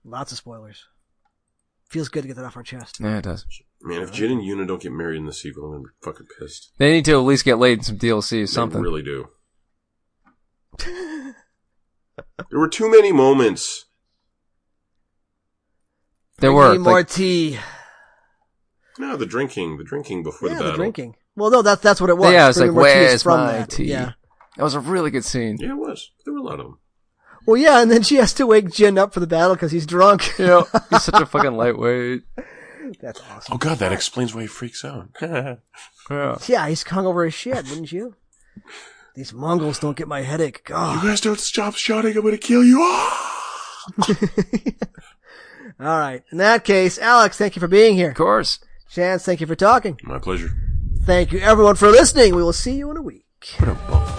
[SPEAKER 2] Lots of spoilers. Feels good to get that off our chest.
[SPEAKER 3] Yeah, it does.
[SPEAKER 1] Man, if Jin and Yuna don't get married in the sequel, I'm gonna be fucking pissed.
[SPEAKER 3] They need to at least get laid in some DLC or something.
[SPEAKER 1] They really do. there were too many moments.
[SPEAKER 3] there
[SPEAKER 2] We
[SPEAKER 3] were.
[SPEAKER 2] need more
[SPEAKER 3] like-
[SPEAKER 2] tea.
[SPEAKER 1] No, the drinking, the drinking before
[SPEAKER 2] yeah,
[SPEAKER 1] the battle.
[SPEAKER 2] drinking. Well, no, that's that's what it was.
[SPEAKER 3] Yeah, it's
[SPEAKER 2] Bring
[SPEAKER 3] like,
[SPEAKER 2] more tea is
[SPEAKER 3] where's
[SPEAKER 2] from
[SPEAKER 3] my
[SPEAKER 2] that.
[SPEAKER 3] tea?
[SPEAKER 2] Yeah.
[SPEAKER 3] that was a really good scene.
[SPEAKER 1] Yeah, it was. There were a lot of them.
[SPEAKER 2] Well, yeah, and then she has to wake Jin up for the battle because he's drunk.
[SPEAKER 3] Yeah. He's such a fucking lightweight.
[SPEAKER 2] that's awesome.
[SPEAKER 1] Oh god, that explains why he freaks out.
[SPEAKER 3] Yeah.
[SPEAKER 2] Yeah, he's hung over his shit, wouldn't you? These Mongols don't get my headache. God.
[SPEAKER 1] guys don't stop shouting, I'm gonna kill you. Ah!
[SPEAKER 2] All right. In that case, Alex, thank you for being here.
[SPEAKER 3] Of course.
[SPEAKER 2] Chance, thank you for talking.
[SPEAKER 1] My pleasure.
[SPEAKER 2] Thank you, everyone, for listening. We will see you in a week.
[SPEAKER 1] What a bump.